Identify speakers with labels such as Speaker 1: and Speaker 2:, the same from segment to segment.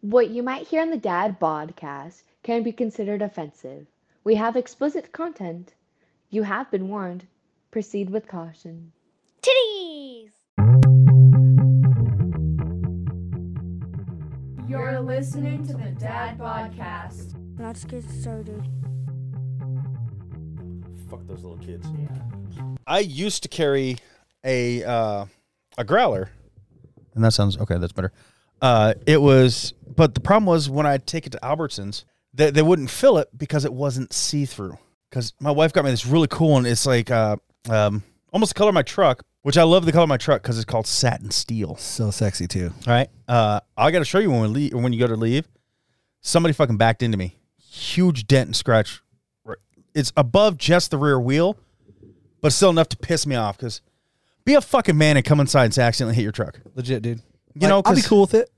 Speaker 1: What you might hear on the Dad Podcast can be considered offensive. We have explicit content. You have been warned. Proceed with caution.
Speaker 2: Titties!
Speaker 3: You're listening to the Dad Podcast.
Speaker 2: Let's get started.
Speaker 4: Fuck those little kids. I used to carry a uh, a growler, and that sounds okay. That's better. Uh, it was, but the problem was when I take it to Albertsons, they, they wouldn't fill it because it wasn't see through. Because my wife got me this really cool one. It's like uh, um, almost the color of my truck, which I love the color of my truck because it's called satin steel.
Speaker 5: So sexy too.
Speaker 4: All right. Uh, I got to show you when we leave, when you go to leave, somebody fucking backed into me. Huge dent and scratch. Right- It's above just the rear wheel, but still enough to piss me off because be a fucking man and come inside and accidentally hit your truck.
Speaker 5: Legit, dude.
Speaker 4: You know,
Speaker 5: I'll be
Speaker 4: 'cause-
Speaker 5: cool with it.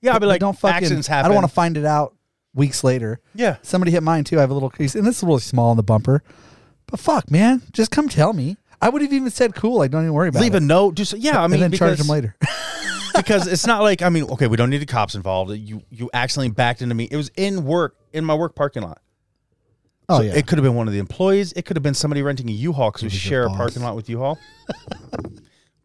Speaker 4: Yeah, I'll be
Speaker 5: But
Speaker 4: like,
Speaker 5: don't fucking.
Speaker 4: accidents
Speaker 5: I
Speaker 4: happen.
Speaker 5: don't want to find it out weeks later.
Speaker 4: Yeah.
Speaker 5: Somebody hit mine too. I have a little crease, and this is really small on the bumper. But fuck, man, just come tell me. I would have even said cool. Like, don't even worry about
Speaker 4: leave
Speaker 5: it.
Speaker 4: a note. Do so. Yeah, I mean,
Speaker 5: and then charge
Speaker 4: because,
Speaker 5: them later.
Speaker 4: because it's not like I mean, okay, we don't need the cops involved. You you accidentally backed into me. It was in work in my work parking lot.
Speaker 5: oh
Speaker 4: So
Speaker 5: yeah.
Speaker 4: It could have been one of the employees. It could have been somebody renting a U-Haul because we
Speaker 5: was your
Speaker 4: share a
Speaker 5: boss.
Speaker 4: parking lot with U-Haul.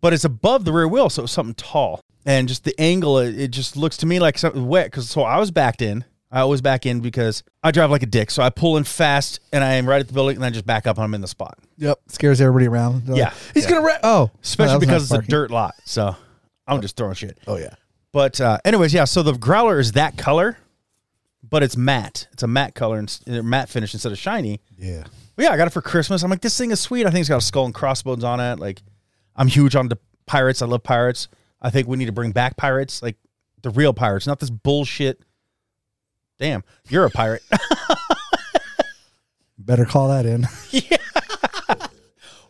Speaker 4: but it's above the rear wheel, so it's something tall. And just the angle, it, it just looks to me like something wet. Because so I was backed in. I always back in because I drive like a dick. So I pull in fast, and I am right at the building, and I just back up, and I'm in the spot.
Speaker 5: yep. Scares everybody around. They're
Speaker 4: Yeah.
Speaker 5: like, He's
Speaker 4: Yeah.
Speaker 5: gonna. Ra- oh,
Speaker 4: Especially
Speaker 5: Oh, that was
Speaker 4: because
Speaker 5: nice
Speaker 4: it's
Speaker 5: parking.
Speaker 4: a dirt lot. So I'm just throwing shit.
Speaker 5: Oh yeah.
Speaker 4: But uh, anyways, yeah. So the growler is that color, but it's matte. It's a matte color and matte finish instead of shiny.
Speaker 5: Yeah.
Speaker 4: But yeah, I got it for Christmas. I'm like, this thing is sweet. I think it's got a skull and crossbones on it. Like, I'm huge on the pirates. I love pirates. I think we need to bring back pirates, like the real pirates, not this bullshit. Damn, you're a pirate.
Speaker 5: Better call that in.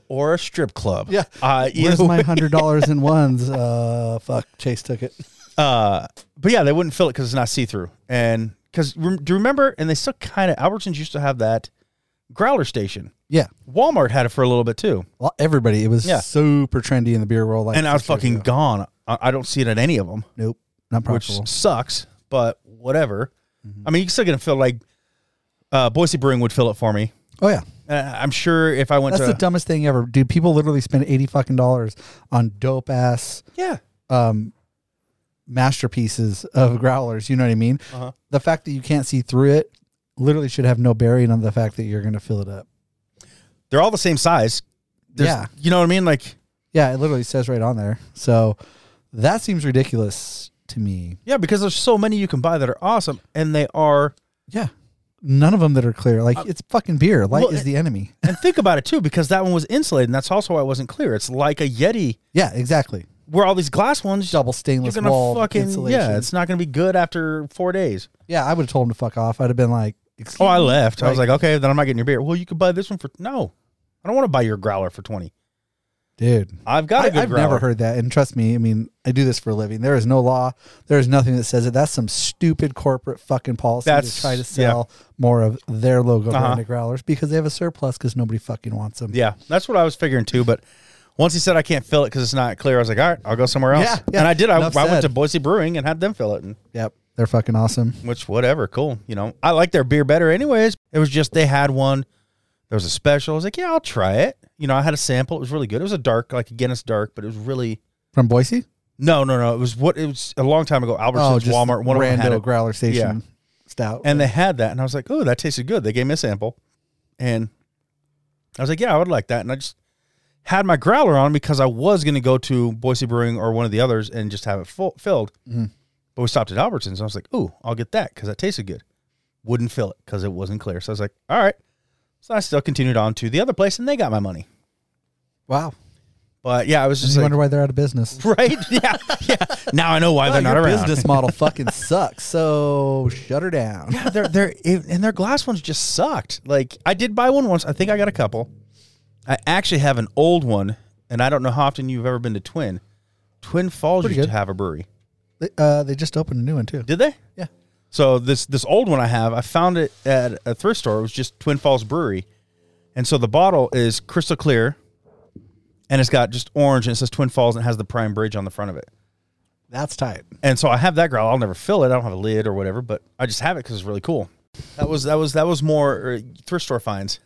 Speaker 4: or a strip club.
Speaker 5: Yeah.
Speaker 4: Uh, either
Speaker 5: Where's my
Speaker 4: way.
Speaker 5: hundred dollars in ones? Uh, fuck. Chase took it.
Speaker 4: Uh, but yeah, they wouldn't fill it because it's not see through. And because do you remember? And they still kind of Albertsons used to have that growler station.
Speaker 5: Yeah.
Speaker 4: Walmart had it for a little bit too.
Speaker 5: Well, everybody. It was
Speaker 4: Yeah.
Speaker 5: super trendy in the beer world. Like
Speaker 4: and I was
Speaker 5: six years
Speaker 4: fucking
Speaker 5: ago.
Speaker 4: gone. I, I don't see it at any of them.
Speaker 5: Nope. Not profitable.
Speaker 4: which sucks, but whatever.
Speaker 5: Mm-hmm.
Speaker 4: I mean, you're still gonna feel like uh, Boise Brewing would fill it for me.
Speaker 5: oh yeah.
Speaker 4: Uh, I'm sure if I went
Speaker 5: That's
Speaker 4: to
Speaker 5: the dumbest thing ever, dude. People literally spend eighty fucking dollars on dope ass
Speaker 4: yeah,
Speaker 5: um, masterpieces of growlers. You know what I mean?
Speaker 4: Uh-huh.
Speaker 5: The fact that you can't see through it literally should have no bearing on the fact that you're going to fill it up.
Speaker 4: they're all the same size.
Speaker 5: Yeah.
Speaker 4: you know what I mean. Like
Speaker 5: Yeah, it literally says right on there. So that seems ridiculous to me.
Speaker 4: yeah, because there's so many you can buy that are awesome, and they are.
Speaker 5: Yeah. None of them that are clear. Like it's fucking beer. Light
Speaker 4: Uh, well,
Speaker 5: is
Speaker 4: it-
Speaker 5: the enemy.
Speaker 4: And think about it too, because that one was insulated, and that's also why it wasn't clear. It's like a Yeti,
Speaker 5: Yeah, exactly.
Speaker 4: where all these glass ones
Speaker 5: Double
Speaker 4: you're
Speaker 5: stainless
Speaker 4: gonna
Speaker 5: wall
Speaker 4: fucking
Speaker 5: insulation.
Speaker 4: yeah, it's not gonna be good after four days.
Speaker 5: yeah, I would have told him to fuck off. I'd have been like,
Speaker 4: Oh, I
Speaker 5: "Excuse me?"
Speaker 4: left. I was like, okay, then I'm not getting your beer. Well, you could buy this one for no. I don't want to buy your growler for twenty.
Speaker 5: dude.
Speaker 4: I've got a good
Speaker 5: I, have
Speaker 4: growler.
Speaker 5: never heard that, and trust me, I mean, I do this for a living. There is no law. There is nothing that says it. That's some stupid corporate fucking policy
Speaker 4: That's-
Speaker 5: to try
Speaker 4: yeah.
Speaker 5: to sell more of their logo
Speaker 4: Uh-huh.
Speaker 5: branded growlers because they have a surplus because nobody fucking wants them.
Speaker 4: Yeah, that's what I was figuring too. But once he said I can't fill it because it's not clear, I was like, all right, I'll go somewhere else.
Speaker 5: Yeah, yeah.
Speaker 4: And I did. I,
Speaker 5: Enough
Speaker 4: I went
Speaker 5: said.
Speaker 4: to Boise Brewing and had them fill it, and
Speaker 5: Yep, they're fucking awesome.
Speaker 4: which whatever, cool. You know, I like their beer better, anyways. It was just they had one. There was a special. I was like, yeah, I'll try it. You know, I had a sample. It was really good. It was a dark, like a Guinness dark, but it was really
Speaker 5: From Boise,
Speaker 4: no, no, no. It was what it was a long time ago. Albertsons,
Speaker 5: Oh,
Speaker 4: Walmart, one of them had
Speaker 5: rando
Speaker 4: it,
Speaker 5: growler station
Speaker 4: Yeah.
Speaker 5: stout,
Speaker 4: and they had that, and I was like, oh, that tasted good. They gave me a sample, and I was like, yeah, I would like that, and I just had my growler on because I was going to go to Boise Brewing or one of the others and just have it full, filled.
Speaker 5: Mhm.
Speaker 4: But we stopped at Albertsons, and I was like, "Ooh, I'll get that because that tasted good." Wouldn't fill it because it wasn't clear. So I was like, "All right." So I still continued on to the other place, and they got my money.
Speaker 5: wow.
Speaker 4: But yeah, I was
Speaker 5: Just
Speaker 4: just
Speaker 5: you
Speaker 4: like,
Speaker 5: wonder why they're out of business.
Speaker 4: right, yeah, yeah. Now I know why they're
Speaker 5: Well,
Speaker 4: not
Speaker 5: your
Speaker 4: around.
Speaker 5: business model fucking sucks. So shut her down.
Speaker 4: Yeah, they're they're and their glass ones just sucked. Like I did buy one once. I think I got a couple. I actually have an old one, and I don't know how often you've ever been to Twin. Twin Falls
Speaker 5: Pretty
Speaker 4: used to
Speaker 5: good.
Speaker 4: have a brewery.
Speaker 5: They, uh, they just opened a new one too.
Speaker 4: Did they?
Speaker 5: Yeah.
Speaker 4: So this this old one I have, I found it at a thrift store. It was just Twin Falls Brewery, and so the bottle is crystal clear, and it's got just orange, and it says Twin Falls, and it has the Prime Bridge on the front of it.
Speaker 5: That's tight.
Speaker 4: And so I have that growler. I'll never fill it. I don't have a lid or whatever, but I just have it because it's really cool. That was that was that was more uh, thrift store finds.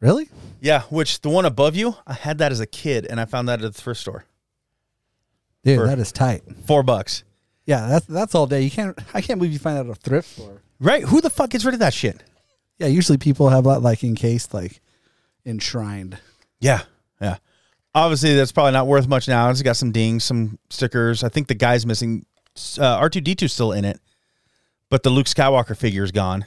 Speaker 5: Really?
Speaker 4: Yeah, which the one above you, I had that as a kid, and I found that at the thrift store.
Speaker 5: Dude,
Speaker 4: For-
Speaker 5: that is tight.
Speaker 4: Four bucks.
Speaker 5: Yeah, that's that's all day. You can't. I can't believe you find that at a thrift store.
Speaker 4: Right? Who the fuck gets rid of that shit?
Speaker 5: Yeah, usually people have that like encased, like enshrined.
Speaker 4: Yeah, yeah. Obviously, that's probably not worth much now. It's got some dings, some stickers. I think the guy's missing. Uh, R two D 2s still in it, but the Luke Skywalker figure is gone,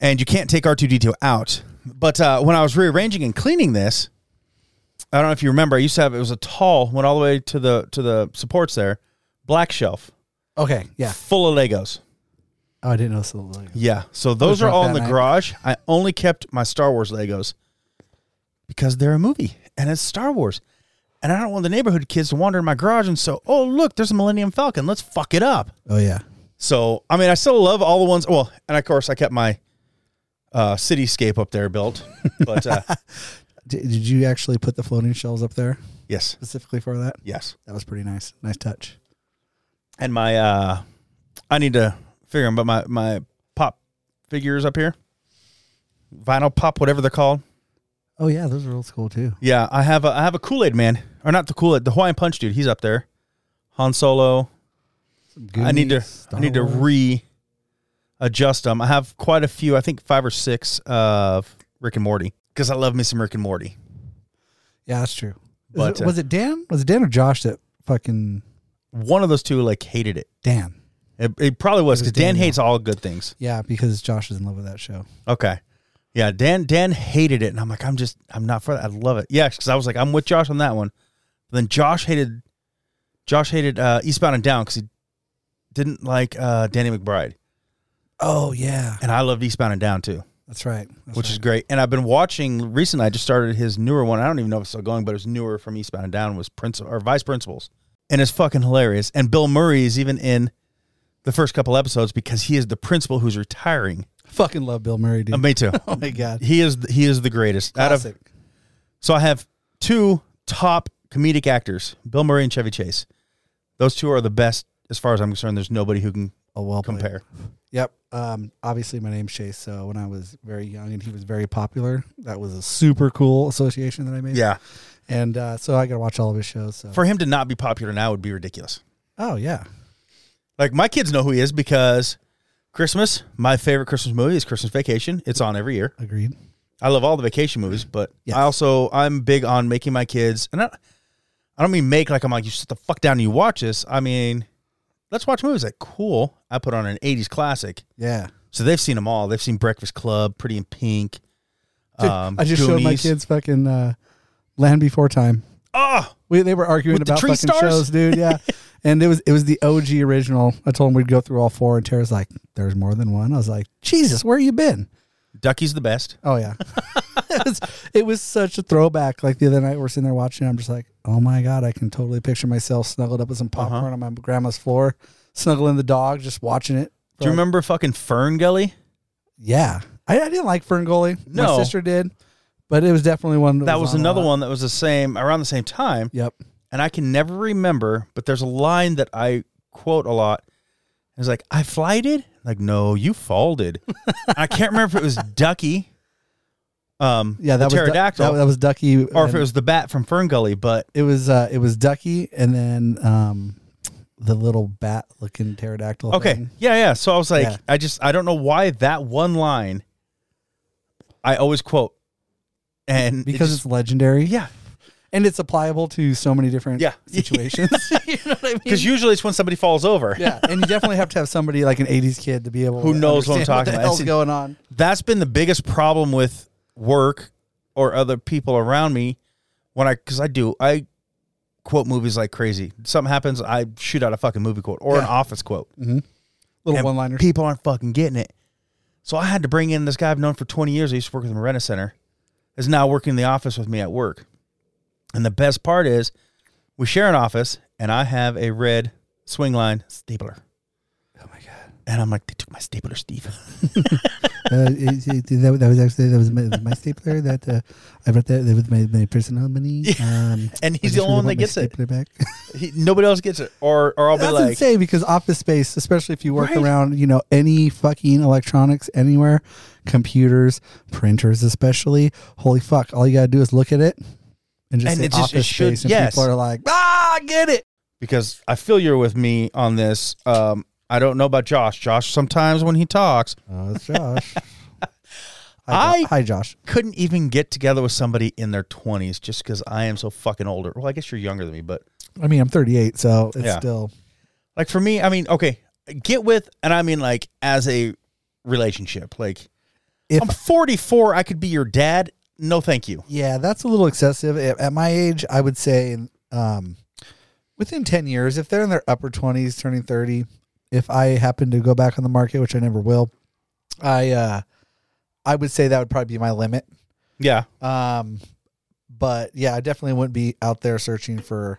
Speaker 4: and you can't take R two D two out. But uh, when I was rearranging and cleaning this, I don't know if you remember. I used to have it was a tall, went all the way to the to the supports there, black shelf
Speaker 5: Okay. Yeah.
Speaker 4: full of Legos.
Speaker 5: Oh, I didn't know so. Like,
Speaker 4: Yeah. So those are
Speaker 5: not
Speaker 4: all in
Speaker 5: bad,
Speaker 4: the
Speaker 5: I-
Speaker 4: garage. I only kept my Star Wars Legos because they're a movie and it's Star Wars. And I don't want the neighborhood kids to wander in my garage and so, oh, look, there's a Millennium Falcon. Let's fuck it up.
Speaker 5: oh yeah.
Speaker 4: So, I mean, I still love all the ones. Well, and of course, I kept my uh, cityscape up there built. But uh,
Speaker 5: D- did you actually put the floating shelves up there
Speaker 4: yes,
Speaker 5: specifically for that?
Speaker 4: yes.
Speaker 5: That was pretty nice. Nice touch.
Speaker 4: And my, uh, I need to figure them, but my, my pop figures up here, vinyl pop, whatever they're called.
Speaker 5: Oh yeah, those are old school too.
Speaker 4: Yeah, I have a I have a Kool Aid man, or not the Kool Aid, the Hawaiian Punch dude. He's up there. Han Solo. I need to
Speaker 5: Goonies,
Speaker 4: I need to
Speaker 5: Star Wars.
Speaker 4: re adjust them. I have quite a few. I think five or six of Rick and Morty because I love me some Rick and Morty.
Speaker 5: Yeah, that's true.
Speaker 4: But,
Speaker 5: But
Speaker 4: uh,
Speaker 5: was it Dan? Was it Dan or Josh that fucking
Speaker 4: One of those two like hated it.
Speaker 5: Dan?
Speaker 4: It, it probably was
Speaker 5: It was
Speaker 4: because Dan
Speaker 5: Daniel.
Speaker 4: hates all good things.
Speaker 5: Yeah, because Josh is in love with that show.
Speaker 4: Okay. Yeah, Dan Dan hated it, and I'm like, I'm just I'm not for that. I love it. Yeah, because I was like, I'm with Josh on that one. then Josh hated Josh hated uh, Eastbound and Down because he didn't like uh, Danny McBride.
Speaker 5: Oh yeah,
Speaker 4: And I loved Eastbound and Down too,
Speaker 5: that's right. That's
Speaker 4: which is
Speaker 5: right.
Speaker 4: great. And I've been watching recently. I just started his newer one. I don't even know if it's still going, but it was newer from Eastbound and Down was Prince or Vice Principals, and it's fucking hilarious. And Bill Murray is even in the first couple episodes because he is the principal who's retiring.
Speaker 5: fucking love Bill Murray, dude.
Speaker 4: Uh, me too.
Speaker 5: oh my god,
Speaker 4: he is he is the greatest. Out of
Speaker 5: classic.
Speaker 4: so I have two top comedic actors, Bill Murray and Chevy Chase. Those two are the best as far as I'm concerned. There's nobody who can
Speaker 5: Oh well, played.
Speaker 4: compare.
Speaker 5: Yep. Um, obviously, my name's Chase. So when I was very young and he was very popular, that was a super cool association that I made.
Speaker 4: Yeah,
Speaker 5: And uh, so I got to watch all of his shows. So.
Speaker 4: for him to not be popular now would be ridiculous.
Speaker 5: oh yeah.
Speaker 4: Like my kids know who he is because Christmas, my favorite Christmas movie is Christmas Vacation. It's on every year.
Speaker 5: Agreed.
Speaker 4: I love all the vacation movies, but
Speaker 5: Yes.
Speaker 4: I also I'm big on making my kids and I, I don't mean make like I'm like you sit the fuck down and you watch this. I mean, let's watch movies. Like cool. I put on an 80s classic.
Speaker 5: Yeah.
Speaker 4: So they've seen them all. They've seen Breakfast Club, Pretty in Pink.
Speaker 5: Dude, I just showed my
Speaker 4: Um, Goonies.
Speaker 5: kids fucking uh, Land Before Time.
Speaker 4: Oh,
Speaker 5: We, they were arguing
Speaker 4: With the
Speaker 5: about
Speaker 4: tree
Speaker 5: fucking
Speaker 4: stars?
Speaker 5: shows, dude. Yeah. and it was it was the OG original. I told him we'd go through all four, and Tara's like, "There's more than one." I was like, "Jesus, where you been?"
Speaker 4: Ducky's the best.
Speaker 5: Oh yeah, it, was, it was such a throwback. Like the other night, we're sitting there watching. I'm just like, oh my god, I can totally picture myself snuggled up with some
Speaker 4: Uh-huh.
Speaker 5: popcorn on my grandma's floor, snuggling the dog, just watching it.
Speaker 4: Do
Speaker 5: Like,
Speaker 4: you remember fucking Fern Gully?
Speaker 5: Yeah, I, I didn't like Ferngully.
Speaker 4: No.
Speaker 5: my sister did, but it was definitely one
Speaker 4: That was
Speaker 5: on a
Speaker 4: another
Speaker 5: lot.
Speaker 4: one that was the same around the same time.
Speaker 5: Yep.
Speaker 4: and I can never remember, but there's a line that I quote a lot. It's like, I flighted? Like, no, you folded. And I can't remember if it was Ducky, um,
Speaker 5: Yeah, that
Speaker 4: the
Speaker 5: was Du-
Speaker 4: pterodactyl,
Speaker 5: that, that was Ducky,
Speaker 4: or if
Speaker 5: and
Speaker 4: it was the bat from Fern Gully, but
Speaker 5: it was uh, it was Ducky, and then um, the little bat looking pterodactyl.
Speaker 4: okay.
Speaker 5: thing.
Speaker 4: Yeah, yeah. So I was like,
Speaker 5: Yeah.
Speaker 4: I just, I don't know why that one line I always quote. And it
Speaker 5: because
Speaker 4: just-
Speaker 5: it's legendary.
Speaker 4: yeah.
Speaker 5: and it's applicable to so many different
Speaker 4: Yeah.
Speaker 5: situations. you know what I mean?
Speaker 4: Because usually it's when somebody falls over.
Speaker 5: yeah, and you definitely have to have somebody like an '80s kid to be able
Speaker 4: Who
Speaker 5: to
Speaker 4: knows what I'm
Speaker 5: understand
Speaker 4: talking
Speaker 5: the
Speaker 4: about.
Speaker 5: hell's
Speaker 4: It's-
Speaker 5: going on.
Speaker 4: that's been the biggest problem with work or other people around me when I because I do I quote movies like crazy. Something happens, I shoot out a fucking movie quote or an
Speaker 5: Yeah.
Speaker 4: office quote.
Speaker 5: Little
Speaker 4: And
Speaker 5: one-liners.
Speaker 4: People aren't fucking getting it. So I had to bring in this guy I've known for 20 years. I used to work with him at Rena Center. Is now working in the office with me at work. And the best part is we share an office and I have a red swing line stapler.
Speaker 5: oh my god!
Speaker 4: And I'm like, they took my stapler, Steve.
Speaker 5: Uh, it- it- that, that was actually that was my, my stapler that uh, I brought that, that was my, my personal money. Um,
Speaker 4: And
Speaker 5: I
Speaker 4: he's
Speaker 5: just
Speaker 4: the
Speaker 5: really
Speaker 4: only one
Speaker 5: want
Speaker 4: that
Speaker 5: my
Speaker 4: gets it.
Speaker 5: stapler Back.
Speaker 4: He, nobody else gets it. Or, or I'll be
Speaker 6: That's
Speaker 4: like,
Speaker 6: insane because office space, especially if you work
Speaker 4: Right.
Speaker 6: around,
Speaker 5: you know any fucking electronics anywhere computers printers especially holy fuck all you gotta do is look at it and just
Speaker 4: And
Speaker 5: say
Speaker 4: it just- it
Speaker 5: office
Speaker 4: should-
Speaker 5: space and
Speaker 4: yes.
Speaker 5: people are like
Speaker 6: ah, I get it.
Speaker 4: because I feel you're with me on this. Um, I don't know about Josh. Josh, sometimes when he talks,
Speaker 5: oh it's josh
Speaker 4: I-
Speaker 5: hi, Jo- hi josh
Speaker 4: couldn't even get together with somebody in their 20s just because I am so fucking older. Well, I guess you're younger than me, but
Speaker 5: i mean i'm 38 so it's
Speaker 4: Yeah.
Speaker 5: still
Speaker 4: like for me, I mean, okay, get with, and I mean like as a relationship. Like,
Speaker 5: If-
Speaker 4: I'm 44, I could be your dad. No, thank you.
Speaker 5: yeah that's a little excessive at, at my age i would say um within 10 years if they're in their upper 20s turning 30 if i happen to go back on the market which i never will i uh i would say that would probably be my limit
Speaker 4: Yeah.
Speaker 5: Um, but yeah, I definitely wouldn't be out there searching for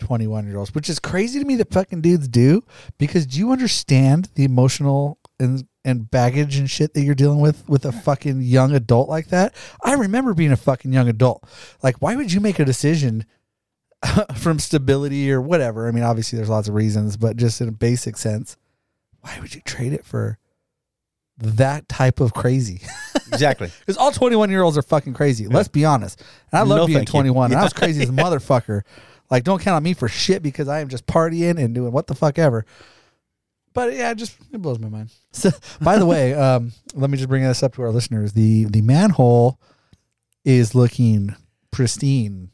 Speaker 5: 21 year olds, which is crazy to me that fucking dudes do. Because do you understand the emotional and and baggage and shit that you're dealing with with a fucking young adult like that? I remember being a fucking young adult. Like, why would you make a decision? from stability or whatever. I mean, obviously there's lots of reasons, but just in a basic sense, why would you trade it for that type of crazy?
Speaker 4: Exactly.
Speaker 5: Because all 21 year olds are fucking crazy. Let's be honest. And I love
Speaker 4: No,
Speaker 5: being
Speaker 4: thank you.
Speaker 5: 21. And I was crazy as a motherfucker. Like, don't count on me for shit because I am just partying and doing what the fuck ever. But yeah, it just it blows my mind. So, by the way, um, let me just bring this up to our listeners. The the manhole is looking pristine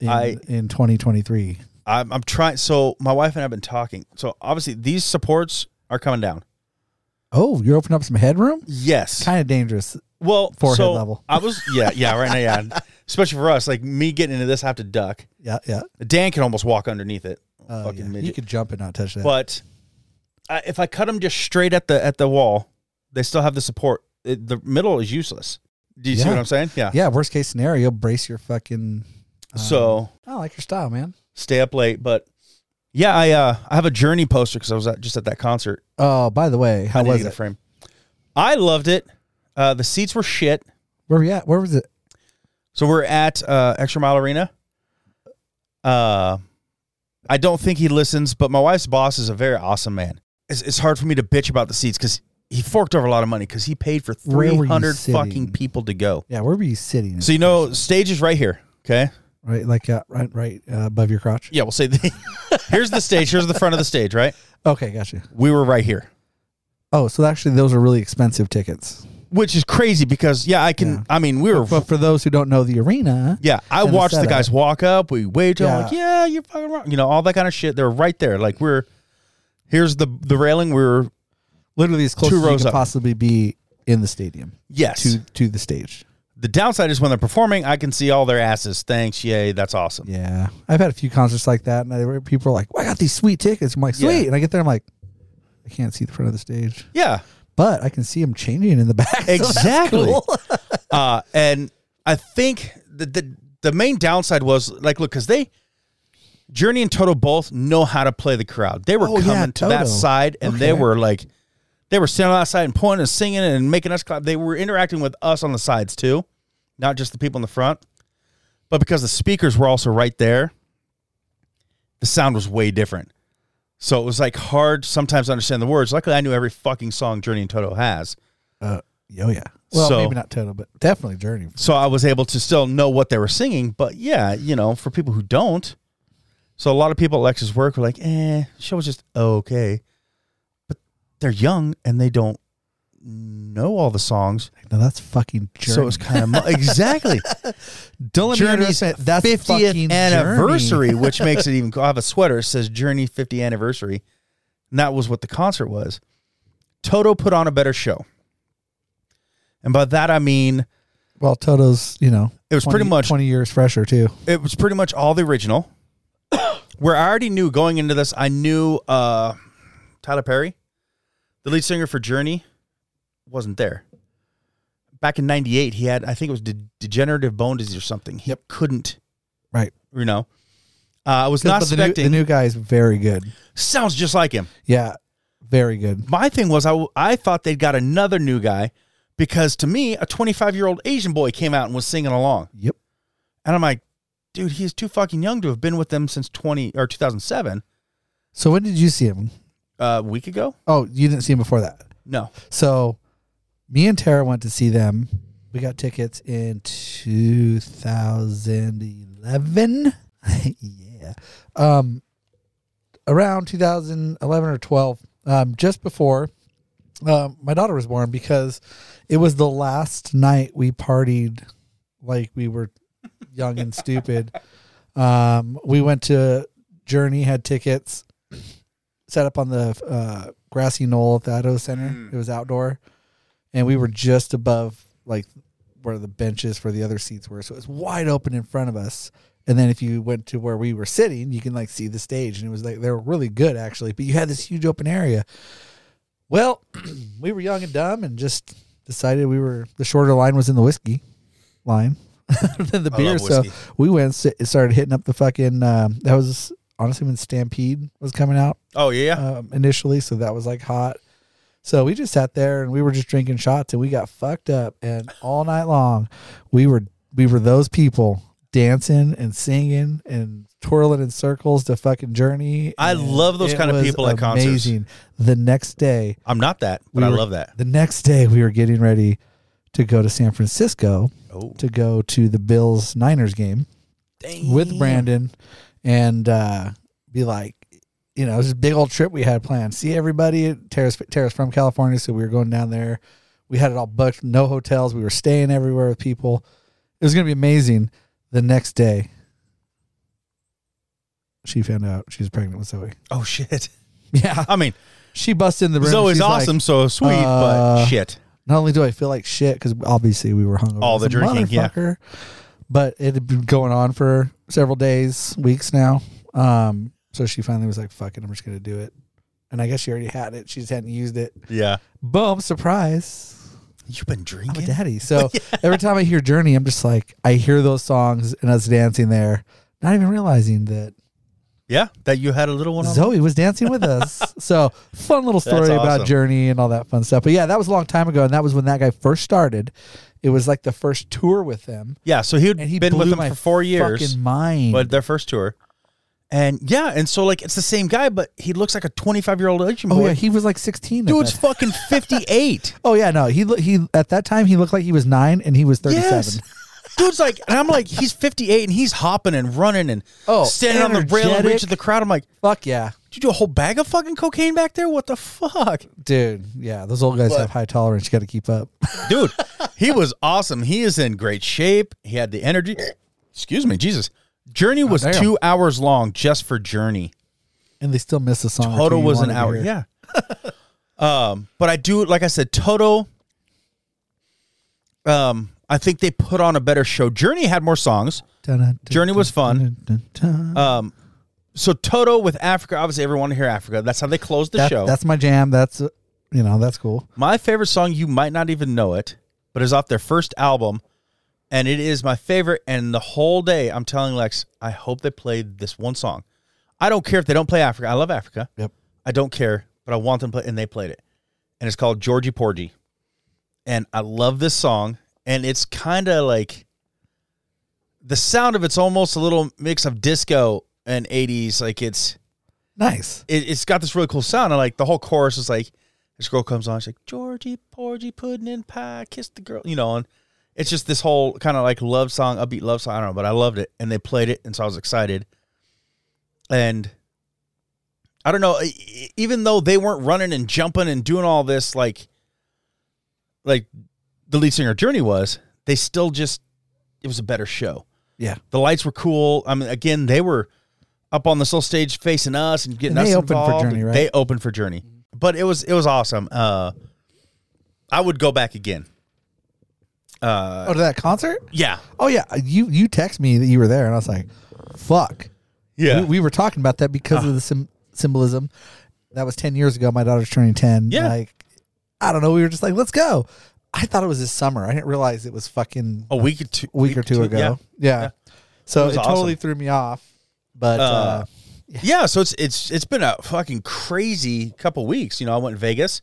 Speaker 5: in,
Speaker 4: I-
Speaker 5: in 2023.
Speaker 4: I'm, I'm trying. So my wife and I have been talking. So obviously these supports are coming down.
Speaker 5: Oh, you're opening up some headroom?
Speaker 4: Yes.
Speaker 5: Kind of dangerous.
Speaker 4: Well,
Speaker 5: Forehead
Speaker 4: so
Speaker 5: level.
Speaker 4: I was, yeah, yeah, right now, yeah. Especially for us, like me getting into this, I have to duck.
Speaker 5: Yeah, yeah.
Speaker 4: Dan can almost walk underneath it.
Speaker 5: Oh,
Speaker 4: Fucking
Speaker 5: yeah.
Speaker 4: midget.
Speaker 5: You could jump and not touch that.
Speaker 4: But I, if I cut them just straight at the at the wall, they still have the support. It, the middle is useless. Do you see
Speaker 5: Yeah.
Speaker 4: what I'm saying? Yeah.
Speaker 5: yeah, worst case scenario, brace your fucking. um,
Speaker 4: So
Speaker 5: I like your style, man.
Speaker 4: stay up late, but yeah, I uh I have a journey poster because I was at, just at that concert.
Speaker 5: Oh, by the way,
Speaker 4: I
Speaker 5: how
Speaker 4: didn't
Speaker 5: was
Speaker 4: get a
Speaker 5: it?
Speaker 4: frame. I loved it. Uh, the seats were shit.
Speaker 5: Where were you at? Where was it?
Speaker 4: So we're at uh, Extra Mile Arena. Uh, I don't think he listens, but my wife's boss is a very awesome man. It's, it's hard for me to bitch about the seats because he forked over a lot of money because he paid for
Speaker 5: Where were you
Speaker 4: 300
Speaker 5: sitting?
Speaker 4: fucking people to go.
Speaker 5: Yeah, where were you sitting?
Speaker 4: So you know, stage is right here. Okay.
Speaker 5: right, like uh, right, right uh, above your crotch.
Speaker 4: Yeah, we'll say the, here's the stage. Here's the front of the stage. Right.
Speaker 5: Okay, gotcha.
Speaker 4: We were right here,
Speaker 5: Oh, so actually, those are really expensive tickets.
Speaker 4: which is crazy because yeah, I can.
Speaker 5: Yeah.
Speaker 4: I mean, we were.
Speaker 5: But for those who don't know the arena,
Speaker 4: Yeah, I
Speaker 5: and the
Speaker 4: watched the,
Speaker 5: setup.
Speaker 4: guys walk up. We waved to them
Speaker 5: Yeah.
Speaker 4: like, "Yeah, you're fucking wrong," you know, all that kind of shit. They're right there. Like we're here's the the railing. We're
Speaker 5: literally as close
Speaker 4: Two
Speaker 5: as you
Speaker 4: rows
Speaker 5: can
Speaker 4: up.
Speaker 5: possibly be in the stadium
Speaker 4: yes.
Speaker 5: to to the stage.
Speaker 4: The downside is when they're performing, I can see all their asses. Thanks, yay, that's awesome.
Speaker 5: Yeah, I've had a few concerts like that, and I, where people are like, well, "I got these sweet tickets." I'm like,
Speaker 4: Yeah.
Speaker 5: "Sweet," and I get there, I'm like, "I can't see the front of the stage,
Speaker 4: Yeah,
Speaker 5: but I can see them changing in the back." So that's
Speaker 4: exactly.
Speaker 5: cool.
Speaker 4: uh, and I think the, the the main downside was like, look, because they Journey and Toto both know how to play the crowd. They were
Speaker 5: Oh, yeah,
Speaker 4: coming to that
Speaker 5: Toto.
Speaker 4: side, and they
Speaker 5: Okay.
Speaker 4: were like, they were standing outside and pointing and singing and making us clap. They were interacting with us on the sides too, not just the people in the front. But because the speakers were also right there, the sound was way different. So it was like hard sometimes to understand the words. Luckily, I knew every fucking song Journey and Toto has.
Speaker 5: Oh yeah. Well,
Speaker 4: So-
Speaker 5: maybe not total, but definitely Journey.
Speaker 4: so I was able to still know what they were singing. But yeah, you know, for people who don't, so a lot of people at Lex's work were like, "Eh, show was just okay," but they're young and they don't know all the songs,
Speaker 5: No, that's fucking Journey.
Speaker 4: so it's kind of mu- exactly
Speaker 5: don't let
Speaker 4: Journey's
Speaker 5: me understand. That's fucking
Speaker 4: fiftieth anniversary,
Speaker 5: Journey.
Speaker 4: which makes it even. cool. I have a sweater that says Journey 50 anniversary, and that was what the concert was. Toto put on a better show, and by that I mean
Speaker 5: Well, Toto's, you know,
Speaker 4: It was pretty much-
Speaker 5: twenty years fresher too.
Speaker 4: it was pretty much all the original. Where I already knew going into this, I knew uh, Tyler Perry, the lead singer for Journey, wasn't there. Back in '98, he had I think it was de- degenerative bone disease or something. He
Speaker 5: Yep.
Speaker 4: couldn't.
Speaker 5: Right.
Speaker 4: You know, uh, I was
Speaker 5: 'Cause-
Speaker 4: not
Speaker 5: but the new,
Speaker 4: expecting.
Speaker 5: the new guy's very good.
Speaker 4: sounds just like him.
Speaker 5: Yeah, Very good.
Speaker 4: My thing was, I, w- I thought they'd got another new guy because to me, a 25 year old Asian boy came out and was singing along.
Speaker 5: Yep.
Speaker 4: And I'm like, dude, he is too fucking young to have been with them since 20 or 2007,
Speaker 5: So when did you see him?
Speaker 4: uh, a week ago.
Speaker 5: Oh, you didn't see him before that.
Speaker 4: No.
Speaker 5: So me and Tara went to see them. We got tickets in 2011. yeah. Um around 2011 or 12, um just before um my daughter was born because it was the last night we partied like we were young and stupid. Um we went to Journey had tickets set up on the uh, grassy knoll at the Idaho Center.
Speaker 4: Mm.
Speaker 5: It was outdoor, and we were just above like where the benches where the other seats were, so it was wide open in front of us. And then if you went to where we were sitting, you can like see the stage, and it was like they were really good actually. But you had this huge open area. Well, we were young and dumb, and just decided we were the shorter line was in the whiskey line than the
Speaker 4: I
Speaker 5: beer.
Speaker 4: love
Speaker 5: So
Speaker 4: whiskey.
Speaker 5: we went and sit- started hitting up the fucking. Um, that was honestly when Stampede was coming out
Speaker 4: Oh, yeah.
Speaker 5: um, initially, so that was like hot. So we just sat there and we were just drinking shots and we got fucked up and all night long we were we were those people dancing and singing and twirling in circles to fucking journey.
Speaker 4: I
Speaker 5: and
Speaker 4: love those
Speaker 5: it
Speaker 4: kind of
Speaker 5: was
Speaker 4: people at concerts.
Speaker 5: The next day,
Speaker 4: I'm not that, but
Speaker 5: We
Speaker 4: I
Speaker 5: were-
Speaker 4: love that.
Speaker 5: the next day we were getting ready to go to San Francisco
Speaker 4: Oh,
Speaker 5: to go to the Bills Niners game with Brandon and uh, be like, you know, it was a big old trip we had planned. See everybody. Tara's, Tara's from California, so we were going down there. We had it all booked, no hotels. We were staying everywhere with people. It was going to be amazing. The next day, she found out she was pregnant with Zoe.
Speaker 4: oh shit.
Speaker 5: Yeah.
Speaker 4: I mean,
Speaker 5: She busted in the room.
Speaker 4: Zoe's
Speaker 5: She's like,
Speaker 4: awesome, so sweet,
Speaker 5: uh,
Speaker 4: but shit.
Speaker 5: not only do I feel like shit because obviously we were hungover,
Speaker 4: All the
Speaker 5: as a
Speaker 4: drinking, yeah.
Speaker 5: motherfucker, But it had been going on for several days, weeks now. Um, so she finally was like, "Fuck it, I'm just gonna do it." And I guess she already had it; she just hadn't used it.
Speaker 4: Yeah.
Speaker 5: Boom! Surprise!
Speaker 4: You've been
Speaker 5: I'm a
Speaker 4: drinking.
Speaker 5: daddy. So every time I hear Journey, I'm just like, I hear those songs and us dancing there, not even realizing that
Speaker 4: Yeah, that you had a little one. on-
Speaker 5: Zoe was dancing with us. So fun little story
Speaker 4: That's awesome.
Speaker 5: about Journey and all that fun stuff. But yeah, that was a long time ago, and that was when that guy first started. It was like the first tour with them,
Speaker 4: Yeah, so he'd
Speaker 5: and he
Speaker 4: been
Speaker 5: blew
Speaker 4: with them
Speaker 5: my
Speaker 4: for four years,
Speaker 5: Fucking mind.
Speaker 4: but their first tour. And yeah, and so like it's the same guy, but he looks like a 25 year old Asian
Speaker 5: oh
Speaker 4: boy.
Speaker 5: yeah, he was like sixteen. at
Speaker 4: Dude's
Speaker 5: that-
Speaker 4: fucking 58.
Speaker 5: Oh yeah, no, he lo- he at that time he looked like he was nine, and he was thirty-seven.
Speaker 4: yes. Dude's like, and I'm like, he's 58 and he's hopping and running and
Speaker 5: Oh,
Speaker 4: standing on the rail and
Speaker 5: energetic.
Speaker 4: reaching the crowd. I'm like,
Speaker 5: Fuck yeah,
Speaker 4: did you do a whole bag of fucking cocaine back there? What the fuck?
Speaker 5: dude. Yeah, those old guys
Speaker 4: But-
Speaker 5: have high tolerance. You got to keep up.
Speaker 4: dude he was awesome he is in great shape he had the energy excuse me jesus journey was
Speaker 5: damn.
Speaker 4: two hours long just for journey
Speaker 5: And they still miss a song. or two
Speaker 4: toto
Speaker 5: you
Speaker 4: was an
Speaker 5: wanted to
Speaker 4: hour
Speaker 5: hear.
Speaker 4: yeah um but i do like i said toto um i think they put on a better show journey had more songs
Speaker 5: Dun, dun, dun,
Speaker 4: Journey was
Speaker 5: dun,
Speaker 4: fun.
Speaker 5: dun, dun, dun.
Speaker 4: um so toto with africa obviously everyone to hear africa that's how they closed the
Speaker 5: That-
Speaker 4: show
Speaker 5: That's my jam. That's uh, you know that's cool.
Speaker 4: My favorite song, you might not even know it, but is off their first album, and it is my favorite. And the whole day, I'm telling Lex, I hope they play this one song. I don't care if they don't play Africa. I love Africa.
Speaker 5: Yep.
Speaker 4: I don't care, but I want them to play, and they played it. And it's called Georgie Porgy. And I love this song. And it's kind of like the sound of it's almost a little mix of disco and 80s. Like it's
Speaker 5: Nice.
Speaker 4: it, it's got this really cool sound. And like the whole chorus is like, this girl comes on, she's like, Georgie, Porgy, pudding in pie, kiss the girl, you know, and it's just this whole kind of like love song, upbeat love song. I don't know, but I loved it. And they played it. And so I was excited. And I don't know, e- e- even though they weren't running and jumping and doing all this, like, like the lead singer Journey was, they still just, it was a better show.
Speaker 5: Yeah.
Speaker 4: The lights were cool. I mean, again, they were up on this little stage facing us and getting
Speaker 5: And
Speaker 4: us
Speaker 5: they opened for
Speaker 4: involved.
Speaker 5: Journey, right?
Speaker 4: They opened for Journey, but it was it was awesome. Uh, I would go back again. Uh,
Speaker 5: Oh, to that concert?
Speaker 4: yeah,
Speaker 5: Oh yeah, you you text me that you were there, and I was like, "Fuck."
Speaker 4: yeah, Uh-huh.
Speaker 5: We, we were talking about that because of the sym symbolism. That was ten years ago. My daughter's turning ten.
Speaker 4: Yeah.
Speaker 5: Like, I don't know. We were just like, "Let's go." I thought it was this summer. I didn't realize it was fucking
Speaker 4: a week or two,
Speaker 5: week or two ago.
Speaker 4: yeah.
Speaker 5: Yeah.
Speaker 4: Yeah.
Speaker 5: So
Speaker 4: It
Speaker 5: it,
Speaker 4: was
Speaker 5: totally
Speaker 4: awesome.
Speaker 5: threw me off. But uh,
Speaker 4: Uh, Yeah, so it's it's it's been a fucking crazy couple weeks. You know, I went to Vegas,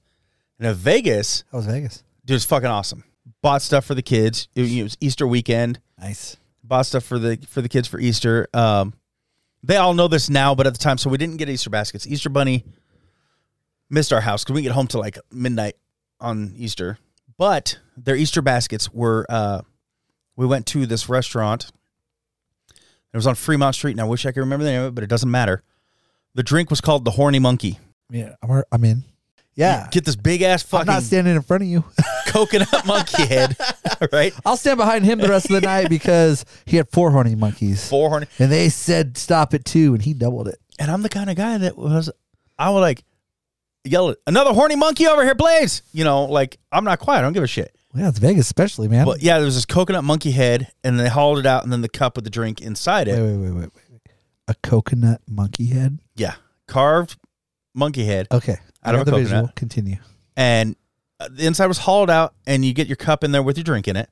Speaker 4: and in Vegas,
Speaker 5: How was Vegas?
Speaker 4: dude, it's fucking awesome. Bought stuff for the kids. It, it was Easter weekend.
Speaker 5: Nice.
Speaker 4: Bought stuff for the for the kids for Easter. Um, they all know this now, but at the time, so we didn't get Easter baskets. Easter bunny missed our house because we get home till like midnight on Easter. But their Easter baskets were. Uh, we went to this restaurant. It was on Fremont Street, and I wish I could remember the name of it, but it doesn't matter. The drink was called the Horny Monkey.
Speaker 5: Yeah, I'm, I'm in. Yeah.
Speaker 4: Get this big ass
Speaker 5: I'm
Speaker 4: fucking
Speaker 5: not standing in front of you.
Speaker 4: coconut monkey head, right?
Speaker 5: I'll stand behind him the rest of the night because he had four horny monkeys.
Speaker 4: Four horny.
Speaker 5: And they said stop at two, and he doubled it.
Speaker 4: And I'm the kind of guy that was, I would like yell, another horny monkey over here, please. You know, like I'm not quiet. I don't give a shit.
Speaker 5: Well, yeah, it's Vegas, especially, man.
Speaker 4: But yeah, there was this coconut monkey head, and they hauled it out, and then the cup with the drink inside it.
Speaker 5: Wait, wait, wait, wait, wait. A coconut monkey head?
Speaker 4: Yeah, carved monkey head,
Speaker 5: Okay.
Speaker 4: Out of
Speaker 5: got
Speaker 4: a
Speaker 5: the
Speaker 4: coconut.
Speaker 5: visual. Continue.
Speaker 4: and uh, the inside was hauled out, and you get your cup in there with your drink in it.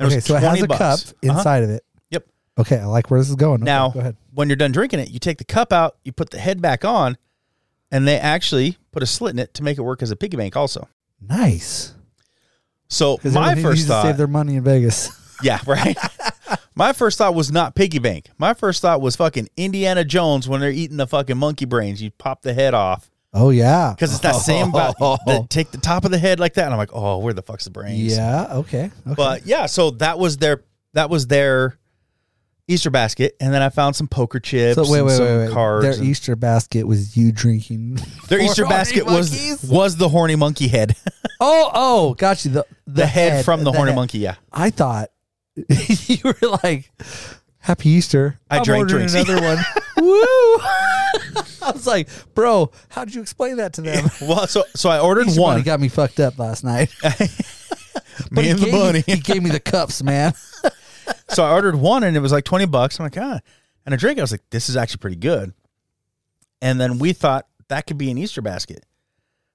Speaker 4: And
Speaker 5: okay,
Speaker 4: it was
Speaker 5: so it
Speaker 4: 20
Speaker 5: has a
Speaker 4: bucks.
Speaker 5: cup
Speaker 4: Uh-huh.
Speaker 5: inside of it.
Speaker 4: Yep.
Speaker 5: Okay, I like where this is going. Okay,
Speaker 4: Now,
Speaker 5: go ahead.
Speaker 4: when you're done drinking it, you take the cup out, you put the head back on, and they actually put a slit in it to make it work as a piggy bank, also.
Speaker 5: Nice.
Speaker 4: So
Speaker 5: 'Cause
Speaker 4: my
Speaker 5: everybody
Speaker 4: first
Speaker 5: needs to
Speaker 4: thought,
Speaker 5: save their money in Vegas.
Speaker 4: yeah, right. my first thought was not piggy bank. My first thought was fucking Indiana Jones when they're eating the fucking monkey brains. You pop the head off
Speaker 5: Oh yeah,
Speaker 4: because it's that same. About, they take the top of the head like that, and I'm like, oh, where the fuck's the brains?
Speaker 5: Yeah. Okay. okay.
Speaker 4: But yeah, so that was their that was their Easter basket, and then I found some poker chips,
Speaker 5: so wait,
Speaker 4: and
Speaker 5: wait,
Speaker 4: some
Speaker 5: wait, wait.
Speaker 4: cards.
Speaker 5: Their
Speaker 4: and-
Speaker 5: Easter basket was you drinking.
Speaker 4: Their Easter
Speaker 5: horny
Speaker 4: basket
Speaker 5: monkeys?
Speaker 4: was was the horny monkey head,
Speaker 5: oh, oh, got you. The the,
Speaker 4: the head, from the, horny
Speaker 5: head.
Speaker 4: monkey. Yeah,
Speaker 5: I thought you were like, "Happy Easter."
Speaker 4: I
Speaker 5: I'm
Speaker 4: drank
Speaker 5: ordering
Speaker 4: drinks.
Speaker 5: Another one. Woo! I was like, "Bro, how would you explain that to them?"
Speaker 4: well, so so I ordered
Speaker 5: Easter
Speaker 4: one.
Speaker 5: Bunny got me fucked up last night.
Speaker 4: me
Speaker 5: gave
Speaker 4: and the
Speaker 5: me-
Speaker 4: bunny.
Speaker 5: he gave me the cups, man.
Speaker 4: so I ordered one and it was like 20 bucks. I'm like, ah. And a drink, I was like, this is actually pretty good. And then we thought that could be an Easter basket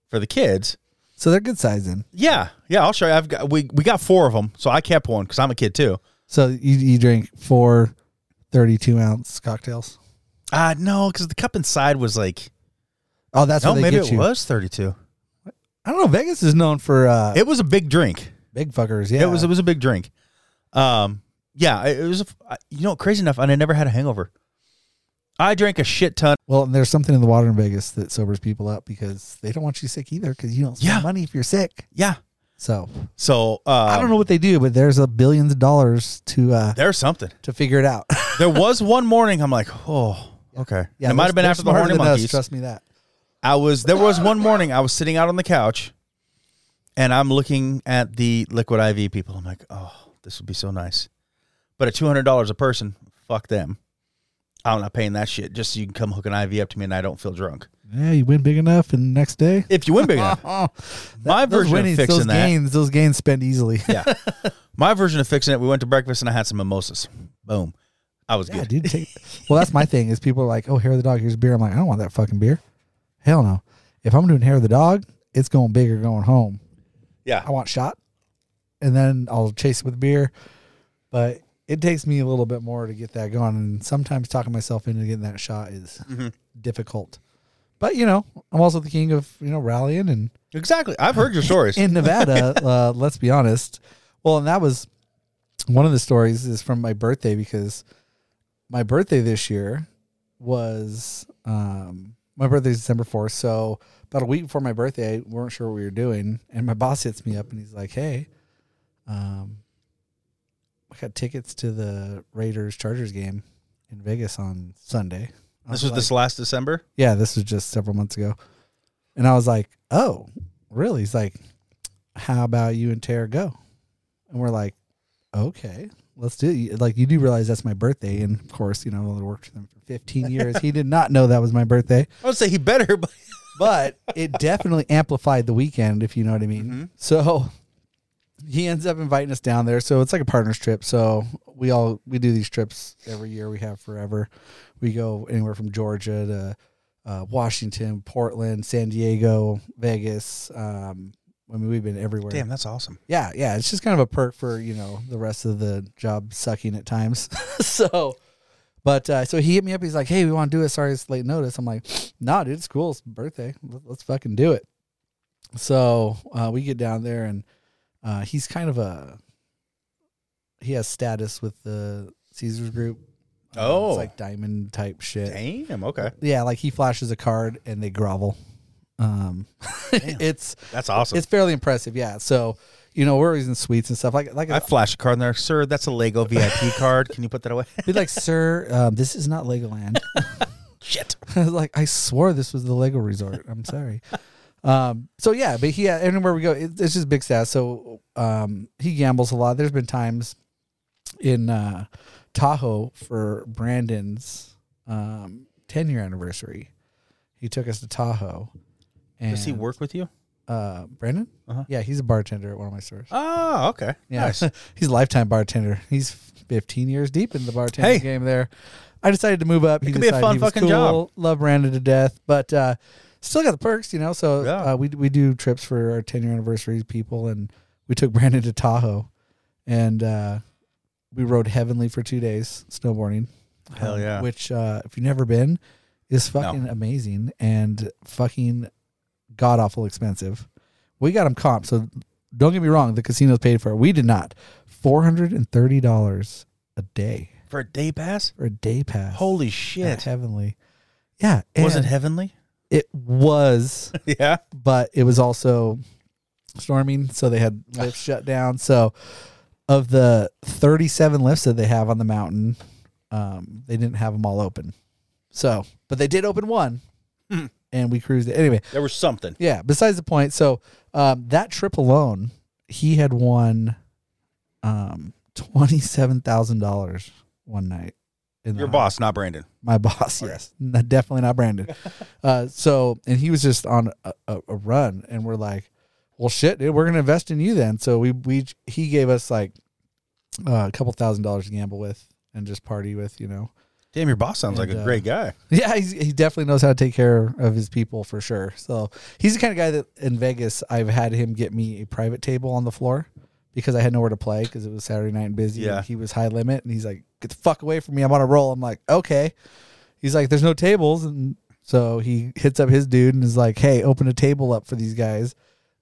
Speaker 4: for the kids.
Speaker 5: So they're good sizing.
Speaker 4: Yeah. Yeah. I'll show you. I've got, we, we got four of them. So I kept one because I'm a kid too.
Speaker 5: So you, you drink four 32 ounce cocktails.
Speaker 4: Uh, no, because the cup inside was like,
Speaker 5: Oh, that's
Speaker 4: no,
Speaker 5: where they
Speaker 4: maybe
Speaker 5: get
Speaker 4: it
Speaker 5: you.
Speaker 4: was 32.
Speaker 5: I don't know. Vegas is known for uh,
Speaker 4: It was a big drink.
Speaker 5: big fuckers. Yeah,
Speaker 4: It was, it was a big drink. Um, yeah, it it was, a, I- you know, crazy enough. And I never had a hangover. I drank a shit ton.
Speaker 5: well, and there's something in the water in Vegas that sobers people up because they don't want you sick either because you don't spend
Speaker 4: Yeah.
Speaker 5: money if you're sick.
Speaker 4: Yeah.
Speaker 5: So
Speaker 4: So, uh,
Speaker 5: I don't know what they do, but there's a billions of dollars to uh,
Speaker 4: There's something.
Speaker 5: to figure it out.
Speaker 4: There was one morning I'm like, oh, okay. And it might have been
Speaker 5: they're
Speaker 4: after the
Speaker 5: smarter
Speaker 4: horny
Speaker 5: than us,
Speaker 4: monkeys.
Speaker 5: trust me that.
Speaker 4: I was there was one morning I was sitting out on the couch, and I'm looking at the liquid IV people. I'm like, oh, this would be so nice, but at two hundred dollars a person, fuck them. I'm not paying that shit just so you can come hook an IV up to me and I don't feel drunk.
Speaker 5: Yeah, you win big enough, and next day.
Speaker 4: If you win big enough,
Speaker 5: Oh,
Speaker 4: my
Speaker 5: those
Speaker 4: version
Speaker 5: winnings,
Speaker 4: of
Speaker 5: those
Speaker 4: fixing that.
Speaker 5: gains, those gains spend easily.
Speaker 4: Yeah, my version of fixing it. We went to breakfast and I had some mimosas. Boom, I was
Speaker 5: Yeah,
Speaker 4: good.
Speaker 5: dude. Take, well, that's my thing is people are like, oh, hair of the dog, here's beer. I'm like, I don't want that fucking beer. Hell no. If I'm doing hair of the dog, it's going big or going home.
Speaker 4: Yeah,
Speaker 5: I want shot, and then I'll chase it with beer. But it takes me a little bit more to get that going, and sometimes talking myself into getting that shot is difficult. But you know, I'm also the king of you know rallying and
Speaker 4: exactly. I've heard your stories.
Speaker 5: in Nevada, uh, let's be honest. Well, and that was one of the stories is from my birthday because my birthday this year was um, my birthday's December fourth. So about a week before my birthday, I weren't sure what we were doing, and my boss hits me up and he's like, "Hey, um, I got tickets to the Raiders Chargers game in Vegas on Sunday." I
Speaker 4: This was
Speaker 5: like,
Speaker 4: this last December.
Speaker 5: yeah, this was just several months ago. And I was like, oh, really? He's like, how about you and Tara go? And we're like, okay, let's do it. Like, you do realize that's my birthday. And of course, you know, I've only worked with him for 15 years. he did not know that was my birthday,
Speaker 4: I would say he better, but
Speaker 5: but it definitely amplified the weekend, if you know what I mean. So he ends up inviting us down there. So it's like a partners trip. So we all we do these trips every year. We have forever. We go anywhere from Georgia to uh, Washington, Portland, San Diego, Vegas. Um, I mean, we've been everywhere.
Speaker 4: damn, that's awesome.
Speaker 5: Yeah, yeah. It's just kind of a perk for you know the rest of the job sucking at times. so, But uh, so he hit me up. He's like, "Hey, we want to do it. Sorry, it's late notice." I'm like, "Nah, dude, it's cool. It's my birthday. Let- Let's fucking do it." So uh, we get down there, and uh, he's kind of a he has status with the Caesars Group. Uh,
Speaker 4: Oh.
Speaker 5: it's like diamond type shit.
Speaker 4: Damn. Okay.
Speaker 5: Yeah, like he flashes a card and they grovel. Um, it's
Speaker 4: That's awesome.
Speaker 5: it's fairly impressive. Yeah. So you know we're always in suites and stuff like like
Speaker 4: I flashed a card in there, sir. That's a Lego VIP card. Can you put that away?
Speaker 5: Be like, sir, um, this is not Legoland.
Speaker 4: Shit.
Speaker 5: like, I swore this was the Lego Resort. I'm sorry. Um, so yeah, but he anywhere we go, it, it's just big stats. So um, he gambles a lot. There's been times in uh, Tahoe for Brandon's um, 10 year anniversary. He took us to Tahoe. And,
Speaker 4: Does he work with you?
Speaker 5: Uh, Brandon?
Speaker 4: Uh-huh.
Speaker 5: Yeah, he's a bartender at one of my stores.
Speaker 4: Oh, okay.
Speaker 5: Yeah.
Speaker 4: Nice.
Speaker 5: he's a lifetime bartender. He's 15 years deep in the bartender
Speaker 4: Hey.
Speaker 5: game there. I decided to move up. He
Speaker 4: could be a
Speaker 5: decided
Speaker 4: fun
Speaker 5: he was
Speaker 4: fucking job.
Speaker 5: Love Brandon to death, but uh, still got the perks, you know. So
Speaker 4: Yeah.
Speaker 5: uh, we we do trips for our 10 year anniversaries, people, and we took Brandon to Tahoe, and uh, we rode heavenly for two days snowboarding.
Speaker 4: Hell
Speaker 5: um,
Speaker 4: yeah.
Speaker 5: Which uh, if you've never been, is fucking amazing and fucking god awful expensive. We got them comp, so don't get me wrong, the casinos paid for it. We did not. Four hundred and thirty dollars a day
Speaker 4: For a day pass?
Speaker 5: for a day pass.
Speaker 4: Holy
Speaker 5: at
Speaker 4: shit.
Speaker 5: heavenly. Yeah,
Speaker 4: Was it
Speaker 5: and
Speaker 4: heavenly?
Speaker 5: It was,
Speaker 4: Yeah.
Speaker 5: but it was also storming, so they had lifts shut down. So, of the thirty-seven lifts that they have on the mountain, um, they didn't have them all open. So, but they did open one,
Speaker 4: Hmm.
Speaker 5: and we cruised it anyway.
Speaker 4: There was something.
Speaker 5: Yeah. Besides the point, so um, that trip alone, he had won um, twenty seven thousand dollars one night. in the
Speaker 4: Your
Speaker 5: Bahamas.
Speaker 4: boss, not Brandon.
Speaker 5: my boss. Yes, No, definitely not Brandon. uh, so, and he was just on a, a, a run, and we're like, "Well, shit, dude, we're gonna invest in you then." So we we he gave us like uh, a couple thousand dollars to gamble with and just party with, you know.
Speaker 4: Damn, your boss sounds like
Speaker 5: And,
Speaker 4: a
Speaker 5: uh,
Speaker 4: great guy.
Speaker 5: Yeah, he's, he definitely knows how to take care of his people for sure. So he's the kind of guy that in Vegas, I've had him get me a private table on the floor because I had nowhere to play because it was Saturday night and busy.
Speaker 4: Yeah.
Speaker 5: And he was high limit and he's like, get the fuck away from me. I'm on a roll. I'm like, okay. He's like, there's no tables. And so he hits up his dude and is like, hey, open a table up for these guys.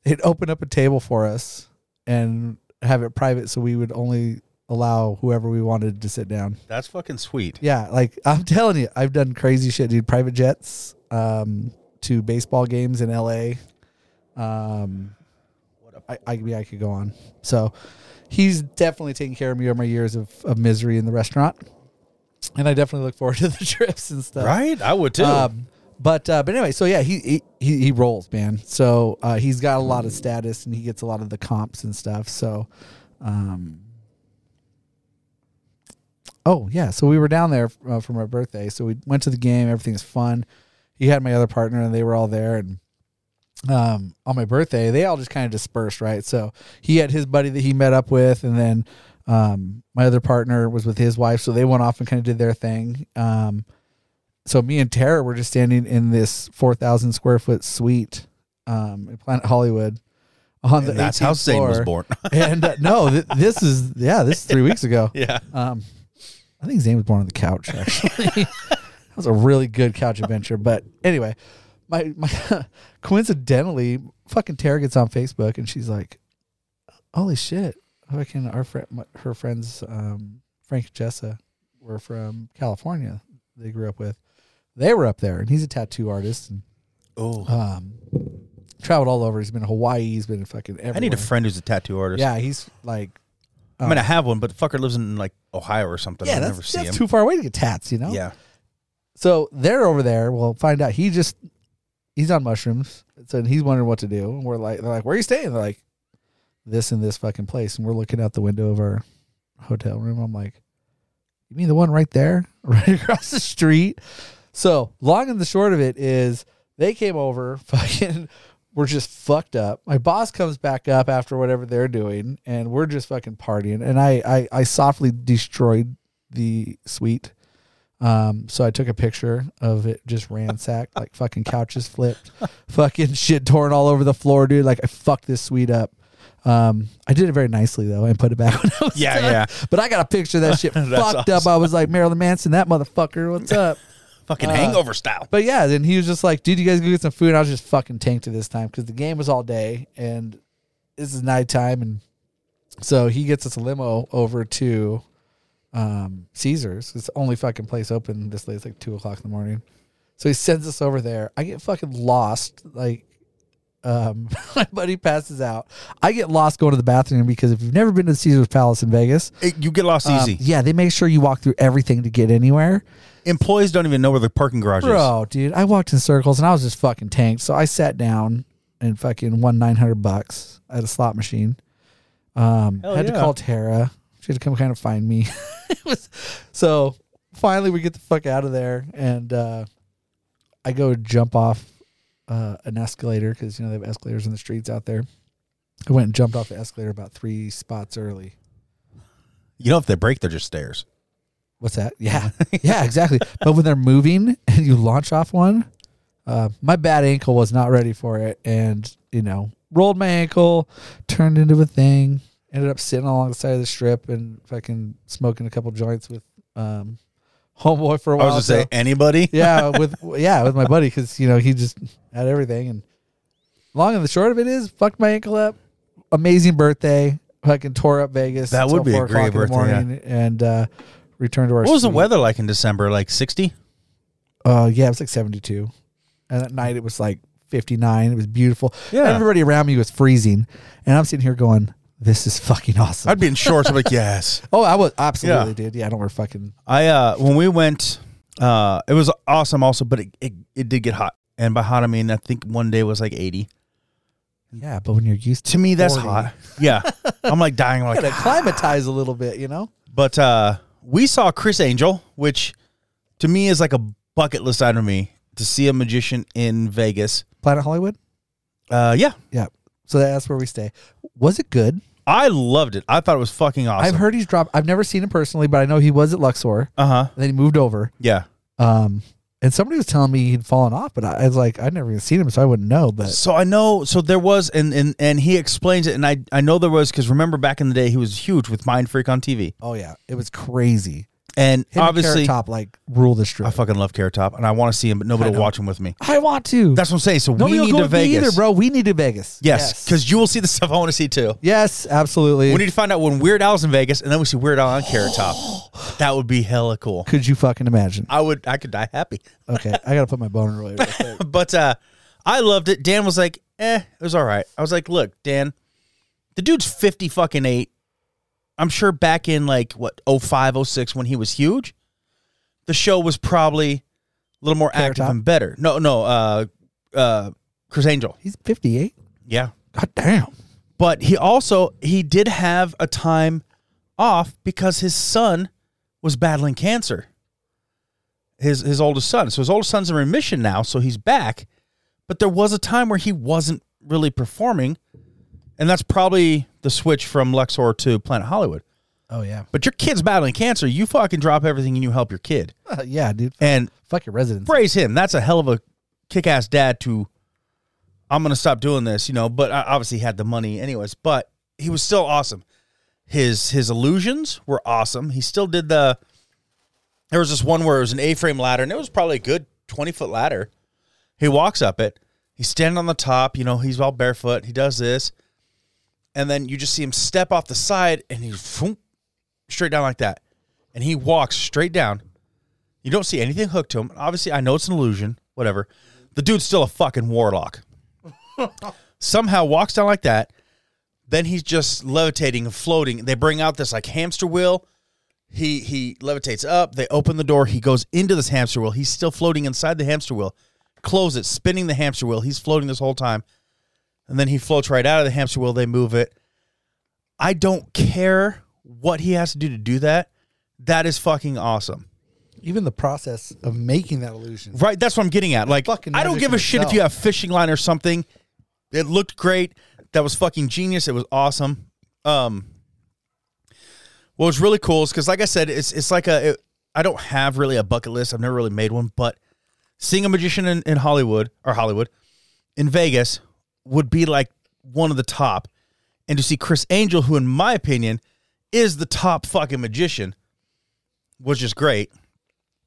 Speaker 5: They'd open up a table for us and have it private so we would only allow whoever we wanted to sit down.
Speaker 4: That's fucking sweet.
Speaker 5: Yeah, like I'm telling you, I've done crazy shit, dude. Private jets um, to baseball games in LA. Um, I, I, yeah, I could go on. So he's definitely taking care of me over my years of, of misery in the restaurant. And I definitely look forward to the trips and stuff.
Speaker 4: Right? I would too.
Speaker 5: Um, but uh, but anyway, so yeah, he he- he he rolls, man. So uh, he's got a lot of status and he gets a lot of the comps and stuff. So, um, oh yeah, so we were down there uh, for my birthday. So we went to the game. Everything's fun. He had my other partner and they were all there and. Um, on my birthday, they all just kind of dispersed, right? So he had his buddy that he met up with, and then um, my other partner was with his wife, so they went off and kind of did their thing. Um, so me and Tara were just standing in this 4,000 square foot suite um, in Planet Hollywood on
Speaker 4: And
Speaker 5: the
Speaker 4: that's how
Speaker 5: 18th
Speaker 4: Zane was
Speaker 5: floor.
Speaker 4: born.
Speaker 5: and uh, no, th- this is yeah, this is three weeks ago.
Speaker 4: yeah.
Speaker 5: Um, I think Zane was born on the couch. Actually, that was a really good couch adventure. But anyway, my my coincidentally, fucking Tara gets on Facebook and she's like, "Holy shit! Fucking our friend, my- her friends, um, Frank and Jessa, were from California. They grew up with. They were up there, and he's a tattoo artist and
Speaker 4: Oh.
Speaker 5: um, traveled all over. He's been in Hawaii. He's been in fucking everywhere.
Speaker 4: I need a friend who's a tattoo artist.
Speaker 5: Yeah, he's like
Speaker 4: I mean, I have one, but the fucker lives in like Ohio or something.
Speaker 5: yeah,
Speaker 4: I
Speaker 5: that's,
Speaker 4: never see
Speaker 5: that's
Speaker 4: him.
Speaker 5: too far away to get tats, you know.
Speaker 4: Yeah.
Speaker 5: So they're over there. We'll find out. He just he's on mushrooms, so he's wondering what to do. And we're like, they're like, where are you staying? They're like, this and this fucking place. And we're looking out the window of our hotel room. I'm like, you mean the one right there, right across the street? So long and the short of it is, they came over, fucking. We're just fucked up. My boss comes back up after whatever they're doing, and we're just fucking partying. And I, I, I softly destroyed the suite. Um, so I took a picture of it just ransacked, like fucking couches flipped, fucking shit torn all over the floor, dude. Like I fucked this suite up. Um, I did it very nicely though, and put it back when I was
Speaker 4: Yeah,
Speaker 5: done.
Speaker 4: yeah.
Speaker 5: But I got a picture of that shit
Speaker 4: That's
Speaker 5: fucked up. I was like Marilyn Manson, that motherfucker. What's up?
Speaker 4: Fucking hangover style.
Speaker 5: But yeah, then he was just like, dude, you guys go get some food. And I was just fucking tanked at this time because the game was all day and this is nighttime. And so he gets us a limo over to um, Caesars. It's the only fucking place open this late. It's like two o'clock in the morning. So he sends us over there. I get fucking lost. Like, um, my buddy passes out. I get lost going to the bathroom because if you've never been to the Caesars Palace in Vegas,
Speaker 4: It- you get lost
Speaker 5: um,
Speaker 4: easy.
Speaker 5: yeah, they make sure you walk through everything to get anywhere.
Speaker 4: Employees don't even know where the parking garage is.
Speaker 5: Bro, dude, I walked in circles and I was just fucking tanked. So I sat down and fucking won nine hundred bucks at a slot machine. Um,
Speaker 4: Hell
Speaker 5: had to
Speaker 4: yeah.
Speaker 5: call Tara. She had to come kind of find me. it was so. Finally, we get the fuck out of there, and uh, I go jump off uh, an escalator because you know they have escalators in the streets out there. I went and jumped off the escalator about three spots early.
Speaker 4: You know, if they break, they're just stairs.
Speaker 5: What's that? Yeah, yeah, exactly. But when they're moving and you launch off one, uh, my bad ankle was not ready for it, and you know, rolled my ankle, turned into a thing, ended up sitting along the side of the strip and fucking smoking a couple joints with um, homeboy for a
Speaker 4: I
Speaker 5: while.
Speaker 4: was gonna say
Speaker 5: so-
Speaker 4: anybody.
Speaker 5: yeah, with yeah, with my buddy because you know he just had everything. And long and the short of it is, fucked my ankle up. Amazing birthday, fucking tore up Vegas.
Speaker 4: That
Speaker 5: until
Speaker 4: would be a
Speaker 5: four o'clock
Speaker 4: great
Speaker 5: in the
Speaker 4: birthday, yeah.
Speaker 5: morning and uh, returned to our.
Speaker 4: What was the
Speaker 5: suite.
Speaker 4: weather like in December? Like sixty?
Speaker 5: Uh, yeah, it was like seventy two, and at night it was like fifty nine. It was beautiful.
Speaker 4: Yeah.
Speaker 5: everybody around me was freezing, and I'm sitting here going, "This is fucking awesome."
Speaker 4: I'd be in shorts. I'm like, yes.
Speaker 5: oh, I was absolutely
Speaker 4: Yeah.
Speaker 5: did. Yeah, I don't wear fucking.
Speaker 4: I uh when we went uh it was awesome also, but it, it, it did get hot. And by hot I mean I think one day was like eighty.
Speaker 5: Yeah, but when you're used to
Speaker 4: To me that's
Speaker 5: 40.
Speaker 4: hot. Yeah. I'm like dying I'm
Speaker 5: it,
Speaker 4: like
Speaker 5: acclimatize a little bit, you know.
Speaker 4: But uh we saw Chris Angel, which to me is like a bucket list item to me to see a magician in Vegas.
Speaker 5: Planet Hollywood.
Speaker 4: Uh yeah.
Speaker 5: Yeah. So that's where we stay. Was it good?
Speaker 4: I loved it. I thought it was fucking awesome.
Speaker 5: I've heard he's dropped. I've never seen him personally, but I know he was at Luxor.
Speaker 4: uh-huh.
Speaker 5: And then he moved over.
Speaker 4: Yeah.
Speaker 5: Um, and somebody was telling me he'd fallen off, but I, I was like, I'd never even seen him, so I wouldn't know. But
Speaker 4: So I know. So there was, and and and he explains it, and I I know there was because remember back in the day he was huge with Mind Freak on TV,
Speaker 5: oh yeah, it was crazy.
Speaker 4: and
Speaker 5: Him
Speaker 4: obviously
Speaker 5: and Carrot top like rule the strip.
Speaker 4: I
Speaker 5: I
Speaker 4: fucking love Carrot Top, and I want to see him, but nobody will watch him with me.
Speaker 5: want to.
Speaker 4: That's what I'm saying. So we
Speaker 5: Nobody will
Speaker 4: need
Speaker 5: go
Speaker 4: to
Speaker 5: with me
Speaker 4: Vegas,
Speaker 5: either, bro. We need to Vegas.
Speaker 4: Yes, because you will see the stuff I want to see too.
Speaker 5: yes, absolutely.
Speaker 4: We need to find out when Weird Al's in Vegas, and then we see Weird Al on Carrot Top. That would be hella cool.
Speaker 5: Could you fucking imagine?
Speaker 4: I would, I could die happy.
Speaker 5: Okay, I gotta put my boner away. real quick.
Speaker 4: But uh I loved it. Dan was like, "Eh, it was all right." I was like, "Look, Dan, the dude's 50 fucking 8. I'm sure back in like what 05, 06 when he was huge, the show was probably a little more
Speaker 5: Carrot
Speaker 4: active
Speaker 5: Top?
Speaker 4: and better." No, no, uh uh Chris Angel.
Speaker 5: He's fifty eight.
Speaker 4: Yeah.
Speaker 5: God damn.
Speaker 4: But he also he did have a time off because his son was battling cancer. His his oldest son. So his oldest son's in remission now, so he's back. But there was a time where he wasn't really performing, and that's probably the switch from Luxor to Planet Hollywood.
Speaker 5: Oh yeah.
Speaker 4: But your kid's battling cancer, you fucking drop everything and you help your kid.
Speaker 5: Uh, yeah, dude.
Speaker 4: And
Speaker 5: Fuck your residence.
Speaker 4: praise him. That's a hell of a kick ass dad to I'm gonna stop doing this, you know, but I obviously he had the money anyways, but he was still awesome. His his illusions were awesome. He still did the there was this one where it was an A frame ladder and it was probably a good twenty foot ladder. He walks up it, he's standing on the top, you know, he's all barefoot, he does this, and then you just see him step off the side and he's phoom, straight down like that. And he walks straight down. You don't see anything hooked to him. Obviously, I know it's an illusion, whatever. The dude's still a fucking warlock. Somehow walks down like that. Then he's just levitating and floating. They bring out this like hamster wheel. He he levitates up. They open the door. He goes into this hamster wheel. He's still floating inside the hamster wheel. Close it, spinning the hamster wheel. He's floating this whole time. And then he floats right out of the hamster wheel. They move it. I don't care what he has to do to do that. That is fucking awesome.
Speaker 5: Even the process of making that illusion.
Speaker 4: Right, that's what I'm getting at. Like,
Speaker 5: fucking
Speaker 4: I don't
Speaker 5: magic
Speaker 4: give
Speaker 5: in
Speaker 4: a shit if
Speaker 5: itself.
Speaker 4: you have fishing line or something. It looked great. That was fucking genius. It was awesome. Um, what was really cool is because, like I said, it's it's like a. It, I don't have really a bucket list. I've never really made one, but seeing a magician in, in Hollywood or Hollywood in Vegas would be like one of the top. and to see Chris Angel, who in my opinion is the top fucking magician, was just great.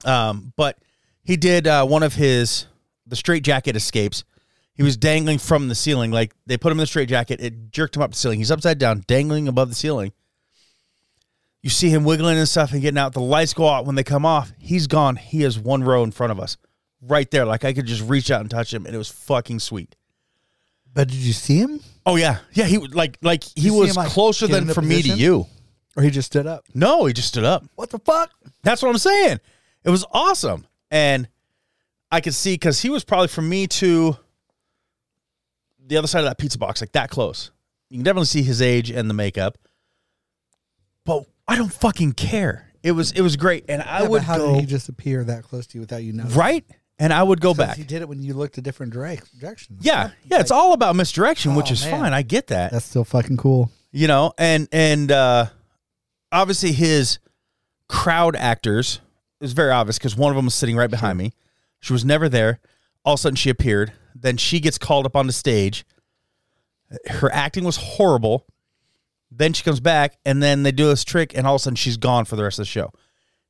Speaker 4: Um, but he did uh, one of his the straight jacket escapes. He was dangling from the ceiling, like they put him in the straight jacket. It jerked him up the ceiling. He's upside down, dangling above the ceiling. You see him wiggling and stuff and getting out. The lights go out when they come off. He's gone. He is one row in front of us, right there. Like I could just reach out and touch him, and it was fucking sweet.
Speaker 5: But did you see him?
Speaker 4: Oh yeah, yeah. He was like like he
Speaker 5: You see
Speaker 4: was
Speaker 5: him, like,
Speaker 4: closer
Speaker 5: get
Speaker 4: than
Speaker 5: into
Speaker 4: from me
Speaker 5: position?
Speaker 4: to you.
Speaker 5: Or he just stood up?
Speaker 4: No, he just stood up.
Speaker 5: What the fuck?
Speaker 4: That's what I'm saying. It was awesome, and I could see because he was probably from me to the other side of that pizza box, like that close. You can definitely see his age and the makeup, but I don't fucking care. It was it was great, and I
Speaker 5: Yeah, but
Speaker 4: would
Speaker 5: how
Speaker 4: go
Speaker 5: did he just appear that close to you without you knowing?
Speaker 4: right, and I would go
Speaker 5: Because
Speaker 4: back.
Speaker 5: He did it when you looked a different direc- direction.
Speaker 4: Yeah, yeah. It's all about misdirection, which
Speaker 5: Oh,
Speaker 4: is
Speaker 5: man.
Speaker 4: fine. I get that.
Speaker 5: That's still fucking cool.
Speaker 4: you know and and uh obviously his crowd actors it was very obvious because one of them was sitting right behind me she was never there all of a sudden she appeared then she gets called up on the stage her acting was horrible then she comes back and then they do this trick and all of a sudden she's gone for the rest of the show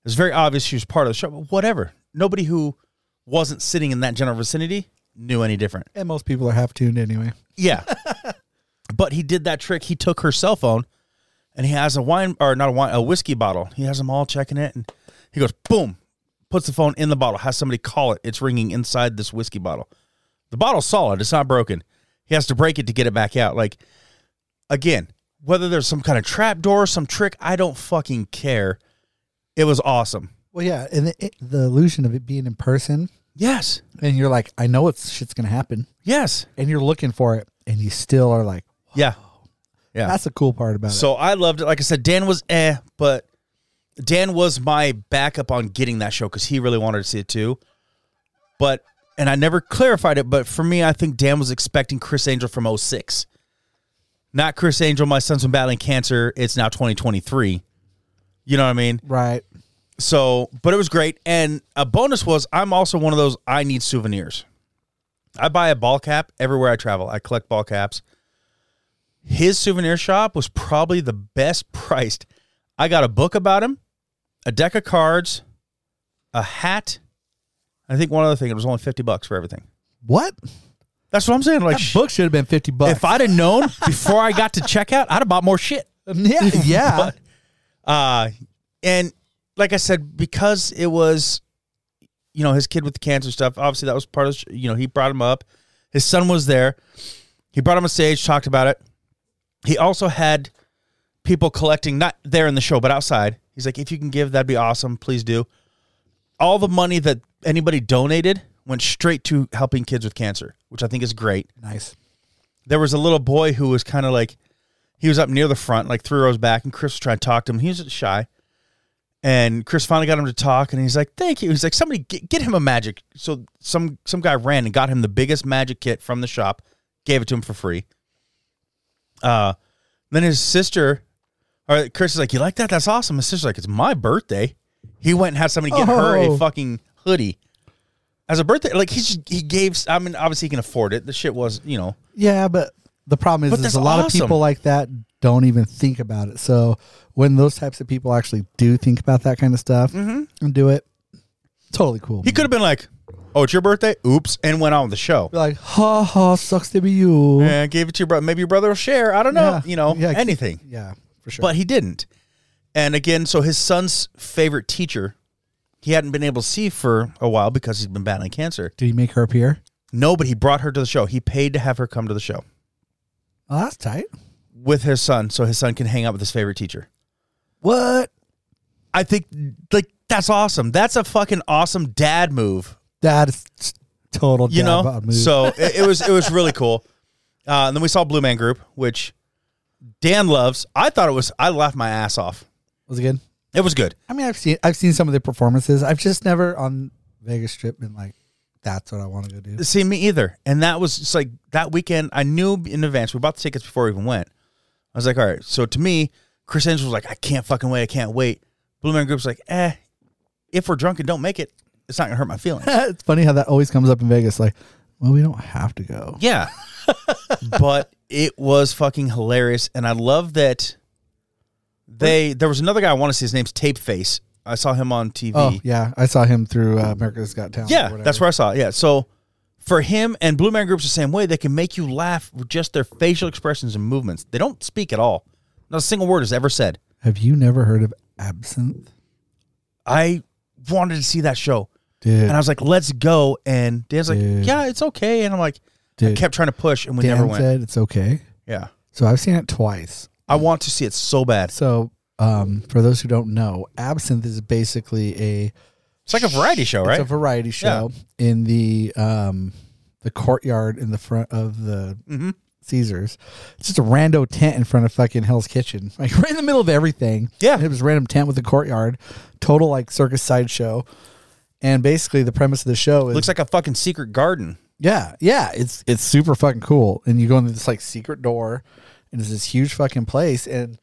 Speaker 4: it's very obvious she was part of the show but whatever nobody who wasn't sitting in that general vicinity knew any different
Speaker 5: And most people are half tuned anyway.
Speaker 4: yeah. but he did that trick. He took her cell phone and he has a wine or not a wine, a whiskey bottle. He has them all checking it and he goes, boom, puts the phone in the bottle, has somebody call it. It's ringing inside this whiskey bottle. The bottle's solid, it's not broken. He has to break it to get it back out. Like, again, whether there's some kind of trap door, some trick, I don't fucking care. It was awesome.
Speaker 5: Well, yeah, and the, it, the illusion of it being in person,
Speaker 4: Yes.
Speaker 5: and you're like, I know what shit's gonna happen,
Speaker 4: Yes.
Speaker 5: and you're looking for it, and you still are like,
Speaker 4: Yeah. Yeah.
Speaker 5: that's the cool part about it.
Speaker 4: So I loved it. Like I said, Dan was eh, but Dan was my backup on getting that show because he really wanted to see it too. But and I never clarified it, but for me, I think Dan was expecting Chris Angel from 06. Not Chris Angel, my son's been battling cancer. It's now 2023. You know what I mean?
Speaker 5: Right.
Speaker 4: So, but it was great. And a bonus was I'm also one of those I need souvenirs. I buy a ball cap everywhere I travel. I collect ball caps. His souvenir shop was probably the best priced. I got a book about him, a deck of cards, a hat. I think one other thing. It was only fifty bucks for everything.
Speaker 5: What?
Speaker 4: That's what I'm saying. Like,
Speaker 5: That book should have been fifty bucks.
Speaker 4: if I'd have known before I got to checkout, I'd have bought more shit.
Speaker 5: yeah, yeah.
Speaker 4: But, uh, and like I said, because it was, you know, his kid with the cancer stuff, obviously that was part of, the sh- you know, he brought him up. His son was there. He brought him on stage, talked about it. He also had people collecting, not there in the show, but outside. He's like, if you can give, that'd be awesome. Please do. All the money that anybody donated went straight to helping kids with cancer, which I think is great
Speaker 5: nice.
Speaker 4: there was a little boy who was kind of like he was up near the front, like three rows back, and Chris was trying to talk to him. He was shy, and Chris finally got him to talk, and he's like, "Thank you." He's like, "Somebody get, get him a magic." So some some guy ran and got him the biggest magic kit from the shop, gave it to him for free. Uh, then his sister, or Chris is like, "You like that? That's awesome." His sister's like, "It's my birthday." He went and had somebody get her a
Speaker 5: Oh.
Speaker 4: fucking hoodie as a birthday. Like he just, he gave. I mean, obviously he can afford it. The shit was you know.
Speaker 5: Yeah, but the problem is,
Speaker 4: But
Speaker 5: is
Speaker 4: that's
Speaker 5: a lot
Speaker 4: awesome.
Speaker 5: of people like that don't even think about it. So when those types of people actually do think about that kind of stuff and do it, totally cool.
Speaker 4: Mm-hmm. He could have been like, "Oh, it's your birthday? Oops!" and went on with the show.
Speaker 5: be like, ha ha, sucks to be you.
Speaker 4: Yeah, I gave it to your brother. Maybe your brother will share. I don't know.
Speaker 5: Yeah.
Speaker 4: You know,
Speaker 5: Yeah, keep-
Speaker 4: anything.
Speaker 5: Yeah, for sure.
Speaker 4: But he didn't. And again, so his son's favorite teacher, he hadn't been able to see for a while because he's been battling cancer.
Speaker 5: Did he make her appear?
Speaker 4: No, but he brought her to the show. He paid to have her come to the show
Speaker 5: Oh, that's tight.
Speaker 4: with his son, so his son can hang out with his favorite teacher.
Speaker 5: What?
Speaker 4: I think like that's awesome. That's a fucking awesome dad move.
Speaker 5: That's total.
Speaker 4: you
Speaker 5: dad
Speaker 4: know
Speaker 5: bod move.
Speaker 4: so it, it was it was really cool uh, and then we saw blue man group which dan loves i thought it was i laughed my ass off
Speaker 5: was it good?
Speaker 4: it was good
Speaker 5: I mean, I've seen I've seen some of their performances. I've just never on Vegas Strip been like, that's what I want to go do.
Speaker 4: see me either and that was just like that weekend i knew in advance we bought the tickets before we even went i was like all right so to me chris angel was like i can't fucking wait i can't wait blue man group's like eh if we're drunk and don't make it it's not gonna hurt my feelings
Speaker 5: it's funny how that always comes up in Vegas. Like, well, we don't have to go.
Speaker 4: yeah but it was fucking hilarious, and I love that they. There was another guy I want to see. His name's Tape Face. I saw him on TV.
Speaker 5: Oh yeah, I saw him through uh, America's Got Talent. or
Speaker 4: Yeah, that's
Speaker 5: whatever.
Speaker 4: where I saw it. Yeah. So for him and Blue Man Group's the same way. They can make you laugh with just their facial expressions and movements. They don't speak at all. Not a single word is ever said.
Speaker 5: Have you never heard of Absinthe?
Speaker 4: I wanted to see that show.
Speaker 5: Dude,
Speaker 4: And I was like, let's go. And Dan's like,
Speaker 5: Dude.
Speaker 4: yeah, it's okay. And I'm like, I
Speaker 5: Dude,
Speaker 4: kept trying to push and we
Speaker 5: Dan
Speaker 4: never went.
Speaker 5: said it's okay.
Speaker 4: yeah.
Speaker 5: So I've seen it twice.
Speaker 4: I want to see it so bad.
Speaker 5: So um, for those who don't know, Absinthe is basically a
Speaker 4: It's like a variety show, right?
Speaker 5: It's a variety show in the um, the courtyard in the front of the
Speaker 4: Mhm.
Speaker 5: Caesars. It's just a rando tent in front of fucking Hell's Kitchen, like right in the middle of everything.
Speaker 4: Yeah.
Speaker 5: And it was a random tent with a courtyard, total like circus sideshow. And basically, the premise of the show is
Speaker 4: Looks like a fucking secret garden.
Speaker 5: yeah, yeah, it's it's super fucking cool. And you go into this like secret door, and it's this huge fucking place, and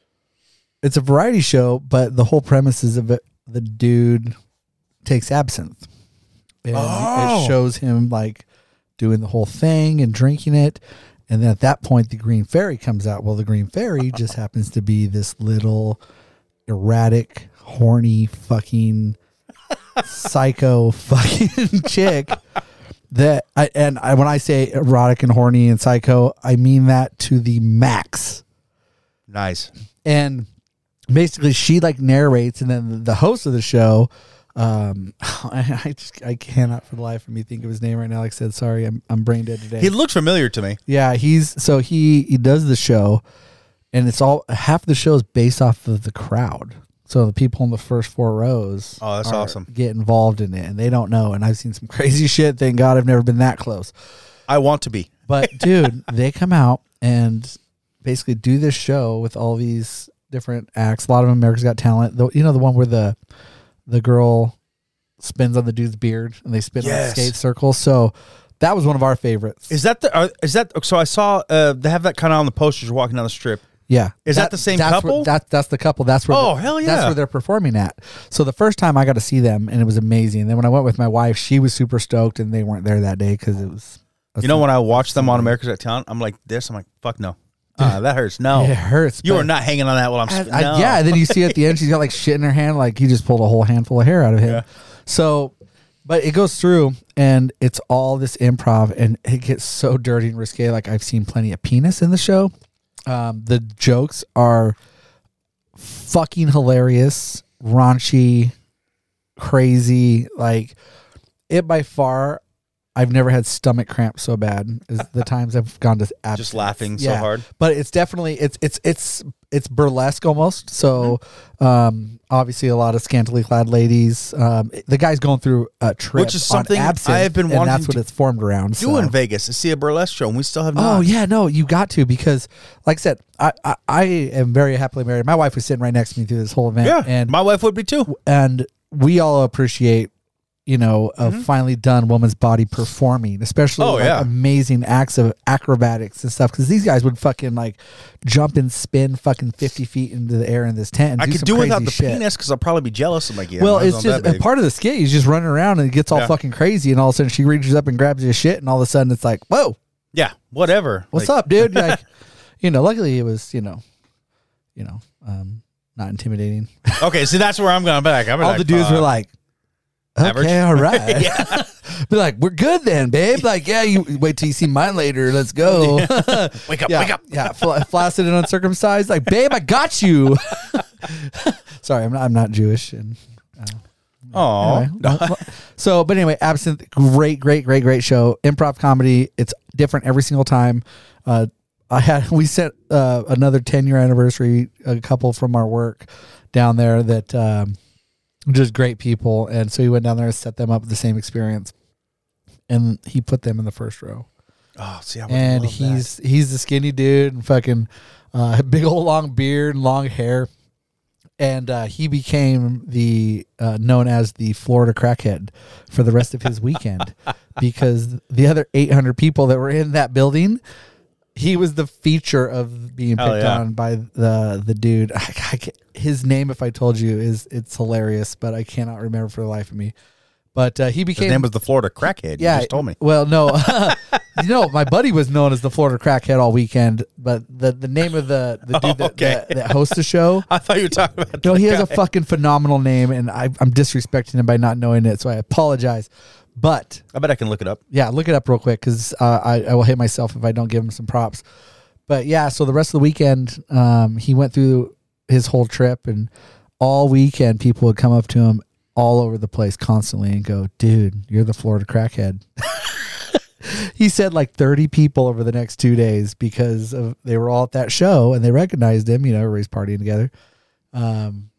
Speaker 5: it's a variety show. But the whole premise is of it, the dude takes absinthe, and
Speaker 4: Oh.
Speaker 5: it shows him like doing the whole thing and drinking it. And then at that point, the green fairy comes out. Well, the green fairy just happens to be this little erratic, horny, fucking psycho fucking chick that I and I when I say erotic and horny and psycho, I mean that to the max.
Speaker 4: Nice.
Speaker 5: And basically, she like narrates, and then the host of the show, um, I, I just I cannot for the life of me think of his name right now. Like I said, sorry, I'm I'm brain dead today.
Speaker 4: He looks familiar to me.
Speaker 5: yeah, he's so he he does the show, and it's all half the show is based off of the crowd. So the people in the first four rows
Speaker 4: Oh, that's
Speaker 5: are-
Speaker 4: awesome.
Speaker 5: get involved in it and they don't know and I've seen some crazy shit thank god I've never been that close
Speaker 4: I want to be.
Speaker 5: but dude, they come out and basically do this show with all these different acts. A lot of them America's Got Talent. The, you know the one where the the girl spins on the dude's beard and they spin on the
Speaker 4: Yes.
Speaker 5: skate circle. So that was one of our favorites.
Speaker 4: Is that the? Are, is that so? I saw uh, they have that kind of on the posters walking down the strip.
Speaker 5: yeah,
Speaker 4: is that the same
Speaker 5: that's
Speaker 4: couple?
Speaker 5: Where, that that's the couple. That's where.
Speaker 4: Oh,
Speaker 5: the-
Speaker 4: hell
Speaker 5: That's
Speaker 4: yeah.
Speaker 5: where they're performing at. So the first time I got to see them and it was amazing. Then when I went with my wife, she was super stoked and they weren't there that day because it was.
Speaker 4: you know, when I watch them on America's Got Talent, I'm like this. I'm like, fuck no, uh, that hurts. No,
Speaker 5: it hurts.
Speaker 4: you
Speaker 5: but-
Speaker 4: are not hanging on that while I'm.
Speaker 5: I-
Speaker 4: sp-
Speaker 5: I-
Speaker 4: no.
Speaker 5: Yeah, and then you see at the end she's got like shit in her hand, like you just pulled a whole handful of hair out of him.
Speaker 4: Yeah.
Speaker 5: So, but it goes through and it's all this improv, and it gets so dirty and risque. Like I've seen plenty of penis in the show. Um, the jokes are fucking hilarious, raunchy, crazy. Like it by far. I've never had stomach cramps so bad as the times I've gone to
Speaker 4: just
Speaker 5: abstinence.
Speaker 4: laughing so
Speaker 5: Yeah
Speaker 4: hard.
Speaker 5: but it's definitely it's it's it's it's burlesque almost. So, um, obviously a lot of scantily clad ladies. Um, the guy's going through a trip,
Speaker 4: Which is
Speaker 5: on
Speaker 4: something
Speaker 5: absinthe,
Speaker 4: I have been
Speaker 5: and
Speaker 4: wanting
Speaker 5: That's what
Speaker 4: to
Speaker 5: it's formed around.
Speaker 4: Do in
Speaker 5: so.
Speaker 4: Vegas to see a burlesque show, and we still have not.
Speaker 5: Oh yeah, no, you got to because, like I said, I, I I am very happily married. My wife was sitting right next to me through this whole event,
Speaker 4: yeah.
Speaker 5: and
Speaker 4: my wife would be too.
Speaker 5: and we all appreciate you know a finally done woman's body performing especially
Speaker 4: Mm-hmm. Oh,
Speaker 5: like,
Speaker 4: yeah.
Speaker 5: amazing acts of acrobatics and stuff because these guys would fucking like jump and spin fucking 50 feet into the air in this tent and
Speaker 4: I could
Speaker 5: some
Speaker 4: do without
Speaker 5: crazy
Speaker 4: the
Speaker 5: shit.
Speaker 4: penis because I'll probably be jealous. I'm like, yeah.
Speaker 5: well
Speaker 4: mine's
Speaker 5: it's
Speaker 4: not
Speaker 5: just
Speaker 4: that
Speaker 5: a
Speaker 4: big.
Speaker 5: part of the skit he's just running around and it gets all
Speaker 4: Yeah.
Speaker 5: fucking crazy and all of a sudden she reaches up and grabs his shit and all of a sudden it's like whoa
Speaker 4: yeah, whatever.
Speaker 5: what's up dude like you know luckily it was you know you know um not intimidating
Speaker 4: up? Okay, see, that's where I'm going back. I'm
Speaker 5: all
Speaker 4: like,
Speaker 5: the dudes
Speaker 4: fuck.
Speaker 5: were like, okay,
Speaker 4: Average.
Speaker 5: all right. Be like, we're good then, babe. Like, yeah, you wait till you see mine later. Let's go. Yeah,
Speaker 4: "Wake up,
Speaker 5: yeah,
Speaker 4: wake up."
Speaker 5: fl- flaccid and uncircumcised. Like, babe, I got you. Sorry, I'm not. I'm not Jewish. And
Speaker 4: Oh,
Speaker 5: anyway, well, well, so, but anyway, absinthe. Great, great, great, great show. Improv comedy. It's different every single time. Uh, I had we sent uh, another ten year anniversary a couple from our work down there that um, just great people, and so we went down there and set them up with the same experience, and he put them in the first row
Speaker 4: oh, see, I would
Speaker 5: and
Speaker 4: love that.
Speaker 5: he's he's the skinny dude and fucking uh, big old long beard and long hair, and uh, he became the uh, known as the Florida crackhead for the rest of his weekend because the other 800 people that were in that building. He was the feature of being
Speaker 4: Hell
Speaker 5: picked
Speaker 4: Oh, yeah.
Speaker 5: on by the the dude. I, I can't- his name, if I told you, is it's hilarious, but I cannot remember for the life of me. But uh, he
Speaker 4: His
Speaker 5: became
Speaker 4: name was the Florida Crackhead. you just told me.
Speaker 5: well, no, you know, my buddy was known as the Florida crackhead all weekend, but the, the name of the, the dude that,
Speaker 4: okay.
Speaker 5: that, that hosts the show.
Speaker 4: I thought you were talking about.
Speaker 5: No,
Speaker 4: the
Speaker 5: he has a
Speaker 4: guy.
Speaker 5: fucking phenomenal name, and I, I'm disrespecting him by not knowing it, so I apologize. But
Speaker 4: I bet I can look it up.
Speaker 5: yeah, look it up real quick because uh, I, I will hit myself if I don't give him some props. But yeah, so the rest of the weekend, um, he went through his whole trip, and all weekend people would come up to him all over the place constantly and go, "Dude, you're the Florida crackhead." he said like 30 people over the next two days because of they were all at that show and they recognized him. You know, everybody's partying together. Um,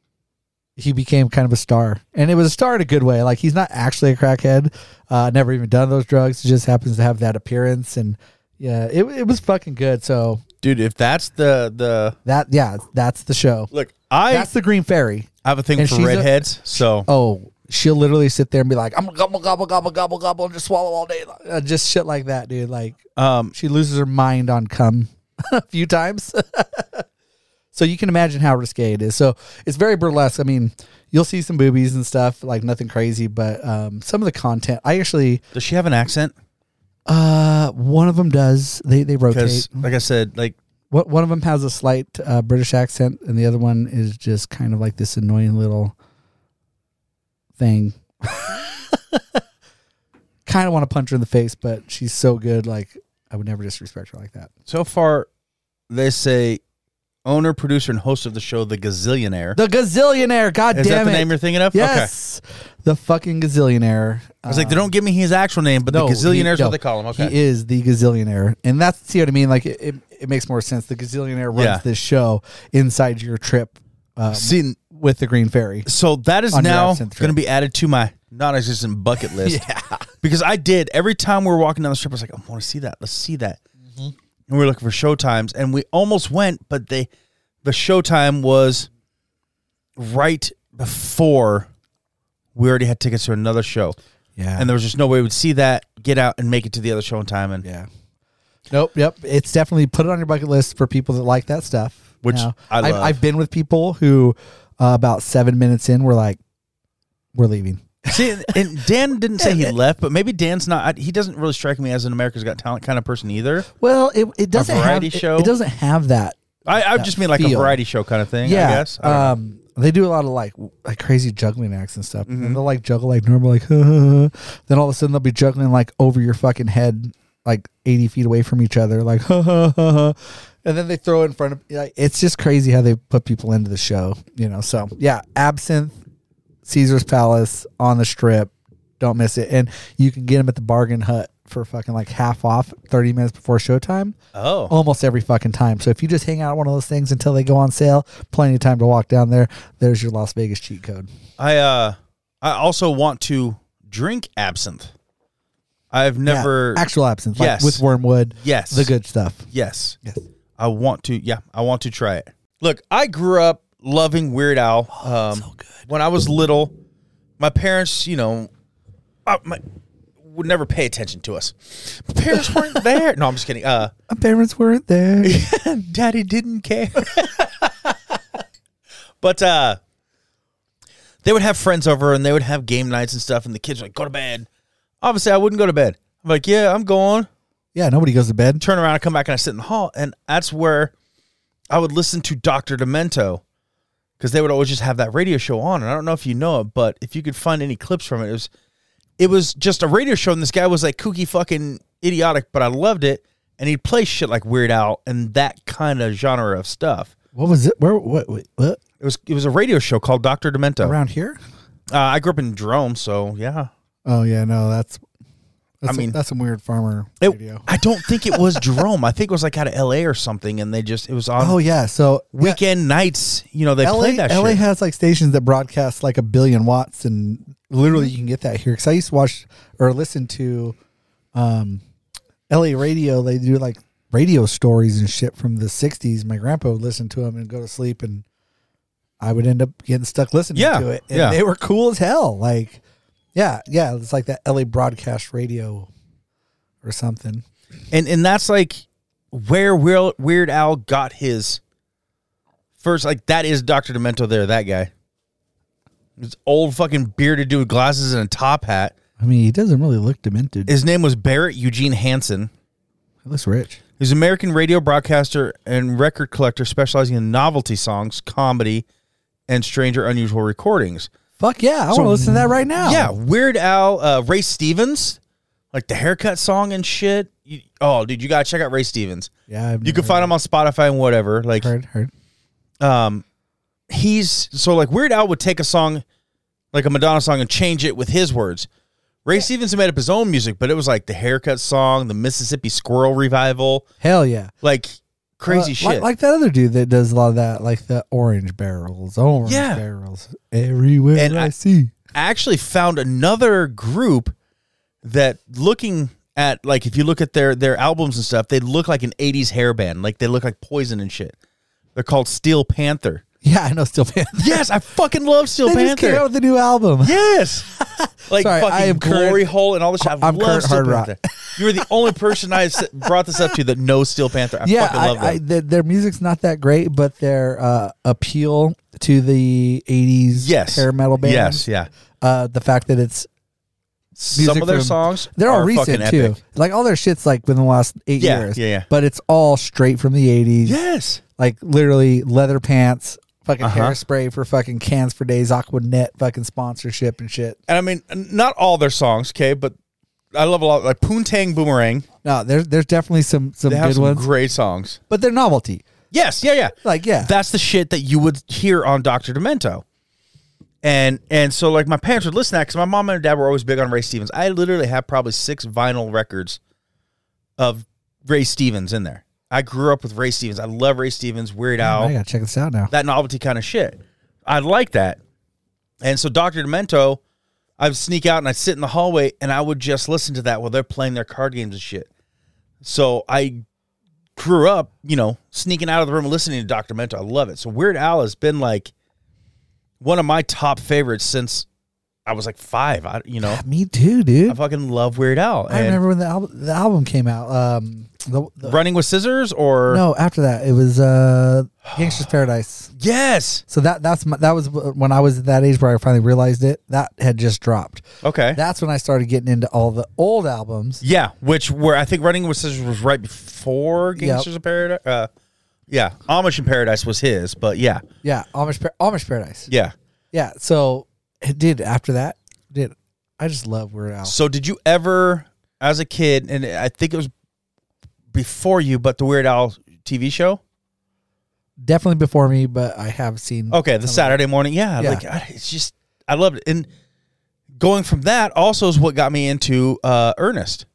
Speaker 5: he became kind of a star, and it was a star in a good way. Like he's not actually a crackhead, uh, never even done those drugs. He just happens to have that appearance, and yeah, it it was fucking good. So
Speaker 4: Dude, if that's the the
Speaker 5: that yeah, that's the show.
Speaker 4: look, I
Speaker 5: That's the Green Fairy.
Speaker 4: I have a thing
Speaker 5: and
Speaker 4: for
Speaker 5: she's a-
Speaker 4: redheads, so
Speaker 5: Oh, she'll literally sit there and be like, "I'm gonna gobble gobble gobble gobble gobble and just swallow all day," uh, just shit like that, dude. Like
Speaker 4: um,
Speaker 5: she loses her mind on cum a few times. so you can imagine how risque it is. So it's very burlesque. I mean, you'll see some boobies and stuff, like nothing crazy, but um, some of the content. I actually,
Speaker 4: does she have an accent?
Speaker 5: uh, one of them does. They they rotate.
Speaker 4: Because like I said, like
Speaker 5: What one of them has a slight uh, British accent, and the other one is just kind of like this annoying little thing. kind of want to punch her in the face, but she's so good. Like I would never disrespect her like that.
Speaker 4: so far, they say owner, producer, and host of the show, the Gazillionaire.
Speaker 5: The gazillionaire. God
Speaker 4: Is
Speaker 5: damn
Speaker 4: that the
Speaker 5: it.
Speaker 4: name you're thinking of? Okay.
Speaker 5: yes. The fucking gazillionaire. Uh,
Speaker 4: I was like, they don't give me his actual name, but the Gazillionaire's what they call him. Okay.
Speaker 5: He is the gazillionaire. And that's, see what I mean? Like, it, it, it makes more sense. The gazillionaire runs
Speaker 4: Yeah.
Speaker 5: this show inside your trip um,
Speaker 4: See,
Speaker 5: with the Green Fairy.
Speaker 4: so that is
Speaker 5: On your
Speaker 4: now
Speaker 5: absinthe trip.
Speaker 4: going to be added to my non-existent bucket list. yeah. Because I did every time we were walking down the strip, I was like, I want to see that. Let's see that.
Speaker 5: Mm-hmm.
Speaker 4: And we were looking for show times, and we almost went, but they, the show time was right before we already had tickets to another show,
Speaker 5: Yeah.
Speaker 4: and there was just no way we would see that, get out, and make it to the other show in time. And
Speaker 5: yeah. Nope. Yep. It's definitely put it on your bucket list for people that like that stuff.
Speaker 4: Which
Speaker 5: Now,
Speaker 4: I
Speaker 5: I've,
Speaker 4: love.
Speaker 5: I've been with people who, uh, about seven minutes in, were like, we're leaving.
Speaker 4: see, and Dan didn't say he left, but maybe Dan's not. I- He doesn't really strike me as an America's Got Talent kind of person either.
Speaker 5: Well, it, it doesn't have
Speaker 4: variety
Speaker 5: it-
Speaker 4: show?
Speaker 5: It, doesn't have that.
Speaker 4: I, I
Speaker 5: That
Speaker 4: just mean like a
Speaker 5: feel.
Speaker 4: variety show kind of thing.
Speaker 5: yeah,
Speaker 4: I guess. I don't know.
Speaker 5: um, they do a lot of like w- like crazy juggling acts and stuff.
Speaker 4: Mm-hmm.
Speaker 5: And they'll like juggle like normal, like then all of a sudden they'll be juggling like over your fucking head, like eighty feet away from each other, like and then they throw it in front of. Like, it's just crazy how they put people into the show, you know. So yeah, absinthe, Caesar's Palace on the Strip, don't miss it, and you can get them at the Bargain Hut for fucking like half off, thirty minutes before showtime
Speaker 4: oh,
Speaker 5: almost every fucking time. So if you just hang out at one of those things until they go on sale, plenty of time to walk down there. There's your Las Vegas cheat code.
Speaker 4: I uh, I also want to drink absinthe. I've never.
Speaker 5: Yeah, actual absinthe, like
Speaker 4: Yes.
Speaker 5: with wormwood,
Speaker 4: yes,
Speaker 5: the good stuff.
Speaker 4: Yes,
Speaker 5: Yes.
Speaker 4: I want to. Yeah, I want to try it. Look, I grew up loving Weird Al.
Speaker 5: Oh,
Speaker 4: Um, When I was little, my parents, you know, uh, my, would never pay attention to us. My parents weren't there. No, I'm just kidding. Uh,
Speaker 5: My parents weren't there.
Speaker 4: daddy didn't care. but uh they would have friends over and they would have game nights and stuff and the kids were like, go to bed. Obviously I wouldn't go to bed. I'm like, yeah, I'm going.
Speaker 5: yeah, nobody goes to bed.
Speaker 4: Turn around, I come back and I sit in the hall. And that's where I would listen to Dr. Demento. Because they would always just have that radio show on. And I don't know if you know it, but if you could find any clips from it, it was it was just a radio show, and this guy was like kooky fucking idiotic, but I loved it. And he'd play shit like Weird Al and that kind of genre of stuff.
Speaker 5: What was it? Where? What? What? what?
Speaker 4: It was it was a radio show called Doctor Demento.
Speaker 5: Around here?
Speaker 4: Uh, I grew up in Drome, so yeah.
Speaker 5: Oh yeah, no, that's. that's
Speaker 4: I mean-
Speaker 5: a, that's some weird farmer
Speaker 4: It-
Speaker 5: radio.
Speaker 4: I don't think it was Jerome. I think it was like out of L.A. or something, and they just it was on
Speaker 5: Oh yeah, so yeah,
Speaker 4: weekend nights. You know, they
Speaker 5: LA,
Speaker 4: played that
Speaker 5: LA
Speaker 4: shit.
Speaker 5: has like stations that broadcast like a billion watts, and literally you can get that here. Because I used to watch or listen to um, LA radio. They do like radio stories and shit from the '60s. My grandpa would listen to them and go to sleep, and I would end up getting stuck listening
Speaker 4: Yeah,
Speaker 5: to it. And
Speaker 4: yeah.
Speaker 5: they were cool as hell. Like, yeah, yeah, it's like that LA broadcast radio or something.
Speaker 4: and and that's like where Weird, Weird Al got his first. Like that is Doctor Demento there. That guy, this old fucking bearded dude with glasses and a top hat.
Speaker 5: I mean, he doesn't really look demented.
Speaker 4: His name was Barrett Eugene Hansen.
Speaker 5: It looks rich.
Speaker 4: He's an American radio broadcaster and record collector specializing in novelty songs, comedy, and strange or unusual recordings.
Speaker 5: Fuck yeah. I want
Speaker 4: So-
Speaker 5: to listen to that right now.
Speaker 4: Yeah, Weird Al, uh, Ray Stevens, like the haircut song and shit. You, oh, dude, you gotta check out Ray Stevens.
Speaker 5: Yeah. I've
Speaker 4: You can
Speaker 5: never
Speaker 4: find him on Spotify and whatever. Like,
Speaker 5: Heard, heard.
Speaker 4: um, he's so like Weird Al would take a song, like a Madonna song, and change it with his words. Ray Stevens made up his own music, but it was like the haircut song, the Mississippi Squirrel revival,
Speaker 5: Hell yeah.
Speaker 4: like crazy
Speaker 5: Uh,
Speaker 4: shit.
Speaker 5: Like, like that other dude that does a lot of that, like the orange barrels. Orange
Speaker 4: Yeah.
Speaker 5: barrels everywhere
Speaker 4: And
Speaker 5: I,
Speaker 4: I-
Speaker 5: see.
Speaker 4: I actually found another group that looking at like if you look at their their albums and stuff, they look like an 80s hair band. Like they look like Poison and shit. They're called Steel Panther.
Speaker 5: Yeah, I know. Still Panther.
Speaker 4: Yes, I fucking love Steel
Speaker 5: they just came out
Speaker 4: Panther.
Speaker 5: with a new album.
Speaker 4: Yes. like
Speaker 5: Sorry,
Speaker 4: fucking
Speaker 5: I am current-
Speaker 4: Glory Hole and all this shit. I
Speaker 5: I'm
Speaker 4: love
Speaker 5: current
Speaker 4: Steel
Speaker 5: hard rock.
Speaker 4: Panther. You were the only person I s- brought this up to that knows Steel Panther. I
Speaker 5: yeah,
Speaker 4: fucking love
Speaker 5: I, I,
Speaker 4: them.
Speaker 5: their, their music's not that great, but their uh, appeal to the '80s
Speaker 4: Yes.
Speaker 5: hair metal bands,
Speaker 4: Yes, yeah.
Speaker 5: uh, the fact that it's
Speaker 4: Some
Speaker 5: Music
Speaker 4: of their
Speaker 5: from-
Speaker 4: songs
Speaker 5: they're all
Speaker 4: are fucking
Speaker 5: recent too,
Speaker 4: epic.
Speaker 5: like all their shit's like within the last eight
Speaker 4: Yeah,
Speaker 5: years,
Speaker 4: yeah, yeah.
Speaker 5: but it's all straight from the '80s,
Speaker 4: Yes.
Speaker 5: like literally leather pants, fucking
Speaker 4: Uh-huh.
Speaker 5: hairspray for fucking cans for days, Aquanet fucking sponsorship and shit.
Speaker 4: And I mean not all their songs, okay, but I love a lot like Poontang Boomerang.
Speaker 5: No, there's there's definitely some some
Speaker 4: They
Speaker 5: good
Speaker 4: have some
Speaker 5: ones,
Speaker 4: great songs.
Speaker 5: but they're novelty.
Speaker 4: Yes, yeah, yeah.
Speaker 5: Like yeah,
Speaker 4: That's the shit that you would hear on Doctor Demento. And and so like my parents would listen to that because my mom and dad were always big on Ray Stevens. I literally have probably six vinyl records of Ray Stevens in there. I grew up with Ray Stevens. I love Ray Stevens, Weird Al
Speaker 5: I gotta check this out now.
Speaker 4: that novelty kind of shit. I like that. And so Dr. Demento, I would sneak out and I'd sit in the hallway and I would just listen to that while they're playing their card games and shit. So I grew up, you know, sneaking out of the room and listening to Dr. Demento. I love it. So Weird Al has been like one of my top favorites since I was like five. I, you know,
Speaker 5: Me too, dude.
Speaker 4: I fucking love Weird Al.
Speaker 5: I
Speaker 4: And
Speaker 5: remember when the, al- the album came out. Um, the, the-
Speaker 4: Running with Scissors or
Speaker 5: no, after that it was uh, Gangster's Paradise.
Speaker 4: yes,
Speaker 5: So that that's my, that was when I was at that age where I finally realized it. That had just dropped.
Speaker 4: okay,
Speaker 5: That's when I started getting into all the old albums.
Speaker 4: Yeah, which were I think Running with Scissors was right before Gangsters of Paradise. Uh, yeah, Amish in Paradise was his, but yeah,
Speaker 5: Yeah, Amish Par- Amish Paradise.
Speaker 4: yeah.
Speaker 5: Yeah. So, dude, after that, dude, I just love Weird Al.
Speaker 4: So did you ever, as a kid, and I think it was before you, but the Weird Al TV show?
Speaker 5: Definitely before me, but I have seen.
Speaker 4: Okay, the Saturday morning. Yeah,
Speaker 5: Yeah.
Speaker 4: like I, it's just I loved it, and going from that also is what got me into uh Ernest,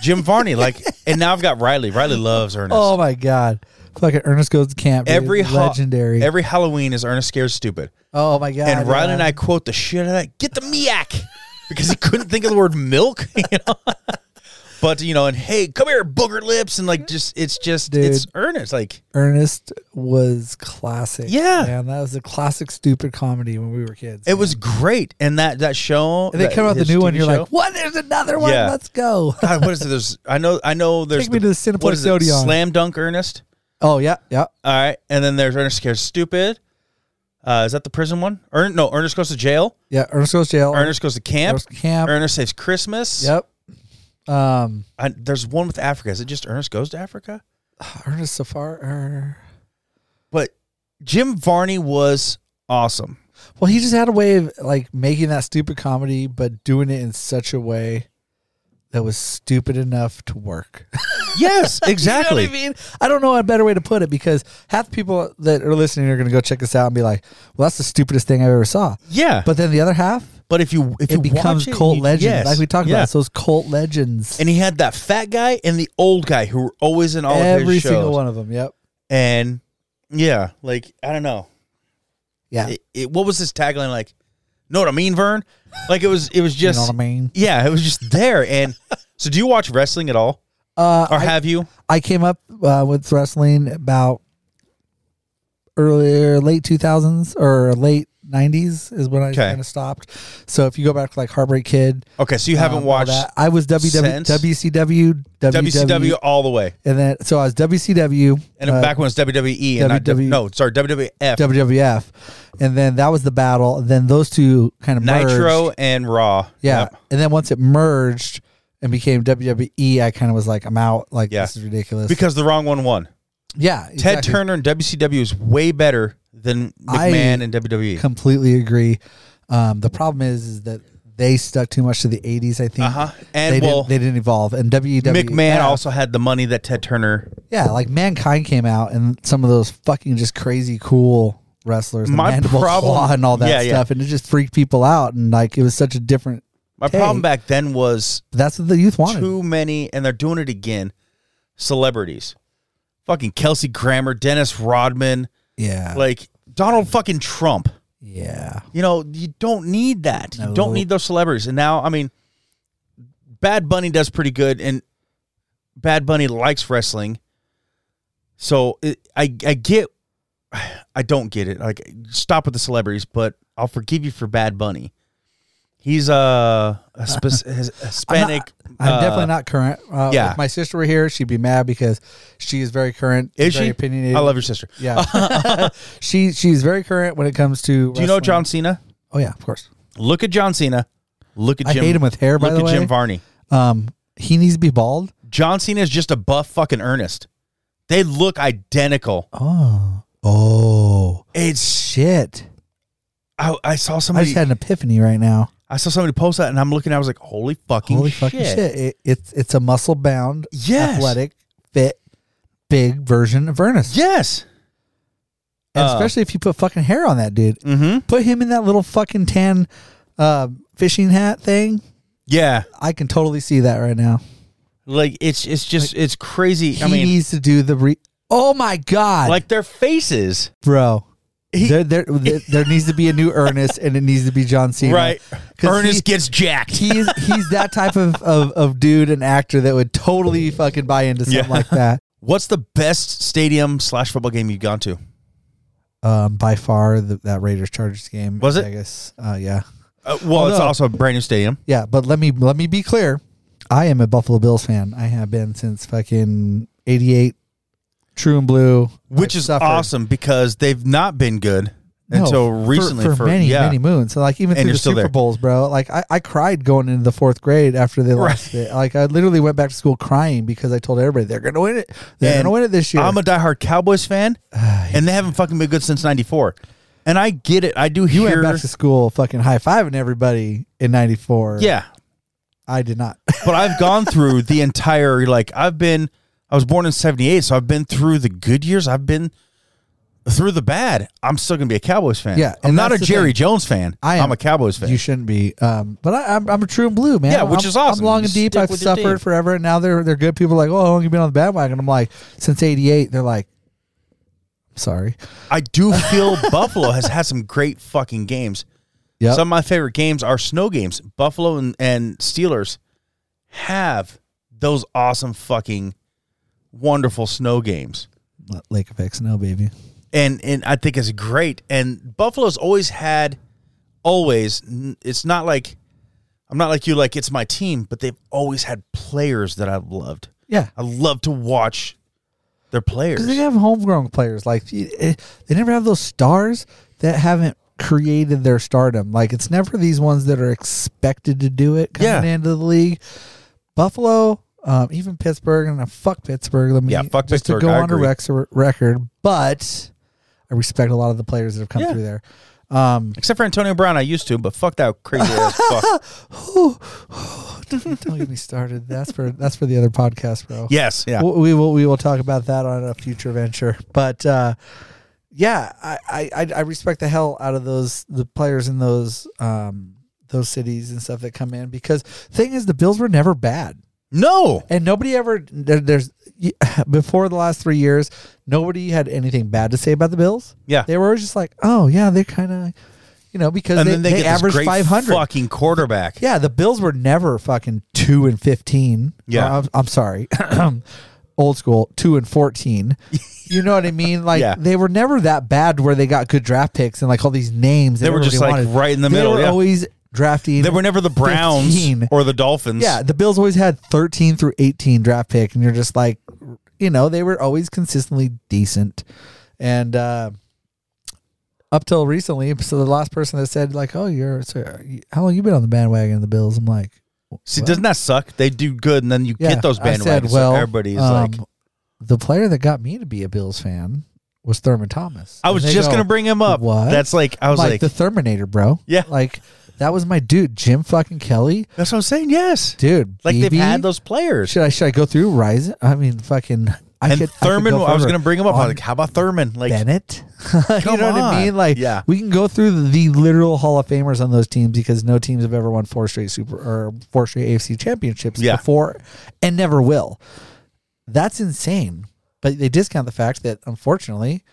Speaker 4: Jim Varney. like, and now I've got Riley. Riley loves Ernest.
Speaker 5: Oh my god, fucking Ernest goes to camp. dude.
Speaker 4: Every ho-
Speaker 5: legendary.
Speaker 4: Every Halloween is Ernest Scared Stupid.
Speaker 5: oh my god.
Speaker 4: and Riley and
Speaker 5: yeah.
Speaker 4: I quote the shit out of that. Get the miak because he couldn't think of the word milk. You know? but you know, and hey, come here, booger lips, and like just it's just it's
Speaker 5: Dude.
Speaker 4: earnest. Like
Speaker 5: Ernest was classic.
Speaker 4: Yeah.
Speaker 5: Man, that was a classic stupid comedy when we were kids.
Speaker 4: it was great, and that that show.
Speaker 5: And they
Speaker 4: that-
Speaker 5: come out with
Speaker 4: his
Speaker 5: the new
Speaker 4: TV
Speaker 5: one, you're
Speaker 4: show-
Speaker 5: like, what? There's another one.
Speaker 4: Yeah.
Speaker 5: Let's go.
Speaker 4: God, what is it? There's I know I know there's
Speaker 5: Take me to the Cineplex
Speaker 4: what is it?
Speaker 5: Odeon.
Speaker 4: Slam Dunk Ernest.
Speaker 5: oh, yeah. Yeah.
Speaker 4: All right, and then there's Ernest Scared Stupid. Uh, is that the prison one? Ern- no, Ernest goes to jail.
Speaker 5: Yeah. Ernest goes to jail.
Speaker 4: Ernest goes to camp.
Speaker 5: Ernest
Speaker 4: Ernest,
Speaker 5: camp.
Speaker 4: saves Christmas.
Speaker 5: Yep. Um,
Speaker 4: I, there's one with Africa. Is it just Ernest goes to Africa?
Speaker 5: Ernest Safar. er,
Speaker 4: but Jim Varney was awesome.
Speaker 5: well, he just had a way of like making that stupid comedy, but doing it in such a way that was stupid enough to work.
Speaker 4: Yes,
Speaker 5: You know what I mean? I don't know a better way to put it because half the people that are listening are going to go check this out and be like, well, that's the stupidest thing I ever saw.
Speaker 4: Yeah, but
Speaker 5: But then the other half,
Speaker 4: but if you if
Speaker 5: it
Speaker 4: you
Speaker 5: becomes
Speaker 4: watch it,
Speaker 5: cult
Speaker 4: you-
Speaker 5: legends.
Speaker 4: yes,
Speaker 5: Like we talked
Speaker 4: yeah.
Speaker 5: about, it's those cult legends.
Speaker 4: and he had that fat guy and the old guy who were always in all of
Speaker 5: Every
Speaker 4: his shows.
Speaker 5: single one of them. Yep.
Speaker 4: And yeah, like I don't know.
Speaker 5: Yeah.
Speaker 4: It, it, what was his tagline like? Know what I mean, Vern? Like it was it was just
Speaker 5: you know what I mean?
Speaker 4: yeah, it was just there. And so, do you watch wrestling at all,
Speaker 5: Uh, I,
Speaker 4: or have you?
Speaker 5: I came up uh, with wrestling about earlier, late 2000s or late 90s is when I
Speaker 4: Okay.
Speaker 5: kind of stopped. So if you go back to like Heartbreak Kid,
Speaker 4: Okay, so you haven't
Speaker 5: um, all
Speaker 4: watched
Speaker 5: that. I was WW,
Speaker 4: since?
Speaker 5: WCW,
Speaker 4: WCW all the way,
Speaker 5: And then, so I was WCW.
Speaker 4: and
Speaker 5: uh, E.
Speaker 4: back when it was WWE and
Speaker 5: WW
Speaker 4: not, no, sorry, WWF.
Speaker 5: WWF. And then that was the battle. And then those two kind of merged.
Speaker 4: Nitro and Raw.
Speaker 5: Yeah.
Speaker 4: Yep.
Speaker 5: And then once it merged, and became WWE, I kind of was like, I'm out. Like
Speaker 4: Yeah.
Speaker 5: this is ridiculous.
Speaker 4: because the wrong one won.
Speaker 5: yeah,
Speaker 4: Ted
Speaker 5: exactly.
Speaker 4: Turner and WCW is way better than
Speaker 5: I
Speaker 4: McMahon and E. WWE.
Speaker 5: completely agree. Um, the problem is, is that they stuck too much to the 80s. I think.
Speaker 4: Uh-huh. And,
Speaker 5: they
Speaker 4: well,
Speaker 5: didn't, E. they didn't evolve. And WWE
Speaker 4: McMahon also had the money that Ted Turner.
Speaker 5: Yeah, like Mankind came out and some of those fucking just crazy cool wrestlers, the
Speaker 4: My
Speaker 5: Mandible
Speaker 4: problem-
Speaker 5: Claw and all that
Speaker 4: Yeah, yeah.
Speaker 5: stuff, and it just freaked people out. And like it was such a different.
Speaker 4: My
Speaker 5: Hey.
Speaker 4: problem back then was
Speaker 5: That's what the youth wanted.
Speaker 4: too many, and they're doing it again. Celebrities, fucking Kelsey Grammer, Dennis Rodman,
Speaker 5: yeah,
Speaker 4: like Donald fucking Trump.
Speaker 5: yeah,
Speaker 4: You know, you don't need that. You
Speaker 5: No.
Speaker 4: don't need those celebrities. And now, I mean, Bad Bunny does pretty good, and Bad Bunny likes wrestling. So it, I, I get, I don't get it. Like, stop with the celebrities, but I'll forgive you for Bad Bunny. He's uh, a, spe- his- Hispanic.
Speaker 5: I'm
Speaker 4: uh,
Speaker 5: definitely not current. Uh,
Speaker 4: yeah.
Speaker 5: if my sister were here, she'd be mad because she is very current.
Speaker 4: Is
Speaker 5: very
Speaker 4: she?
Speaker 5: opinionated?
Speaker 4: I love your sister.
Speaker 5: Yeah, she she's very current when it comes to.
Speaker 4: Do you know John Cena?
Speaker 5: Oh yeah, of course.
Speaker 4: Look at John Cena. Look at
Speaker 5: I
Speaker 4: Jim.
Speaker 5: hate him with hair. By
Speaker 4: look
Speaker 5: the
Speaker 4: at
Speaker 5: way,
Speaker 4: Jim Varney.
Speaker 5: um, he needs to be bald.
Speaker 4: John Cena is just a buff fucking Ernest. They look identical.
Speaker 5: Oh, oh
Speaker 4: It's
Speaker 5: shit.
Speaker 4: I, I saw
Speaker 5: I
Speaker 4: somebody. I,
Speaker 5: just had an epiphany right now.
Speaker 4: saw somebody post that, and I'm looking. I was like, "Holy fucking
Speaker 5: Holy
Speaker 4: shit!"
Speaker 5: fucking shit! It, it's it's a muscle bound,
Speaker 4: Yes,
Speaker 5: athletic, fit, big version of Ernest.
Speaker 4: Yes.
Speaker 5: and
Speaker 4: Uh,
Speaker 5: especially if you put fucking hair on that dude.
Speaker 4: Mm-hmm.
Speaker 5: Put him in that little fucking tan uh, fishing hat thing.
Speaker 4: Yeah.
Speaker 5: I can totally see that right now.
Speaker 4: Like it's it's just it's crazy.
Speaker 5: He
Speaker 4: I mean,
Speaker 5: needs to do the re. Oh my god,
Speaker 4: like their faces.
Speaker 5: bro.
Speaker 4: He-
Speaker 5: there, there, there, there needs to be a new Ernest, and it needs to be John Cena.
Speaker 4: right.
Speaker 5: 'Cause
Speaker 4: Ernest
Speaker 5: he-
Speaker 4: gets jacked.
Speaker 5: he's he's that type of, of of dude and actor that would totally fucking buy into something
Speaker 4: Yeah.
Speaker 5: like that.
Speaker 4: What's the best stadium slash football game you've gone to?
Speaker 5: Um, by far the, that Raiders Chargers game
Speaker 4: Was
Speaker 5: in
Speaker 4: it?
Speaker 5: Vegas. Uh, yeah,
Speaker 4: Uh, well, it's
Speaker 5: Although-
Speaker 4: also a brand new stadium.
Speaker 5: yeah. But let me let me be clear. I am a Buffalo Bills fan. I have been since fucking '88. True and blue,
Speaker 4: which
Speaker 5: I've
Speaker 4: is
Speaker 5: suffered.
Speaker 4: awesome because they've not been good
Speaker 5: No,
Speaker 4: until
Speaker 5: for-
Speaker 4: recently.
Speaker 5: for,
Speaker 4: For,
Speaker 5: many
Speaker 4: yeah,
Speaker 5: many moons. So like even
Speaker 4: And
Speaker 5: through
Speaker 4: you're
Speaker 5: the
Speaker 4: still
Speaker 5: Super
Speaker 4: there.
Speaker 5: Bowls, bro. Like I, I cried going into the fourth grade after they lost it. Like I literally went back to school crying because I told everybody they're gonna win it. They're
Speaker 4: And
Speaker 5: gonna win it this year.
Speaker 4: I'm a diehard Cowboys fan, and they haven't fucking been good since '94. And I get it. I do
Speaker 5: You went
Speaker 4: hear.
Speaker 5: back to school fucking high fiving everybody in '94.
Speaker 4: yeah,
Speaker 5: I did not.
Speaker 4: but I've gone through the entire like I've been. I was born in '78, so I've been through the good years. I've been through the bad. I'm still gonna be a Cowboys fan.
Speaker 5: Yeah,
Speaker 4: I'm
Speaker 5: and
Speaker 4: not a
Speaker 5: that's the
Speaker 4: Jerry
Speaker 5: thing.
Speaker 4: Jones fan.
Speaker 5: I am.
Speaker 4: I'm a Cowboys fan.
Speaker 5: You shouldn't be. Um, but I, I'm, I'm a true and blue man.
Speaker 4: Yeah, which
Speaker 5: I'm-
Speaker 4: is awesome.
Speaker 5: I'm long
Speaker 4: You
Speaker 5: and deep.
Speaker 4: stick
Speaker 5: I've
Speaker 4: with your team.
Speaker 5: suffered forever, and now they're they're good. People are like, oh, how long you been on the bandwagon? I'm like, since '88. They're like, sorry.
Speaker 4: I do feel Buffalo has had some great fucking games.
Speaker 5: Yep.
Speaker 4: Some of my favorite games are snow games. Buffalo and, and Steelers have those awesome fucking wonderful snow games.
Speaker 5: Lake effects, no baby.
Speaker 4: And and I think it's great. And Buffalo's always had always n- it's not like I'm not like you like it's my team, but they've always had players that I've loved.
Speaker 5: Yeah,
Speaker 4: I love to watch their players.
Speaker 5: because they have homegrown players. Like you- eh, they never have those stars that haven't created their stardom. Like it's never these ones that are expected to do it coming
Speaker 4: Yeah.
Speaker 5: into the league. Buffalo, um, even Pittsburgh, and I fuck Pittsburgh. Let me
Speaker 4: Yeah, fuck
Speaker 5: just
Speaker 4: Pittsburgh,
Speaker 5: to go
Speaker 4: I
Speaker 5: on a
Speaker 4: agree.
Speaker 5: rex- record, but I respect a lot of the players that have come
Speaker 4: Yeah.
Speaker 5: through there. Um,
Speaker 4: Except for Antonio Brown, I used to, but fuck that crazy ass fuck.
Speaker 5: don't get me started. That's for that's for the other podcast, bro.
Speaker 4: Yes. Yeah.
Speaker 5: we, we will we will talk about that on a future venture. But uh, yeah, I, I I- I respect the hell out of those the players in those um those cities and stuff that come in because thing is the Bills were never bad
Speaker 4: No.
Speaker 5: and nobody ever there, there's before the last three years nobody had anything bad to say about the Bills.
Speaker 4: Yeah.
Speaker 5: They were always just like oh yeah they're kind of you know because
Speaker 4: And
Speaker 5: they,
Speaker 4: then they,
Speaker 5: they
Speaker 4: get this
Speaker 5: averaged
Speaker 4: great
Speaker 5: five hundred.
Speaker 4: fucking quarterback.
Speaker 5: Yeah, the Bills were never fucking two and fifteen.
Speaker 4: Yeah.
Speaker 5: Uh, I'm, I'm sorry, old school two and fourteen. You know what I mean? Like
Speaker 4: Yeah.
Speaker 5: they were never that bad where they got good draft picks and like all these names. that
Speaker 4: They were just,
Speaker 5: everybody
Speaker 4: like, right in the
Speaker 5: They
Speaker 4: middle,
Speaker 5: were
Speaker 4: yeah.
Speaker 5: always drafting.
Speaker 4: They were never the Browns
Speaker 5: 15.
Speaker 4: or the Dolphins.
Speaker 5: yeah, the Bills always had thirteen through eighteen draft pick, and you're just like, you know, they were always consistently decent, and. uh up till recently, so the last person that said like, "Oh, you're so how long you been on the bandwagon of the Bills?" I'm like,
Speaker 4: See, doesn't that suck? They do good, and then you
Speaker 5: Yeah,
Speaker 4: get those
Speaker 5: I
Speaker 4: bandwagons.
Speaker 5: said,
Speaker 4: so everybody's
Speaker 5: um,
Speaker 4: like,
Speaker 5: the player that got me to be a Bills fan was Thurman Thomas.
Speaker 4: I was
Speaker 5: And they
Speaker 4: just
Speaker 5: go,
Speaker 4: gonna bring him up.
Speaker 5: "What?"
Speaker 4: That's like, I was
Speaker 5: like,
Speaker 4: like,
Speaker 5: the Terminator, bro.
Speaker 4: Yeah.
Speaker 5: like that was my dude, Jim fucking Kelly,
Speaker 4: that's what I'm saying. Yes,
Speaker 5: dude.
Speaker 4: like
Speaker 5: BB,
Speaker 4: they've had those players.
Speaker 5: Should I should I go through Ryzen? I mean, fucking. I
Speaker 4: and
Speaker 5: could,
Speaker 4: Thurman, I,
Speaker 5: I, could go
Speaker 4: was
Speaker 5: forever.
Speaker 4: gonna bring him up. I was
Speaker 5: On
Speaker 4: like, how about Thurman? Like,
Speaker 5: Bennett. you
Speaker 4: Come
Speaker 5: know what I
Speaker 4: on.
Speaker 5: mean? Like,
Speaker 4: Yeah.
Speaker 5: we can go through the literal Hall of Famers on those teams because no teams have ever won four straight Super or four straight AFC championships
Speaker 4: Yeah.
Speaker 5: before, and never will. That's insane. But they discount the fact that unfortunately,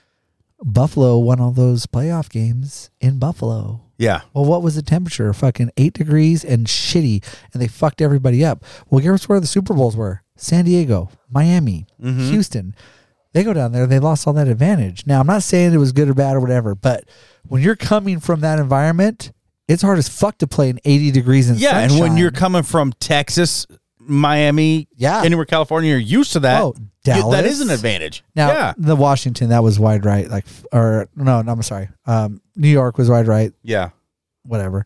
Speaker 5: Buffalo won all those playoff games in Buffalo.
Speaker 4: yeah,
Speaker 5: Well, what was the temperature? Fucking eight degrees and shitty, and they fucked everybody up. Well, guess where the Super Bowls were? San Diego, Miami,
Speaker 4: Mm-hmm.
Speaker 5: Houston. They go down there, they lost all that advantage. Now, I'm not saying it was good or bad or whatever, but when you're coming from that environment, it's hard as fuck to play in 80 degrees and
Speaker 4: yeah. And when
Speaker 5: sunshine.
Speaker 4: you're coming from Texas, Miami,
Speaker 5: Yeah.
Speaker 4: anywhere California, you're used to that.
Speaker 5: Oh,
Speaker 4: You- that
Speaker 5: Dallas?
Speaker 4: is an advantage.
Speaker 5: Now
Speaker 4: yeah,
Speaker 5: the Washington that was wide right, like f- or no, no I'm sorry. Um, New York was wide right,
Speaker 4: yeah.
Speaker 5: whatever.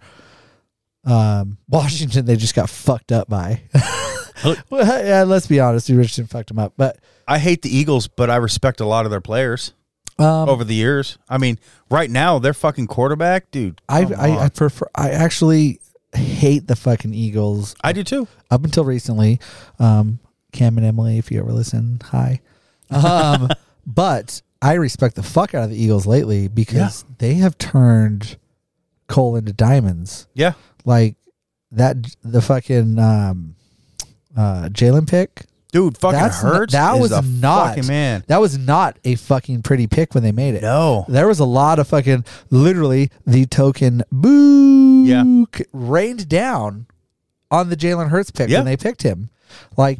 Speaker 5: Um, Washington they just got fucked up by. well, yeah, let's be honest, dude, Richardson fucked them up. But
Speaker 4: I hate the Eagles, but I respect a lot of their players
Speaker 5: um,
Speaker 4: over the years. I mean, right now their fucking quarterback, dude.
Speaker 5: I,
Speaker 4: come
Speaker 5: I I
Speaker 4: on.
Speaker 5: prefer I actually hate the fucking Eagles
Speaker 4: I do too.
Speaker 5: up until recently. Um, Cam and Emily, if you ever listen, hi. Um, but I respect the fuck out of the Eagles lately because they have turned coal into diamonds.
Speaker 4: Yeah.
Speaker 5: Like that, the fucking um, uh, Jalen pick.
Speaker 4: Dude, fucking
Speaker 5: That's n-
Speaker 4: hurts.
Speaker 5: that
Speaker 4: is
Speaker 5: was
Speaker 4: a
Speaker 5: not-
Speaker 4: fucking man.
Speaker 5: That was not a fucking pretty pick when they made it.
Speaker 4: No.
Speaker 5: There was a lot of fucking, literally, the token boo
Speaker 4: Yeah.
Speaker 5: c- rained down on the Jalen Hurts pick
Speaker 4: Yeah.
Speaker 5: when they picked him. Like,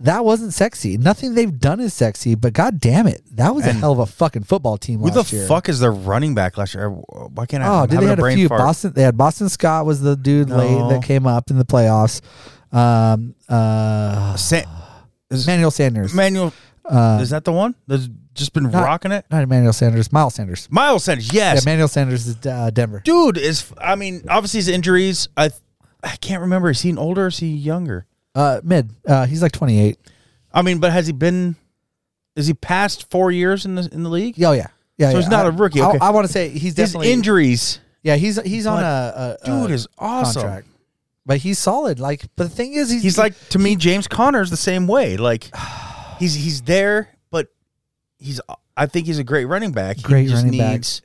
Speaker 5: that wasn't sexy. Nothing they've done is sexy, but god damn it. That was a
Speaker 4: And
Speaker 5: hell of a fucking football team
Speaker 4: Who the
Speaker 5: last year.
Speaker 4: fuck is their running back last year? Why can't I?
Speaker 5: Oh,
Speaker 4: I'm
Speaker 5: did they
Speaker 4: having
Speaker 5: had a,
Speaker 4: brain
Speaker 5: few?
Speaker 4: fart.
Speaker 5: Boston. They had Boston Scott was the dude
Speaker 4: No.
Speaker 5: late that came up in the playoffs. Um, uh,
Speaker 4: Sa-
Speaker 5: Manuel Sanders.
Speaker 4: Manuel,
Speaker 5: Uh,
Speaker 4: is that the one that's just been
Speaker 5: not-
Speaker 4: rocking it?
Speaker 5: not Emmanuel Sanders, Miles Sanders.
Speaker 4: Miles Sanders,
Speaker 5: Yeah,
Speaker 4: yes,
Speaker 5: Emmanuel Sanders is uh, Denver.
Speaker 4: dude is. I mean, obviously his injuries. I, I can't remember. Is he an older? Or is he younger?
Speaker 5: Uh, mid. Uh, he's like 28.
Speaker 4: I mean, but has he been? Is he past four years in the in the league?
Speaker 5: Oh yeah, yeah.
Speaker 4: So
Speaker 5: yeah.
Speaker 4: he's not
Speaker 5: I-
Speaker 4: a rookie,
Speaker 5: I-
Speaker 4: okay.
Speaker 5: I, want to say he's
Speaker 4: His
Speaker 5: definitely Uh,
Speaker 4: injuries,
Speaker 5: Yeah, he's he's on
Speaker 4: But
Speaker 5: a, a
Speaker 4: dude,
Speaker 5: a
Speaker 4: is awesome.
Speaker 5: contract, but he's solid. Like, but the thing is, he's,
Speaker 4: He's like to me, James Connor's the same way. Like, he's he's there, but he's. I think he's a great running back. He
Speaker 5: Great
Speaker 4: just
Speaker 5: running back.
Speaker 4: needs-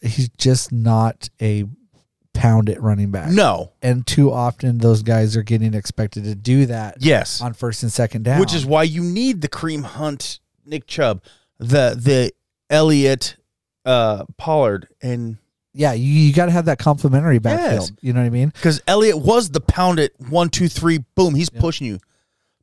Speaker 5: he's just not a pound at running back.
Speaker 4: No.
Speaker 5: and too often those guys are getting expected to do that.
Speaker 4: Yes.
Speaker 5: on first and second down,
Speaker 4: Which is why you need the Cream Hunt, Nick Chubb, the the Elliott, uh, Pollard, and
Speaker 5: yeah, you, you got to have that complementary backfield.
Speaker 4: Yes.
Speaker 5: You know what I mean?
Speaker 4: because Elliott was the pound it one two three boom he's pushing you.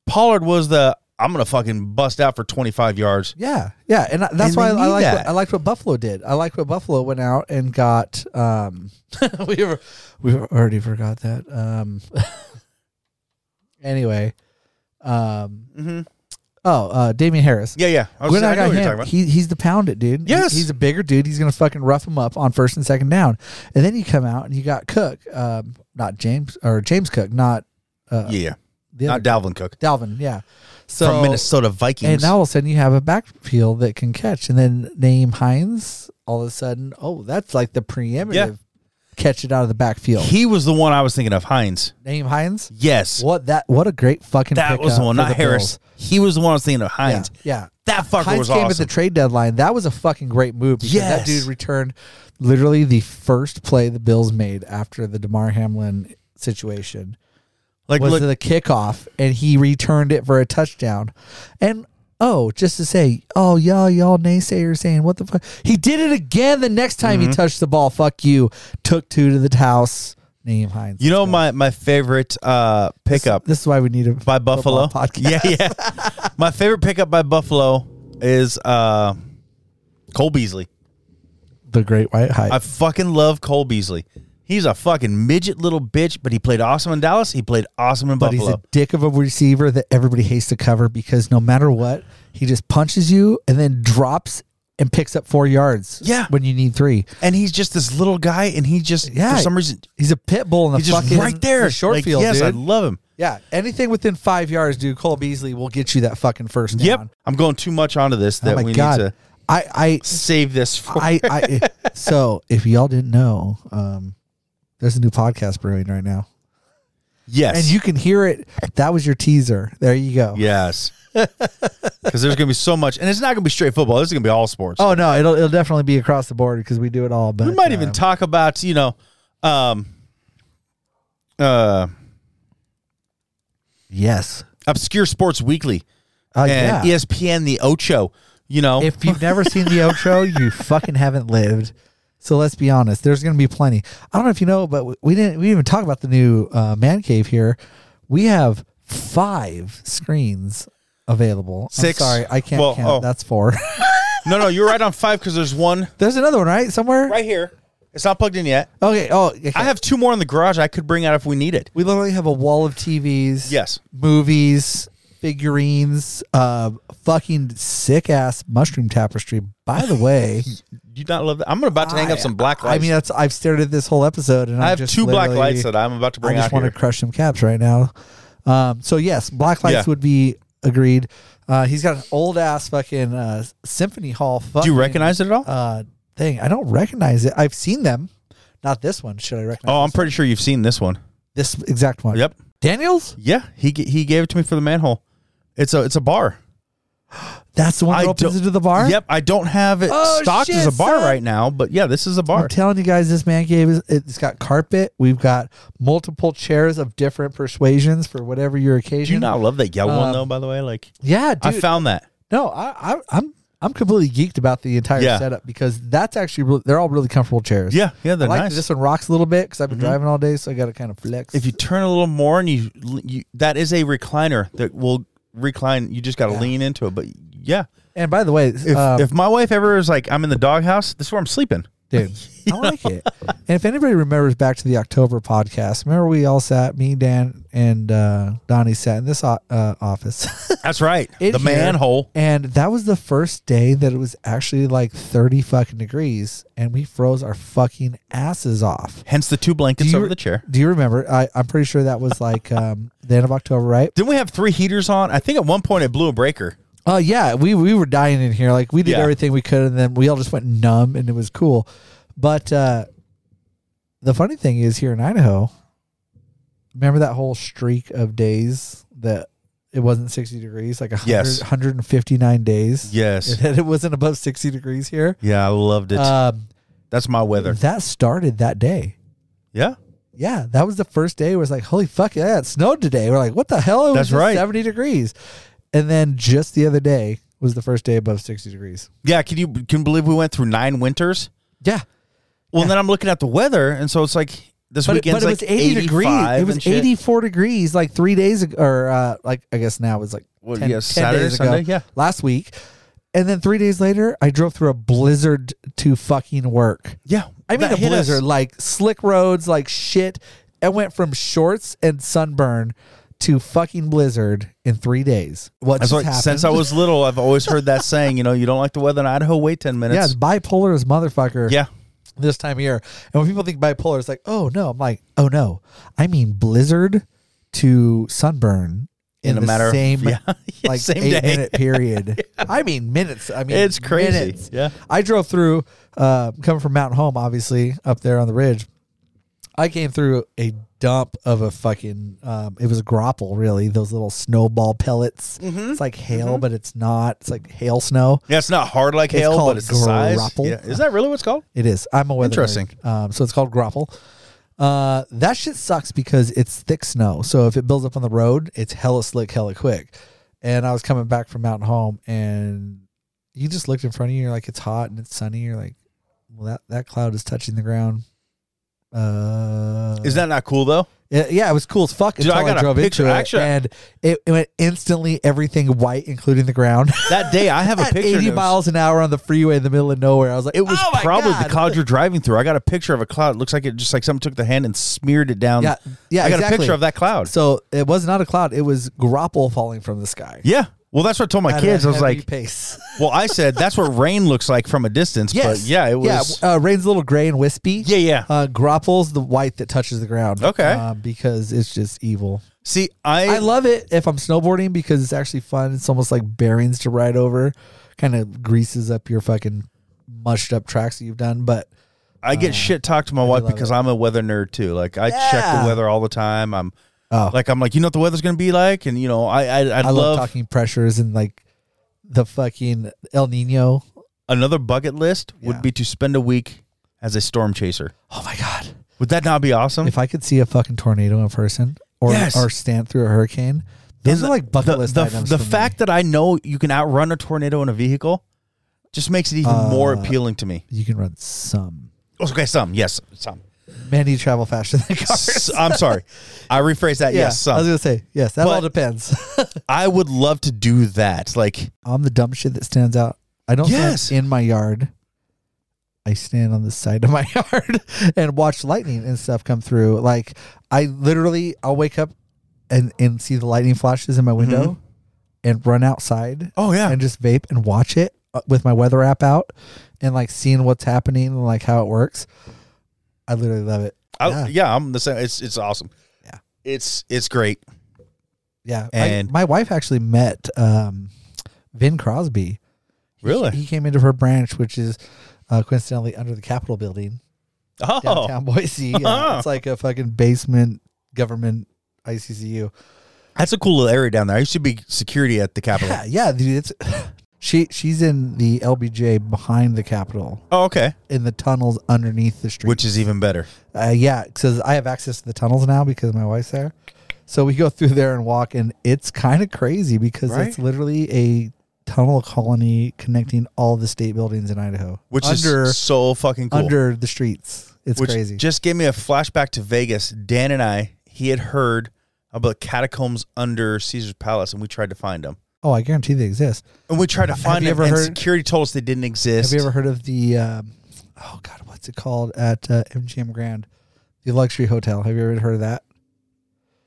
Speaker 4: Pollard was the I'm gonna fucking bust out for 25 yards.
Speaker 5: Yeah, yeah, and I- that's
Speaker 4: And
Speaker 5: why I,
Speaker 4: they
Speaker 5: I
Speaker 4: need
Speaker 5: like
Speaker 4: that.
Speaker 5: what, I liked what Buffalo did. I like what Buffalo went out and got. Um, we were, we already forgot that. Um, anyway, um,
Speaker 4: Mm-hmm.
Speaker 5: oh, uh, Damian Harris.
Speaker 4: Yeah, yeah. I was
Speaker 5: When I
Speaker 4: I know
Speaker 5: got
Speaker 4: what you're talking
Speaker 5: him,
Speaker 4: about.
Speaker 5: he, he's the pound it dude. He's-
Speaker 4: Yes.
Speaker 5: he's, a bigger dude. He's gonna fucking rough him up on first and second down, and then you come out and you got Cook, um, not James or James Cook, not uh,
Speaker 4: yeah,
Speaker 5: the
Speaker 4: not
Speaker 5: other,
Speaker 4: Dalvin Cook
Speaker 5: Dalvin. Yeah, so
Speaker 4: from Minnesota Vikings.
Speaker 5: and now all of a sudden you have a backfield that can catch. And then name Hines, all of a sudden, oh, that's like the preeminent catch it out of the backfield.
Speaker 4: he was the one I was thinking of, Hines.
Speaker 5: name Hines.
Speaker 4: Yes,
Speaker 5: What that what a great fucking
Speaker 4: that was
Speaker 5: pickup
Speaker 4: the one,
Speaker 5: for
Speaker 4: not
Speaker 5: the
Speaker 4: Harris.
Speaker 5: Bills.
Speaker 4: He was the one I was thinking of, Hines.
Speaker 5: Yeah.
Speaker 4: That fucker
Speaker 5: yeah. Hines
Speaker 4: was
Speaker 5: came
Speaker 4: awesome.
Speaker 5: at the trade deadline. That was a fucking great move because that
Speaker 4: Yes.
Speaker 5: dude returned literally the first play the Bills made after the DeMar Hamlin situation.
Speaker 4: like,
Speaker 5: was
Speaker 4: look,
Speaker 5: the kickoff, and he returned it for a touchdown. And oh, just to say, oh y'all, y'all naysayers saying what the fuck? He did it again the next time
Speaker 4: Mm-hmm.
Speaker 5: he touched the ball. Fuck you. Took two to the house. Name Hines.
Speaker 4: you know my my favorite uh pickup.
Speaker 5: This is why we need a
Speaker 4: by Buffalo.
Speaker 5: football podcast.
Speaker 4: Yeah, yeah. My favorite pickup by Buffalo is uh, Cole Beasley.
Speaker 5: the Great White Hype.
Speaker 4: I fucking love Cole Beasley. He's a fucking midget little bitch, but he played awesome in Dallas. He played awesome in
Speaker 5: but he's
Speaker 4: Buffalo.
Speaker 5: a dick of a receiver that everybody hates to cover because no matter what, he just punches you and then drops and picks up four yards.
Speaker 4: Yeah.
Speaker 5: when you need three,
Speaker 4: and he's just this little guy, and he just
Speaker 5: Yeah.
Speaker 4: for some reason
Speaker 5: he's a pit bull in the
Speaker 4: he's just
Speaker 5: fucking
Speaker 4: right there.
Speaker 5: the short
Speaker 4: Like,
Speaker 5: field.
Speaker 4: Yes, I
Speaker 5: dude.
Speaker 4: love him.
Speaker 5: yeah, anything within five yards, dude. Cole Beasley will get you that fucking first down.
Speaker 4: Yep, I'm going too much onto this.
Speaker 5: Oh
Speaker 4: That
Speaker 5: my
Speaker 4: we
Speaker 5: god,
Speaker 4: need to
Speaker 5: I I
Speaker 4: save this for.
Speaker 5: I, I so if y'all didn't know, um, there's a new podcast brewing right now,
Speaker 4: yes,
Speaker 5: and you can hear it. That was your teaser. There you go.
Speaker 4: yes, because there's gonna be so much, and it's not gonna be straight football. This is gonna be all sports.
Speaker 5: Oh no, it'll it'll definitely be across the board because we do it all. But
Speaker 4: we might
Speaker 5: uh,
Speaker 4: even talk about you know, um, uh,
Speaker 5: yes.
Speaker 4: obscure sports weekly
Speaker 5: Uh, yeah.
Speaker 4: and E ESPN the Ocho. You know,
Speaker 5: If you've never seen the Ocho, you fucking haven't lived. So let's be honest. There's going to be plenty. I don't know if you know, but w- we didn't. We didn't even talk about the new uh, man cave here. We have five screens available. I'm
Speaker 4: Six.
Speaker 5: sorry, I can't
Speaker 4: Well,
Speaker 5: count.
Speaker 4: oh.
Speaker 5: That's four.
Speaker 4: no, no, you're right on five because there's one
Speaker 5: There's another one right somewhere.
Speaker 4: right here. It's not plugged in yet.
Speaker 5: Okay. Oh, okay.
Speaker 4: I have two more in the garage. I could bring out if we need it.
Speaker 5: We literally have a wall of TVs.
Speaker 4: Yes.
Speaker 5: Movies, figurines, uh, fucking sick ass mushroom tapestry. By the way,
Speaker 4: Do you not love that? I'm about to hang up some black lights.
Speaker 5: I mean, that's I've stared at this whole episode, and
Speaker 4: I
Speaker 5: I'm
Speaker 4: have
Speaker 5: just
Speaker 4: two black
Speaker 5: literally-
Speaker 4: lights that I'm about to
Speaker 5: I
Speaker 4: bring
Speaker 5: just
Speaker 4: out
Speaker 5: want
Speaker 4: here.
Speaker 5: to crush some caps right now. Um, so yes, black lights
Speaker 4: Yeah.
Speaker 5: would be agreed. Uh, he's got an old ass fucking uh, symphony hall. Fucking,
Speaker 4: Do you recognize it at all?
Speaker 5: Uh, thing I don't recognize it. I've seen them, not this one. Should I recognize?
Speaker 4: oh, I'm
Speaker 5: this
Speaker 4: pretty sure you've seen this one.
Speaker 5: this exact one.
Speaker 4: Yep.
Speaker 5: Daniels.
Speaker 4: Yeah, he g- he gave it to me for the manhole. It's a it's a bar.
Speaker 5: That's the one that opens
Speaker 4: don't-
Speaker 5: into the bar.
Speaker 4: Yep. I don't have it
Speaker 5: Oh,
Speaker 4: stocked as a
Speaker 5: shit,
Speaker 4: bar
Speaker 5: son.
Speaker 4: right now, but yeah, this is a bar.
Speaker 5: I'm telling you guys, this man cave is it's got carpet. We've got multiple chairs of different persuasions for whatever your
Speaker 4: Do you
Speaker 5: occasion.
Speaker 4: not love that yellow one
Speaker 5: Um,
Speaker 4: though? By the way, like
Speaker 5: yeah, dude.
Speaker 4: I found that.
Speaker 5: no, I, I, I'm I'm completely geeked about the entire
Speaker 4: Yeah.
Speaker 5: setup because that's actually really, they're all really comfortable chairs.
Speaker 4: Yeah, yeah,
Speaker 5: I
Speaker 4: they're
Speaker 5: like that
Speaker 4: nice. Mm-hmm.
Speaker 5: this one rocks a little bit because I've been driving all day, so I got to kind of flex.
Speaker 4: if you turn a little more and you, you that is a recliner that will recline. You just got to lean into it. But yeah,
Speaker 5: and by the way,
Speaker 4: if
Speaker 5: um,
Speaker 4: if my wife ever is like I'm in the doghouse, this is where I'm sleeping.
Speaker 5: dude. I like it. And if anybody remembers back to the October podcast, remember we all sat, me, Dan, and uh, Donnie sat in this o- uh, office,
Speaker 4: That's right.
Speaker 5: In
Speaker 4: the
Speaker 5: here.
Speaker 4: manhole.
Speaker 5: and that was the first day that it was actually like thirty fucking degrees, and we froze our fucking asses off.
Speaker 4: Hence the two blankets
Speaker 5: you-
Speaker 4: over the chair.
Speaker 5: Do you remember? I, I'm pretty sure that was like um, the end of October, right?
Speaker 4: Didn't we have three heaters on? I think at one point it blew a breaker.
Speaker 5: Oh yeah, we we were dying in here. Like we did
Speaker 4: Yeah.
Speaker 5: everything we could, and then we all just went numb, and it was cool. But uh, the funny thing is, here in Idaho, remember that whole streak of days that it wasn't 60 degrees, like 100,
Speaker 4: Yes.
Speaker 5: 159 days.
Speaker 4: Yes.
Speaker 5: that it wasn't above 60 degrees here.
Speaker 4: Yeah, I loved it.
Speaker 5: Um,
Speaker 4: That's my weather.
Speaker 5: that started that day.
Speaker 4: Yeah.
Speaker 5: Yeah, that was the first day. Where it was like, holy fuck, yeah, it snowed today. We're like, what the hell? It was
Speaker 4: That's
Speaker 5: just
Speaker 4: right.
Speaker 5: 70 degrees. And then just the other day was the first day above 60 degrees.
Speaker 4: Yeah. Can you can you believe we went through nine winters?
Speaker 5: Yeah.
Speaker 4: Well, then I'm looking at the weather, and so it's like this
Speaker 5: But, it-
Speaker 4: weekend's
Speaker 5: but it
Speaker 4: like
Speaker 5: was 80 degrees.
Speaker 4: 85
Speaker 5: It
Speaker 4: and
Speaker 5: was
Speaker 4: shit.
Speaker 5: 84 degrees like three days ago, or uh, like I guess now it's like
Speaker 4: What,
Speaker 5: 10,
Speaker 4: yeah,
Speaker 5: 10
Speaker 4: Saturday,
Speaker 5: days ago,
Speaker 4: Sunday, yeah.
Speaker 5: last week. And then three days later, I drove through a blizzard to fucking work.
Speaker 4: Yeah.
Speaker 5: I mean,
Speaker 4: that
Speaker 5: a
Speaker 4: hit us.
Speaker 5: blizzard, like slick roads, like shit. I went from shorts and sunburn to fucking blizzard in three days. What
Speaker 4: That's
Speaker 5: just
Speaker 4: what,
Speaker 5: happened?
Speaker 4: since I was little, I've always heard that saying. You know, you don't like the weather in Idaho, wait ten
Speaker 5: yeah,
Speaker 4: minutes.
Speaker 5: it's bipolar as motherfucker.
Speaker 4: Yeah,
Speaker 5: this time of year. And when people think bipolar, it's like, oh no. I'm like, oh no. I mean blizzard to sunburn in,
Speaker 4: In a
Speaker 5: the
Speaker 4: matter of-
Speaker 5: same
Speaker 4: yeah. Yeah,
Speaker 5: like
Speaker 4: same
Speaker 5: eight
Speaker 4: day.
Speaker 5: minute period. I mean minutes. I mean
Speaker 4: It's crazy. Yeah.
Speaker 5: I drove through uh coming from Mountain Home, obviously, up there on the ridge. I came through a dump of a fucking um it was a grapple really, those little snowball pellets.
Speaker 4: Mm-hmm.
Speaker 5: It's like hail, but it's not. It's like hail snow.
Speaker 4: yeah. It's not hard like
Speaker 5: It's
Speaker 4: hail,
Speaker 5: called
Speaker 4: but it's the size.
Speaker 5: grapple.
Speaker 4: Yeah. Is that really what's called?
Speaker 5: It is. I'm a weather
Speaker 4: Interesting.
Speaker 5: nerd. Um, so it's called grapple. Uh, that shit sucks because it's thick snow. So if it builds up on the road, it's hella slick, hella quick. And I was coming back from mountain home, and you just looked in front of you. You're like, it's hot and it's sunny. You're like, well, that that cloud is touching the ground. Uh,
Speaker 4: Is that not cool though?
Speaker 5: yeah, yeah, it was cool as fuck
Speaker 4: Dude,
Speaker 5: until
Speaker 4: I
Speaker 5: I,
Speaker 4: got a
Speaker 5: drove
Speaker 4: picture.
Speaker 5: into it,
Speaker 4: Actually-
Speaker 5: and it, it went instantly everything white, including the ground.
Speaker 4: That day, I have a
Speaker 5: At
Speaker 4: picture. and
Speaker 5: 80
Speaker 4: it was-
Speaker 5: miles an hour on the freeway in the middle of nowhere. I was like,
Speaker 4: It was
Speaker 5: "Oh my
Speaker 4: probably the
Speaker 5: God."
Speaker 4: cloud you're driving through. I got a picture of a cloud. It looks like it just like someone took the hand and smeared it down.
Speaker 5: Yeah, yeah,
Speaker 4: I got a
Speaker 5: exactly.
Speaker 4: picture of that cloud.
Speaker 5: So it was not a cloud. It was grapple falling from the sky.
Speaker 4: yeah. Well, that's what I told my
Speaker 5: at a
Speaker 4: kids. I was
Speaker 5: heavy
Speaker 4: like,
Speaker 5: pace.
Speaker 4: well, I said that's what rain looks like from a distance. But yeah, it was.
Speaker 5: uh, rain's a little gray and wispy.
Speaker 4: Yeah, yeah.
Speaker 5: Uh, Gropple's the white that touches the ground.
Speaker 4: Okay.
Speaker 5: uh, because it's just evil.
Speaker 4: See, I,
Speaker 5: I love it if I'm snowboarding because it's actually fun. It's almost like bearings to ride over, kind of greases up your fucking mushed up tracks that you've done. But
Speaker 4: I get shit talked to my wife
Speaker 5: Ah. love
Speaker 4: because
Speaker 5: it.
Speaker 4: I'm a weather nerd too. Like I check
Speaker 5: Yeah.
Speaker 4: the weather all the time. I'm
Speaker 5: oh,
Speaker 4: like I'm like you know what the weather's gonna be like, and you know I I, I,
Speaker 5: I
Speaker 4: love,
Speaker 5: love, talking pressures and like the fucking El Nino.
Speaker 4: another bucket list
Speaker 5: Yeah.
Speaker 4: would be to spend a week as a storm chaser.
Speaker 5: Oh my god!
Speaker 4: Would that not be awesome?
Speaker 5: If I could see a fucking tornado in person or
Speaker 4: Yes.
Speaker 5: or stand through a hurricane, those
Speaker 4: And
Speaker 5: are like bucket
Speaker 4: the,
Speaker 5: list
Speaker 4: the,
Speaker 5: items.
Speaker 4: The
Speaker 5: for me.
Speaker 4: fact that I know you can outrun a tornado in a vehicle just makes it even more
Speaker 5: Uh,
Speaker 4: appealing to me.
Speaker 5: you can run some.
Speaker 4: Okay, some yes, some.
Speaker 5: Man, you travel faster than cars.
Speaker 4: S- I'm sorry, I rephrase that. Yes,
Speaker 5: I was
Speaker 4: some.
Speaker 5: gonna say yes. That all
Speaker 4: But-
Speaker 5: depends.
Speaker 4: I would love to do that. Like
Speaker 5: I'm the dumb shit that stands out. I don't
Speaker 4: Yes.
Speaker 5: stand in my yard. I stand on the side of my yard and watch lightning and stuff come through. Like I literally, I'll wake up and and see the lightning flashes in
Speaker 4: Mm-hmm.
Speaker 5: my window, and run outside
Speaker 4: oh yeah,
Speaker 5: and just vape and watch it uh, with my weather app out, and like seeing what's happening and like how it works. I literally love it.
Speaker 4: I, yeah.
Speaker 5: yeah.
Speaker 4: I'm the same. It's it's awesome.
Speaker 5: Yeah.
Speaker 4: it's it's great.
Speaker 5: Yeah,
Speaker 4: And-
Speaker 5: my, my wife actually met um, Vin Crosby. He-
Speaker 4: Really?
Speaker 5: he came into her branch, which is uh, coincidentally under the Capitol building
Speaker 4: Oh,
Speaker 5: downtown Boise. Yeah, it's like a fucking basement government ICCU.
Speaker 4: that's a cool little area down there. I used to be security at the Capitol.
Speaker 5: Yeah, yeah, dude. It's she. She's in the LBJ behind the Capitol
Speaker 4: Oh, okay,
Speaker 5: in the tunnels underneath the street.
Speaker 4: which is even better.
Speaker 5: uh, yeah, because I have access to the tunnels now because my wife's there. So we go through there and walk, and it's kind of crazy because it's
Speaker 4: Right?
Speaker 5: literally a tunnel colony connecting all the state buildings in Idaho,
Speaker 4: Which
Speaker 5: under
Speaker 4: is so fucking cool.
Speaker 5: under the streets. It's
Speaker 4: which
Speaker 5: crazy.
Speaker 4: Just gave me a flashback to Vegas. Dan and I, he had heard about catacombs under Caesar's Palace, and we tried to find them.
Speaker 5: oh, I guarantee they exist.
Speaker 4: And we tried to
Speaker 5: Have
Speaker 4: find
Speaker 5: you
Speaker 4: them,
Speaker 5: ever
Speaker 4: and
Speaker 5: heard-
Speaker 4: security told us they didn't exist.
Speaker 5: Have you ever heard of the? Um, oh God, what's it called at uh, MGM Grand? The luxury hotel. Have you ever heard of that?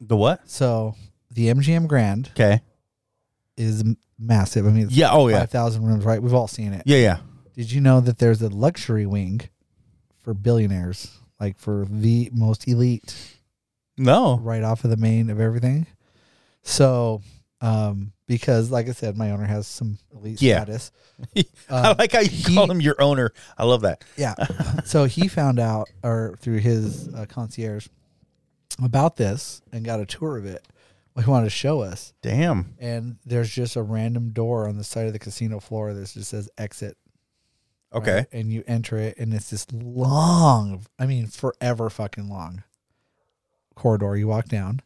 Speaker 4: the what?
Speaker 5: So the MGM Grand
Speaker 4: Okay.
Speaker 5: is m- massive. I mean, it's
Speaker 4: Yeah. Oh yeah.
Speaker 5: five thousand rooms, right? We've all seen it.
Speaker 4: Yeah. Yeah.
Speaker 5: Did you know that there's a luxury wing for billionaires, like for the most elite,
Speaker 4: No.
Speaker 5: right off of the main of everything? So, um, because like I said, my owner has some elite
Speaker 4: Yeah.
Speaker 5: status.
Speaker 4: I
Speaker 5: Um,
Speaker 4: like how you
Speaker 5: he-
Speaker 4: call him your owner. I love that.
Speaker 5: yeah. So he found out, or through his uh, concierge, about this and got a tour of it. He wanted to show us,
Speaker 4: Damn.
Speaker 5: and there's just a random door on the side of the casino floor that just says "exit."
Speaker 4: Okay.
Speaker 5: right? And you enter it, and it's this long, I mean, forever fucking long corridor you walk down.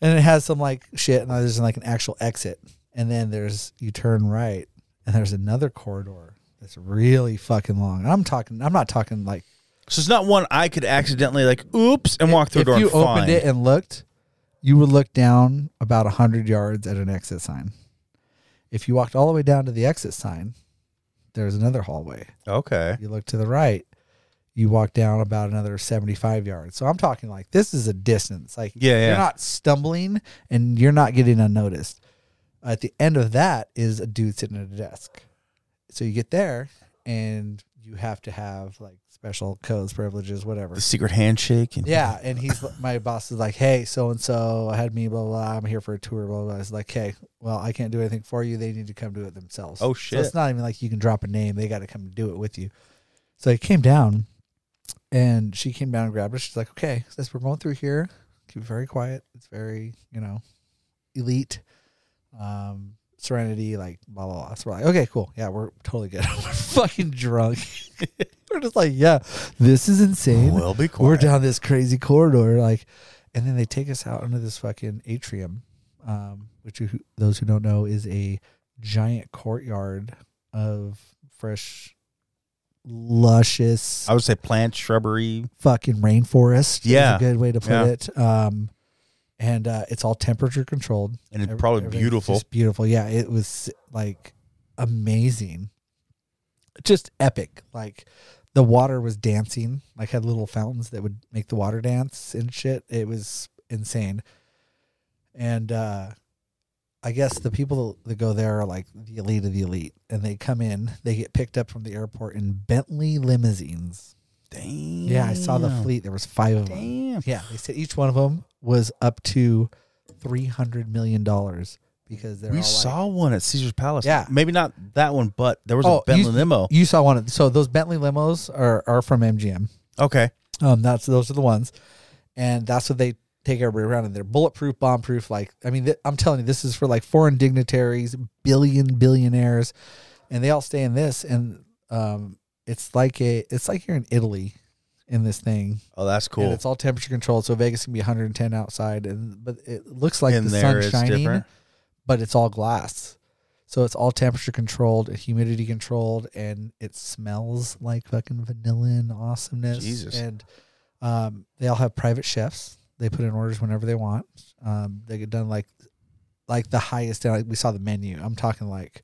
Speaker 5: And it has some like shit, and there's like an actual exit. And then there's, you turn right, and there's another corridor that's really fucking long. And I'm talking, I'm not talking like,
Speaker 4: So it's not one I could accidentally like, oops, and walk through
Speaker 5: if
Speaker 4: a door
Speaker 5: you
Speaker 4: and find.
Speaker 5: opened it and looked, you would look down about 100 yards at an exit sign. If you walked all the way down to the exit sign, there's another hallway.
Speaker 4: okay.
Speaker 5: You look to the right, you walk down about another 75 yards. So I'm talking like this is a distance. Like
Speaker 4: Yeah, yeah.
Speaker 5: you're not stumbling and you're not getting unnoticed. At the end of that is a dude sitting at a desk. So you get there and you have to have like special codes, privileges, whatever.
Speaker 4: The secret handshake. And
Speaker 5: Yeah, and he's my boss is like, hey, so and so had me, blah, blah blah. I'm here for a tour, blah blah. blah. It's like, hey, well, I can't do anything for you. They need to come do it themselves.
Speaker 4: Oh,
Speaker 5: So
Speaker 4: shit.
Speaker 5: it's not even like you can drop a name. They got to come do it with you. So he came down, and she came down and grabbed us. She's like, okay, since we're going through here, keep it very quiet. It's very you know, elite, um, serenity, like blah blah blah. So we're like, okay, cool, yeah, we're totally good. we're fucking drunk. we're just like, yeah, this is insane
Speaker 4: We'll be
Speaker 5: we're
Speaker 4: quiet.
Speaker 5: down this crazy corridor, like, and then they take us out into this fucking atrium, um, which you, those who don't know is a giant courtyard of fresh, luscious
Speaker 4: I would say plant shrubbery.
Speaker 5: fucking rainforest. is
Speaker 4: Yeah.
Speaker 5: a good way to put
Speaker 4: Yeah.
Speaker 5: it. Um, and uh, it's all temperature controlled.
Speaker 4: And it's
Speaker 5: Every-
Speaker 4: probably
Speaker 5: everything's
Speaker 4: beautiful.
Speaker 5: Just beautiful. Yeah, it was like amazing. Just epic. Like the water was dancing, like had little fountains that would make the water dance and shit. It was insane. And uh I guess the people that go there are like the elite of the elite, and they come in, they get picked up from the airport in Bentley limousines.
Speaker 4: Damn.
Speaker 5: Yeah, I saw the fleet. There was five of them.
Speaker 4: Damn.
Speaker 5: Yeah, they said each one of them was up to three hundred million dollars because they're
Speaker 4: we
Speaker 5: all like-
Speaker 4: saw one at Caesar's Palace.
Speaker 5: Yeah.
Speaker 4: Maybe not that one, but there was a
Speaker 5: Oh,
Speaker 4: Bentley
Speaker 5: you-
Speaker 4: limo.
Speaker 5: you saw one of so those Bentley limos are are from MGM.
Speaker 4: okay.
Speaker 5: Um, that's those are the ones, and that's what they take everybody around. And they're bulletproof, bombproof. Like I mean, th- I'm telling you, this is for like foreign dignitaries, billion billionaires, and they all stay in this. And um, it's like a it's like you're in Italy in this thing.
Speaker 4: Oh, that's
Speaker 5: And
Speaker 4: cool.
Speaker 5: it's all temperature controlled, so Vegas can be 110 outside, and but it looks like
Speaker 4: In
Speaker 5: the
Speaker 4: there,
Speaker 5: sun
Speaker 4: it's
Speaker 5: shining,
Speaker 4: different.
Speaker 5: but it's all glass. So it's all temperature controlled, and humidity controlled, and it smells like fucking vanilla and awesomeness.
Speaker 4: Jesus.
Speaker 5: And um, they all have private chefs. They put in orders whenever they want. Um, they get done like like the highest. Like we saw the menu. I'm talking like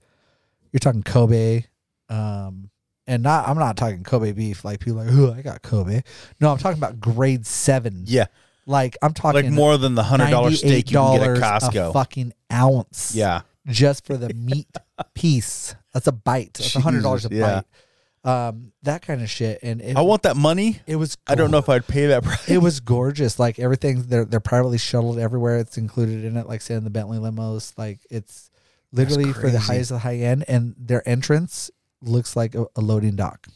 Speaker 5: you're talking Kobe, um, and not I'm not talking Kobe beef. Like people are like, ooh, I got Kobe. No, I'm talking about grade seven.
Speaker 4: Yeah.
Speaker 5: Like I'm talking
Speaker 4: Like more than the hundred dollar steak you can get
Speaker 5: $98
Speaker 4: at
Speaker 5: a
Speaker 4: Costco.
Speaker 5: fucking ounce.
Speaker 4: yeah.
Speaker 5: just for the meat piece. That's a bite. That's a hundred dollars a
Speaker 4: Jesus, yeah.
Speaker 5: bite. Um, that kind of shit. And it,
Speaker 4: I want that money.
Speaker 5: it was.
Speaker 4: I don't know if I'd pay that price.
Speaker 5: It was gorgeous. Like everything, they're they're privately shuttled everywhere. It's included in it. Like say in the Bentley limos, like it's literally for the
Speaker 4: crazy.
Speaker 5: highest of the high end, and their entrance looks like a, a loading dock,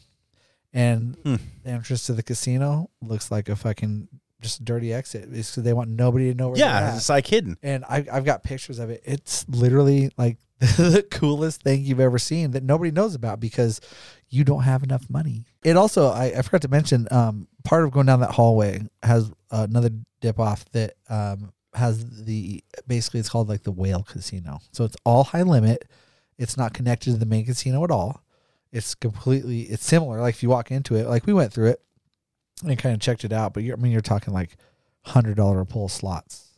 Speaker 5: and
Speaker 4: Hmm.
Speaker 5: the entrance to the casino looks like a fucking just dirty exit. It's 'cause they want nobody to know where. they're
Speaker 4: yeah,
Speaker 5: at
Speaker 4: it's like hidden.
Speaker 5: and I, I've got pictures of it. It's literally like the coolest thing you've ever seen that nobody knows about because you don't have enough money. It also, I, I forgot to mention, um, part of going down that hallway has another dip off that um, has the basically it's called like the whale casino. So it's all high limit. It's not connected to the main casino at all. It's completely it's similar. Like if you walk into it, like we went through it and kind of checked it out, but you're, I mean you're talking like hundred dollar pull slots.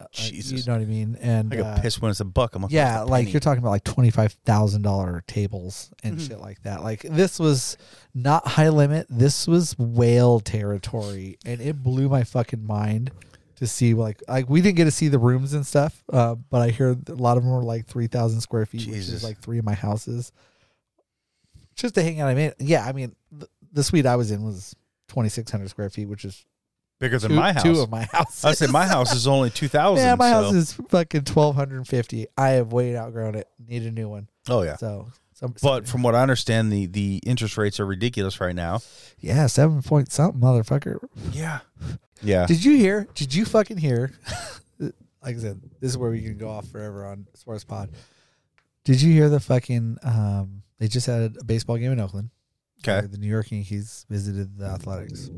Speaker 5: Uh, like,
Speaker 4: Jesus.
Speaker 5: you know what I mean? And
Speaker 4: I got
Speaker 5: uh,
Speaker 4: pissed when it's a buck. I'm like,
Speaker 5: yeah,
Speaker 4: "What's a
Speaker 5: like
Speaker 4: penny?"
Speaker 5: you're talking about like twenty five thousand dollar tables and
Speaker 4: Mhm.
Speaker 5: shit like that. Like this was not high limit. This was whale territory, and it blew my fucking mind to see like like we didn't get to see the rooms and stuff, uh, but I hear a lot of them were like three thousand square feet, which
Speaker 4: Jesus.
Speaker 5: is like three of my houses. Just to hang out, I mean, yeah, I mean, th- the suite I was in was twenty six hundred square feet, which is
Speaker 4: bigger than
Speaker 5: two,
Speaker 4: my house.
Speaker 5: two of my houses.
Speaker 4: I said my house is only two thousand.
Speaker 5: Yeah, my
Speaker 4: so.
Speaker 5: house is fucking twelve hundred and fifty. I have way outgrown it. Need a new one.
Speaker 4: Oh yeah.
Speaker 5: So, some,
Speaker 4: But from what I understand, the the interest rates are ridiculous right now.
Speaker 5: yeah, seven point something, motherfucker.
Speaker 4: Yeah. Yeah.
Speaker 5: Did you hear? Did you fucking hear? like I said, this is where we can go off forever on Sports Pod. Did you hear the fucking? Um, they just had a baseball game in Oakland.
Speaker 4: Okay.
Speaker 5: where The New York Yankees visited the Athletics.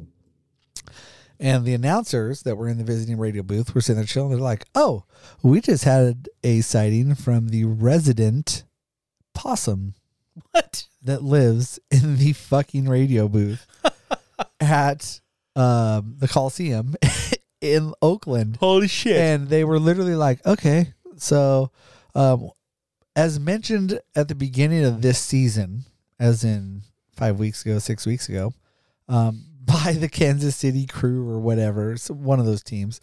Speaker 5: And the announcers that were in the visiting radio booth were sitting there chilling. They're like, oh, we just had a sighting from the resident possum. What? That lives in the fucking radio booth at um, the Coliseum in Oakland.
Speaker 4: Holy shit.
Speaker 5: And they were literally like, okay, so um, as mentioned at the beginning of this season, as in five weeks ago, six weeks ago, um, by the Kansas City crew or whatever, it's one of those teams.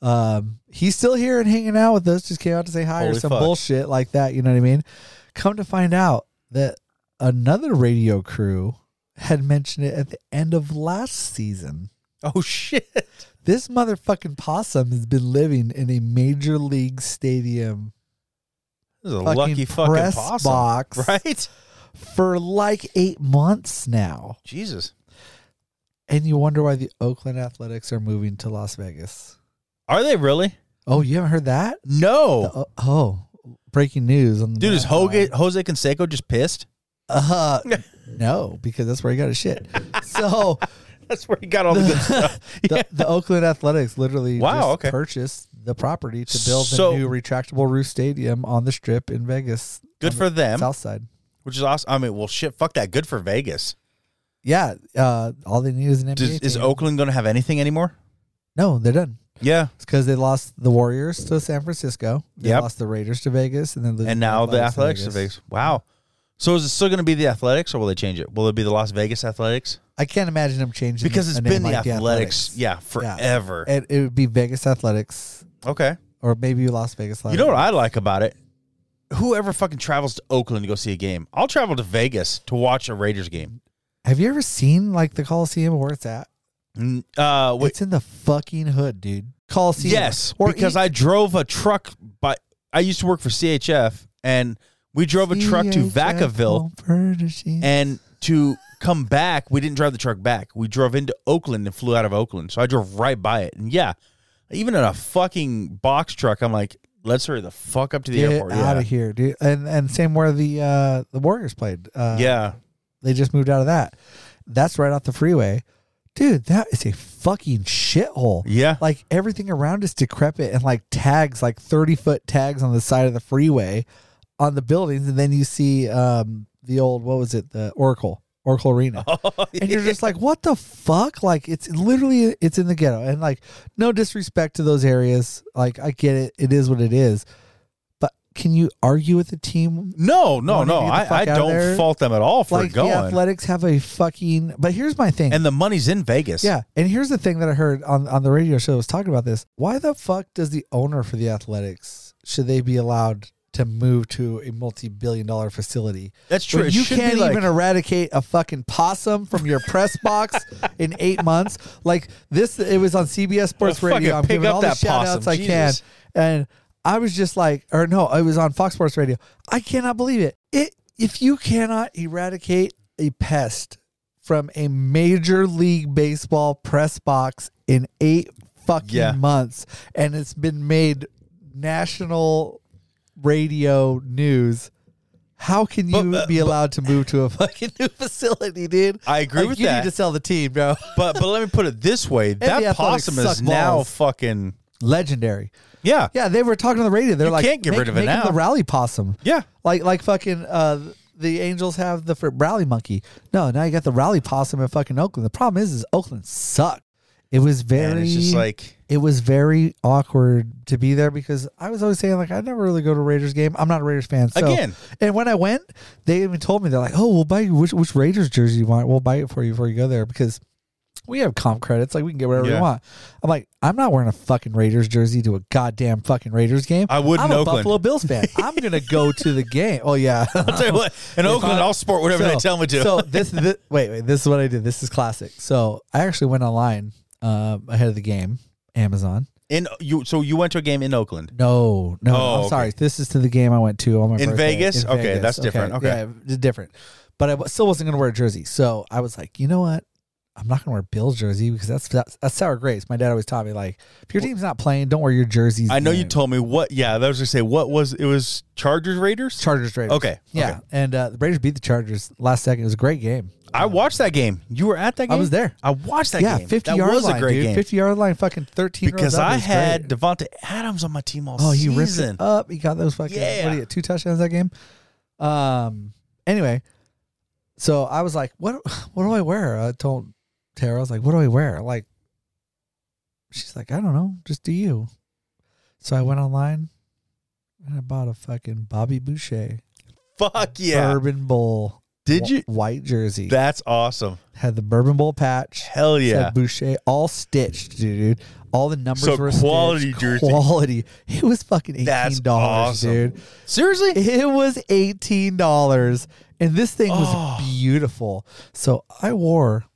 Speaker 5: Um, he's still here and hanging out with us, just came out to say hi or
Speaker 4: Holy
Speaker 5: some
Speaker 4: fuck.
Speaker 5: bullshit like that. You know what I mean? Come to find out that another radio crew had mentioned it at the end of last season.
Speaker 4: oh shit.
Speaker 5: This motherfucking possum has been living in a major league stadium
Speaker 4: This is a
Speaker 5: fucking
Speaker 4: lucky fucking
Speaker 5: press
Speaker 4: possum.
Speaker 5: box
Speaker 4: Right?
Speaker 5: for like eight months now.
Speaker 4: Jesus.
Speaker 5: And you wonder why the Oakland Athletics are moving to Las Vegas.
Speaker 4: Are they really?
Speaker 5: Oh, you haven't heard that?
Speaker 4: No.
Speaker 5: The- oh, breaking news on the
Speaker 4: Dude, is
Speaker 5: Mad
Speaker 4: Jose,
Speaker 5: Dog.
Speaker 4: Jose Canseco just pissed?
Speaker 5: Uh, no, because that's where he got his shit. So
Speaker 4: That's where he got all the good stuff. Yeah.
Speaker 5: the, the Oakland Athletics literally
Speaker 4: Wow,
Speaker 5: just
Speaker 4: okay.
Speaker 5: purchased the property to build
Speaker 4: So-
Speaker 5: the new retractable roof stadium on the strip in Vegas.
Speaker 4: Good
Speaker 5: on
Speaker 4: for
Speaker 5: the
Speaker 4: them,
Speaker 5: South side.
Speaker 4: which is awesome. I mean, well, shit, fuck that. Good for Vegas.
Speaker 5: Yeah, uh, all they need is an NBA.
Speaker 4: Does, is
Speaker 5: team.
Speaker 4: Oakland going to have anything anymore?
Speaker 5: No, they're done.
Speaker 4: Yeah.
Speaker 5: It's because they lost the Warriors to San Francisco. They
Speaker 4: Yep.
Speaker 5: lost the Raiders to Vegas, and then losing
Speaker 4: And now the Athletics to Vegas. Wow. So is it still going to be the Athletics or will they change it? Will it be the Las Vegas Athletics?
Speaker 5: I can't imagine them changing
Speaker 4: Because
Speaker 5: a
Speaker 4: it's
Speaker 5: name
Speaker 4: been the
Speaker 5: like
Speaker 4: Athletics, yeah, forever.
Speaker 5: It, it would be Vegas Athletics,
Speaker 4: Okay.
Speaker 5: or maybe you Las Vegas.
Speaker 4: You know what I like about it? Whoever fucking travels to Oakland to go see a game, I'll travel to Vegas to watch a Raiders game.
Speaker 5: Have you ever seen like the Coliseum where it's at?
Speaker 4: Mm, Uh, wait,
Speaker 5: It's e in the fucking hood, dude. Coliseum.
Speaker 4: yes, because I drove a truck by. I used to work for CHF, and we drove a truck to
Speaker 5: oh,
Speaker 4: Vacaville, and to come back, we didn't drive the truck back. We drove into Oakland and flew out of Oakland, so I drove right by it. And yeah, even in a fucking box truck, I'm like, let's hurry the fuck up to the
Speaker 5: Get
Speaker 4: airport.
Speaker 5: out
Speaker 4: Yeah.
Speaker 5: of here, dude. And and same where the uh the Warriors played. Uh,
Speaker 4: yeah,
Speaker 5: they just moved out of that. That's right off the freeway, dude. That is a fucking shithole.
Speaker 4: yeah.
Speaker 5: Like everything around is decrepit and like tags, like thirty foot tags on the side of the freeway, on the buildings, and then you see um the old what was it the Oracle Oracle Arena.
Speaker 4: Oh,
Speaker 5: and you're just like what the fuck like it's literally it's in the ghetto and like no disrespect to those areas like i get it it is what it is but can you argue with the team
Speaker 4: no, no,
Speaker 5: wanting to get
Speaker 4: no.
Speaker 5: the
Speaker 4: I, I
Speaker 5: fuck out of
Speaker 4: don't
Speaker 5: there.
Speaker 4: fault them at all for
Speaker 5: like
Speaker 4: going.
Speaker 5: the athletics have a fucking but here's my thing
Speaker 4: and the money's in Vegas.
Speaker 5: yeah and here's the thing that i heard on on the radio show that was talking about this why the fuck does the owner for the athletics should they be allowed to move to a multi-billion dollar facility
Speaker 4: that's true.
Speaker 5: When
Speaker 4: It
Speaker 5: you
Speaker 4: should be
Speaker 5: can't
Speaker 4: like-
Speaker 5: even eradicate a fucking possum from your press box in eight months. Like this, it was on CBS Sports
Speaker 4: Well, fucking
Speaker 5: Radio. I'm
Speaker 4: pick
Speaker 5: giving
Speaker 4: up
Speaker 5: all the
Speaker 4: that
Speaker 5: shout
Speaker 4: possum,
Speaker 5: outs I can.
Speaker 4: Jesus.
Speaker 5: And I was just like, or no, it was on Fox Sports Radio. I cannot believe it. It if you cannot eradicate a pest from a major league baseball press box in eight fucking
Speaker 4: Yeah.
Speaker 5: months, and it's been made national radio news. How can
Speaker 4: But- uh,
Speaker 5: you
Speaker 4: but-
Speaker 5: be allowed to move to a fucking new facility, dude?
Speaker 4: I agree
Speaker 5: Like,
Speaker 4: with
Speaker 5: you
Speaker 4: that.
Speaker 5: need to sell the team, bro.
Speaker 4: but but let me put it this way: that
Speaker 5: the Athletics
Speaker 4: possum
Speaker 5: suck
Speaker 4: is now
Speaker 5: balls.
Speaker 4: fucking
Speaker 5: Legendary.
Speaker 4: yeah
Speaker 5: Yeah, they were talking on the radio. They're
Speaker 4: You
Speaker 5: like,
Speaker 4: can't get
Speaker 5: "Make-
Speaker 4: rid of it
Speaker 5: make him
Speaker 4: now."
Speaker 5: The rally possum,
Speaker 4: yeah.
Speaker 5: like like fucking uh, the Angels have the fr- rally monkey. No, now you got the rally possum in fucking Oakland. The problem is, is Oakland sucked. It was very.
Speaker 4: and it's just like
Speaker 5: it was very awkward to be there because I was always saying like I never really go to a Raiders game. I'm not a Raiders fan. So.
Speaker 4: Again.
Speaker 5: and when I went, they even told me they're like, "Oh, we'll buy you which which Raiders jersey you want. We'll buy it for you before you go there because we have comp credits. Like we can get whatever
Speaker 4: Yeah.
Speaker 5: we want." I'm like, I'm not wearing a fucking Raiders jersey to a goddamn fucking Raiders game.
Speaker 4: I would
Speaker 5: I'm
Speaker 4: in
Speaker 5: a
Speaker 4: Oakland.
Speaker 5: Buffalo Bills fan. I'm gonna go to the game. Oh yeah,
Speaker 4: I'll tell you what, in
Speaker 5: If
Speaker 4: Oakland,
Speaker 5: I-
Speaker 4: I, will sport whatever
Speaker 5: so-
Speaker 4: they tell me to.
Speaker 5: So this, this wait, wait, this is what I did. This is classic. So I actually went online um, ahead of the game, Amazon.
Speaker 4: in you, so you went to a game in Oakland.
Speaker 5: No, no,
Speaker 4: Oh,
Speaker 5: I'm
Speaker 4: okay.
Speaker 5: sorry. This is to the game I went to on my
Speaker 4: In
Speaker 5: birthday.
Speaker 4: Vegas? Okay, that's different. Okay.
Speaker 5: yeah, it's different. But I w- still wasn't gonna wear a jersey, so I was like, you know what? I'm not gonna wear Bill's jersey because that's that's, that's sour grapes. My dad always taught me like, if your team's not playing, don't wear your jerseys.
Speaker 4: I know you
Speaker 5: told.
Speaker 4: told me what. Yeah, I was gonna say what was it was Chargers Raiders.
Speaker 5: Chargers Raiders.
Speaker 4: Okay,
Speaker 5: Yeah.
Speaker 4: okay.
Speaker 5: And uh, the Raiders beat the Chargers last second. It was a great game.
Speaker 4: I watched that game. You were at that
Speaker 5: I
Speaker 4: game.
Speaker 5: was there.
Speaker 4: I watched that
Speaker 5: yeah,
Speaker 4: game.
Speaker 5: 50
Speaker 4: that
Speaker 5: yard
Speaker 4: was
Speaker 5: line.
Speaker 4: a great
Speaker 5: dude.
Speaker 4: game
Speaker 5: 50 yard line, fucking 13 rows
Speaker 4: because
Speaker 5: up. It
Speaker 4: I
Speaker 5: was
Speaker 4: had
Speaker 5: great.
Speaker 4: Devonte Adams on my team all
Speaker 5: Oh, he ripped
Speaker 4: season.
Speaker 5: it up. He got those fucking what
Speaker 4: Yeah.
Speaker 5: do you get, two touchdowns that game. Um. Anyway, so I was like, what What do I wear? I told Tara, I was like, what do I wear? Like, she's like, I don't know. Just do you. So I went online and I bought a fucking Bobby Boucher
Speaker 4: Fuck yeah!
Speaker 5: Bourbon Bowl.
Speaker 4: Did
Speaker 5: wh-
Speaker 4: you?
Speaker 5: white jersey?
Speaker 4: That's awesome.
Speaker 5: had the bourbon bowl patch.
Speaker 4: Hell yeah!
Speaker 5: Said Boucher, all stitched, dude. All the numbers
Speaker 4: So
Speaker 5: were
Speaker 4: quality
Speaker 5: stitched.
Speaker 4: jersey.
Speaker 5: Quality. It was fucking eighteen
Speaker 4: That's
Speaker 5: dollars,
Speaker 4: awesome.
Speaker 5: dude.
Speaker 4: Seriously?
Speaker 5: It was eighteen dollars, and this thing was
Speaker 4: Oh.
Speaker 5: beautiful. So I wore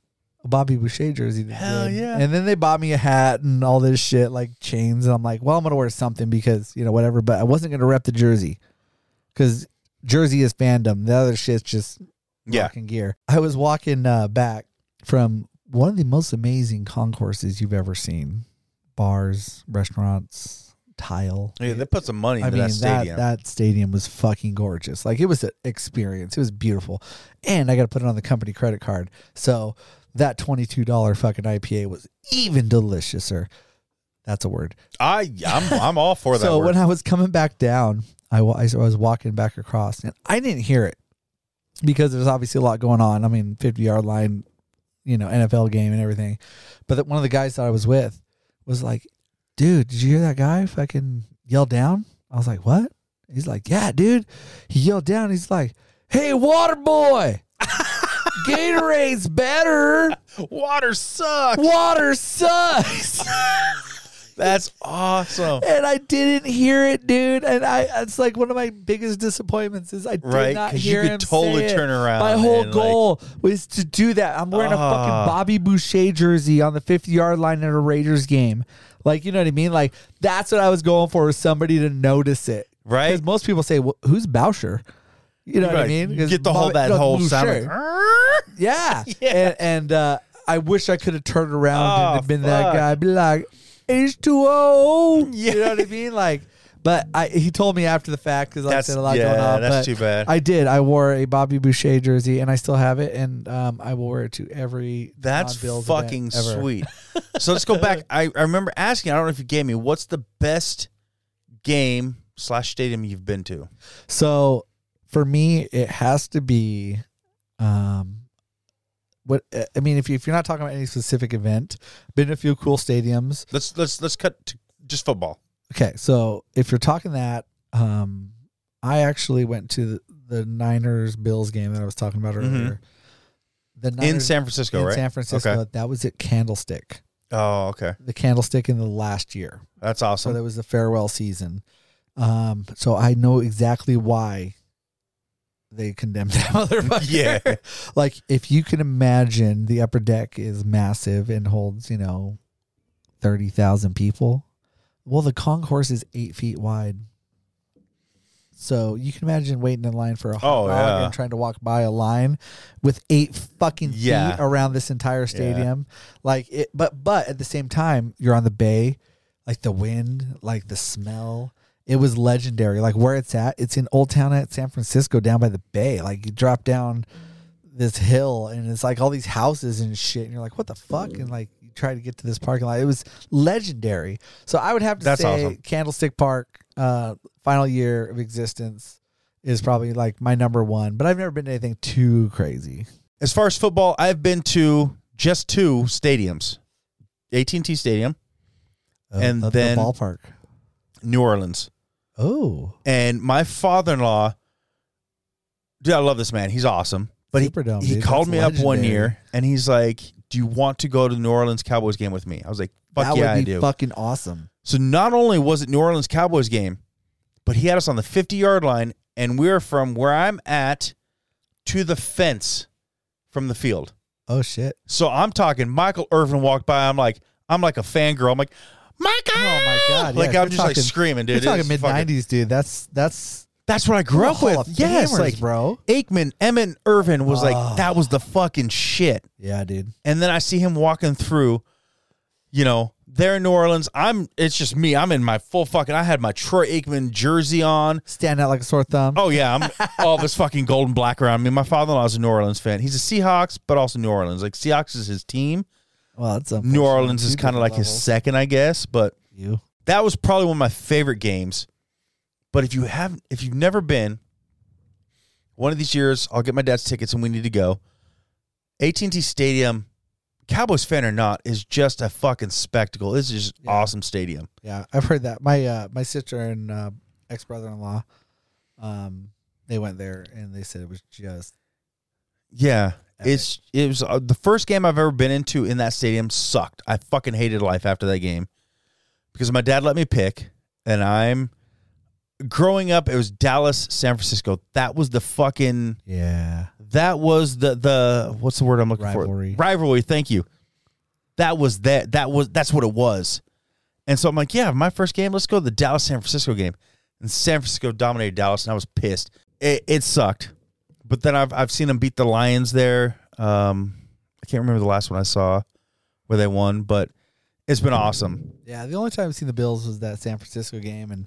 Speaker 5: a Bobby Boucher jersey. That
Speaker 4: Hell
Speaker 5: day.
Speaker 4: yeah.
Speaker 5: And then they bought me a hat and all this shit, like chains. And I'm like, well, I'm gonna wear something because you know whatever. But I wasn't gonna rep the jersey because jersey is fandom. The other shit's just
Speaker 4: Yeah.
Speaker 5: rocking gear. I was walking uh, back from one of the most amazing concourses you've ever seen bars, restaurants, tile.
Speaker 4: Yeah, they put some money
Speaker 5: I
Speaker 4: into
Speaker 5: mean,
Speaker 4: that
Speaker 5: that
Speaker 4: stadium.
Speaker 5: that, stadium was fucking gorgeous. Like, it was an experience. It was beautiful. And I got to put it on the company credit card. So that $22 fucking IPA was even deliciouser. That's a word
Speaker 4: I I'm I'm all for that.
Speaker 5: so
Speaker 4: word.
Speaker 5: when I was coming back down, I, wa- I was walking back across, and I didn't hear it because there's obviously a lot going on. I mean, 50 yard line, you know, NFL game and everything. But that one of the guys that I was with was like, "Dude, did you hear that guy fucking yell down?" I was like, "What?" He's like, "Yeah, dude." He yelled down. He's like, "Hey, water boy." Gatorade's better.
Speaker 4: Water sucks.
Speaker 5: Water sucks.
Speaker 4: That's awesome.
Speaker 5: and I didn't hear it, dude. And I it's like one of my biggest disappointments is I did
Speaker 4: Right,
Speaker 5: not
Speaker 4: 'cause you
Speaker 5: hear
Speaker 4: could
Speaker 5: him
Speaker 4: totally
Speaker 5: say it.
Speaker 4: turn around
Speaker 5: My whole
Speaker 4: and, like-
Speaker 5: goal was to do that. I'm wearing a
Speaker 4: Ah.
Speaker 5: fucking Bobby Boucher jersey on the 50 yard line at a Raiders game. Like you know what I mean? Like that's what I was going for was somebody to notice it,
Speaker 4: Right.
Speaker 5: Because most people say, well, "Who's Boucher?" You know what I
Speaker 4: Right.
Speaker 5: mean? 'Cause
Speaker 4: Get the whole
Speaker 5: Bobby-
Speaker 4: that
Speaker 5: no,
Speaker 4: whole sound.
Speaker 5: Boucher.
Speaker 4: like,
Speaker 5: Yeah. And, and uh, I wish I could have turned around
Speaker 4: Oh,
Speaker 5: and been that
Speaker 4: fuck.
Speaker 5: guy. Be like, H2O. You know what I mean? Like, but I, he told me after the fact because I
Speaker 4: That's-
Speaker 5: said a lot
Speaker 4: yeah,
Speaker 5: going on.
Speaker 4: that's
Speaker 5: but
Speaker 4: too bad.
Speaker 5: I did. I wore a Bobby Boucher jersey and I still have it, and um, I will wear it to every.
Speaker 4: That's
Speaker 5: non-Bills event
Speaker 4: fucking
Speaker 5: ever.
Speaker 4: sweet. so let's go back. I, I remember asking, I don't know if you gave me, what's the best game slash stadium you've been to?
Speaker 5: So for me, it has to be, um, what I mean. If you, if you're not talking about any specific event, been to a few cool stadiums.
Speaker 4: Let's let's let's cut to just football.
Speaker 5: Okay, so if you're talking that, um, I actually went to the, the Niners Bills game that I was talking about earlier. The
Speaker 4: Mm-hmm. in San Francisco,
Speaker 5: in
Speaker 4: right?
Speaker 5: San Francisco,
Speaker 4: Okay.
Speaker 5: that was at Candlestick,
Speaker 4: Oh, okay.
Speaker 5: the Candlestick in the last year.
Speaker 4: That's
Speaker 5: So
Speaker 4: awesome.
Speaker 5: that was the farewell season. Um, so I know exactly why they condemned that motherfucker.
Speaker 4: Yeah.
Speaker 5: like if you can imagine, the upper deck is massive and holds you know thirty thousand people. Well, the concourse is eight feet wide. So you can imagine waiting in line for a hot
Speaker 4: Oh,
Speaker 5: dog
Speaker 4: yeah.
Speaker 5: and trying to walk by a line with eight fucking
Speaker 4: Yeah.
Speaker 5: feet around this entire
Speaker 4: Yeah.
Speaker 5: stadium. Like it, but but at the same time, you're on the bay like the wind, like the smell. It was legendary. Like where it's at, it's in Old Town at San Francisco, down by the bay. Like you drop down this hill, and it's like all these houses and shit. And you're like, what the fuck? And like you try to get to this parking lot. It was legendary. So I would have to
Speaker 4: That's
Speaker 5: say
Speaker 4: awesome.
Speaker 5: Candlestick Park, uh, final year of existence, is probably like my number one. But I've never been to anything too crazy.
Speaker 4: As far as football, I've been to just two stadiums. AT&T Stadium,
Speaker 5: Uh,
Speaker 4: And
Speaker 5: the-
Speaker 4: then-
Speaker 5: the ballpark.
Speaker 4: New Orleans.
Speaker 5: Oh,
Speaker 4: And my father-in-law Dude, I love this man. He's awesome. But he
Speaker 5: Superdome,
Speaker 4: he
Speaker 5: dude.
Speaker 4: called
Speaker 5: That's
Speaker 4: me up one
Speaker 5: legendary.
Speaker 4: year and he's like, "Do you want to go to the New Orleans Cowboys game with me?" I was like, "Fuck
Speaker 5: that
Speaker 4: yeah,
Speaker 5: would
Speaker 4: I
Speaker 5: be
Speaker 4: do."
Speaker 5: fucking awesome.
Speaker 4: so not only was it New Orleans Cowboys game, but he had us on the 50-yard line and we are from where I'm at to the fence from the field.
Speaker 5: Oh shit.
Speaker 4: So I'm talking Michael Irvin walked by. I'm like, I'm like a fangirl. I'm like, Michael!
Speaker 5: Oh my god!
Speaker 4: Like
Speaker 5: yeah,
Speaker 4: I'm
Speaker 5: you're
Speaker 4: just like
Speaker 5: talking-
Speaker 4: screaming, dude.
Speaker 5: You're talking
Speaker 4: It's
Speaker 5: mid
Speaker 4: fucking-
Speaker 5: nineties, dude. That's that's
Speaker 4: That's what I grew up
Speaker 5: Hall
Speaker 4: with.
Speaker 5: of
Speaker 4: Yes,
Speaker 5: Famers,
Speaker 4: like
Speaker 5: bro.
Speaker 4: Aikman, Emmett Irvin was
Speaker 5: Oh.
Speaker 4: like that was the fucking shit.
Speaker 5: Yeah, dude.
Speaker 4: And then I see him walking through, you know, there in New Orleans. I'm it's just me. I'm in my full fucking. I had my Troy Aikman jersey on.
Speaker 5: Stand out like a sore thumb.
Speaker 4: Oh yeah, I'm all this fucking golden black around me. My father-in-law's a New Orleans fan. He's a Seahawks, but also New Orleans. Like Seahawks is his team.
Speaker 5: well, that's
Speaker 4: New Orleans is kind of like his
Speaker 5: his
Speaker 4: second, I guess. But
Speaker 5: You.
Speaker 4: that was probably one of my favorite games. But if you haven't, if you've never been, one of these years I'll get my dad's tickets and we need to go. AT&T Stadium, Cowboys fan or not, is just a fucking spectacle. This is just
Speaker 5: Yeah.
Speaker 4: awesome stadium.
Speaker 5: Yeah, I've heard that. My uh, my sister and uh, ex brother in law, um, they went there and they said it was just
Speaker 4: Yeah,
Speaker 5: Epic.
Speaker 4: it's it was uh, the first game I've ever been into in that stadium. Sucked. I fucking hated life after that game because my dad let me pick, and I'm growing up. It was Dallas, San Francisco. That was the fucking.
Speaker 5: yeah.
Speaker 4: That was the the what's the word I'm looking
Speaker 5: Rivalry.
Speaker 4: for? Rivalry. Thank you. That was that. That was that's what it was. And so I'm like, yeah, my first game. Let's go to the Dallas San Francisco game. And San Francisco dominated Dallas, and I was pissed. It, it sucked. But then I've I've seen them beat the Lions there. Um, I can't remember the last one I saw where they won, but it's been awesome.
Speaker 5: Yeah, the only time I've seen the Bills was that San Francisco game, and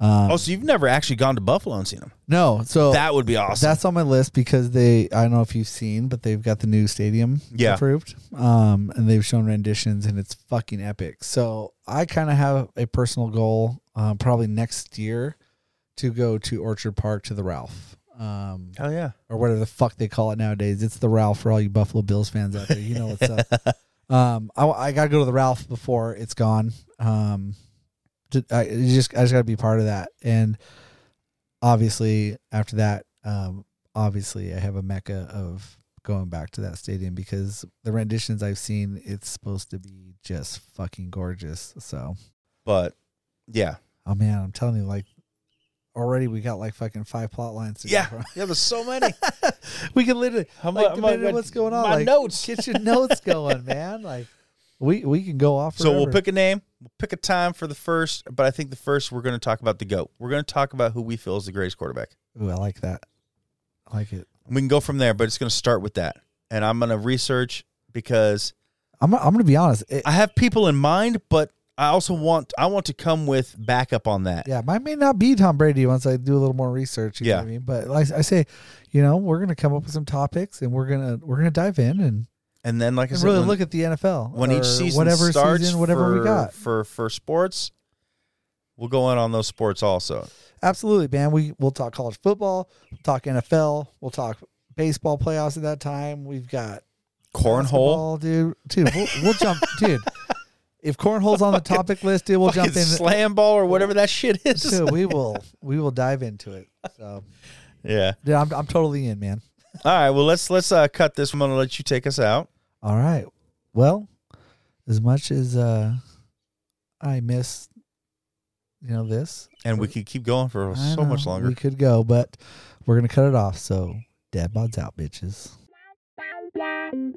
Speaker 5: um,
Speaker 4: Oh, so you've never actually gone to Buffalo and seen them?
Speaker 5: no, so
Speaker 4: that would be awesome.
Speaker 5: Oh, That's on my list because they I don't know if you've seen, but they've got the new stadium
Speaker 4: Yeah.
Speaker 5: approved. Um and they've shown renditions and it's fucking epic. So I kind of have a personal goal um, probably next year to go to Orchard Park to the Ralph. Um
Speaker 4: Hell yeah!
Speaker 5: or whatever the fuck they call it nowadays. It's the Ralph for all you Buffalo Bills fans out there. You know what's up. Um, I, I gotta go to the Ralph before it's gone. Um, to- I you just I just gotta be part of that. And obviously after that, um, obviously I have a mecca of going back to that stadium because the renditions I've seen, it's supposed to be just fucking gorgeous. So
Speaker 4: But yeah,
Speaker 5: Oh man, I'm telling you, like already we got like fucking five plot lines. To go
Speaker 4: yeah,
Speaker 5: from.
Speaker 4: yeah. There's so many.
Speaker 5: we can literally
Speaker 4: How mu-
Speaker 5: like
Speaker 4: how mu-
Speaker 5: depending on what's going on.
Speaker 4: My
Speaker 5: like,
Speaker 4: notes.
Speaker 5: Get your notes going, man. Like we we can go off.
Speaker 4: So we'll
Speaker 5: forever.
Speaker 4: pick a name. We'll pick a time for the first, but I think the first we're going to talk about the goat. We're going to talk about who we feel is the greatest quarterback.
Speaker 5: Ooh, I like that. I like it.
Speaker 4: We can go from there, but it's going to start with that. And I'm going to research because
Speaker 5: I'm I'm gonna be honest. It,
Speaker 4: I have people in mind, but I also want I want to come with backup on that.
Speaker 5: yeah, mine may not be Tom Brady once I do a little more research. You know
Speaker 4: Yeah.
Speaker 5: what I mean, but like I say, you know, we're gonna come up with some topics and we're gonna we're gonna dive in and,
Speaker 4: And then, like I
Speaker 5: and
Speaker 4: said,
Speaker 5: really
Speaker 4: when,
Speaker 5: look at the NFL
Speaker 4: when
Speaker 5: or
Speaker 4: each season
Speaker 5: whatever
Speaker 4: starts,
Speaker 5: season, whatever
Speaker 4: for-
Speaker 5: we got.
Speaker 4: for for sports, we'll go in on those sports also.
Speaker 5: Absolutely, man. We we'll talk college football, we'll talk NFL, we'll talk baseball playoffs at that time. We've got
Speaker 4: Cornhole,
Speaker 5: basketball, dude. Dude, we'll, we'll jump, dude. If cornhole's on the topic list, dude, we'll jump
Speaker 4: fucking
Speaker 5: in.
Speaker 4: slam ball, or whatever that shit is.
Speaker 5: Dude, we will we will dive into it. So,
Speaker 4: yeah.
Speaker 5: dude, I'm I'm totally in, man.
Speaker 4: All right. Well, let's let's uh, cut this. I'm going to let you take us out.
Speaker 5: All right. Well, as much as uh I miss, you know, this,
Speaker 4: And we could keep going for
Speaker 5: I
Speaker 4: so much
Speaker 5: know,
Speaker 4: longer.
Speaker 5: We could go, but we're gonna cut it off. So, dad bods out, bitches.
Speaker 2: Bye.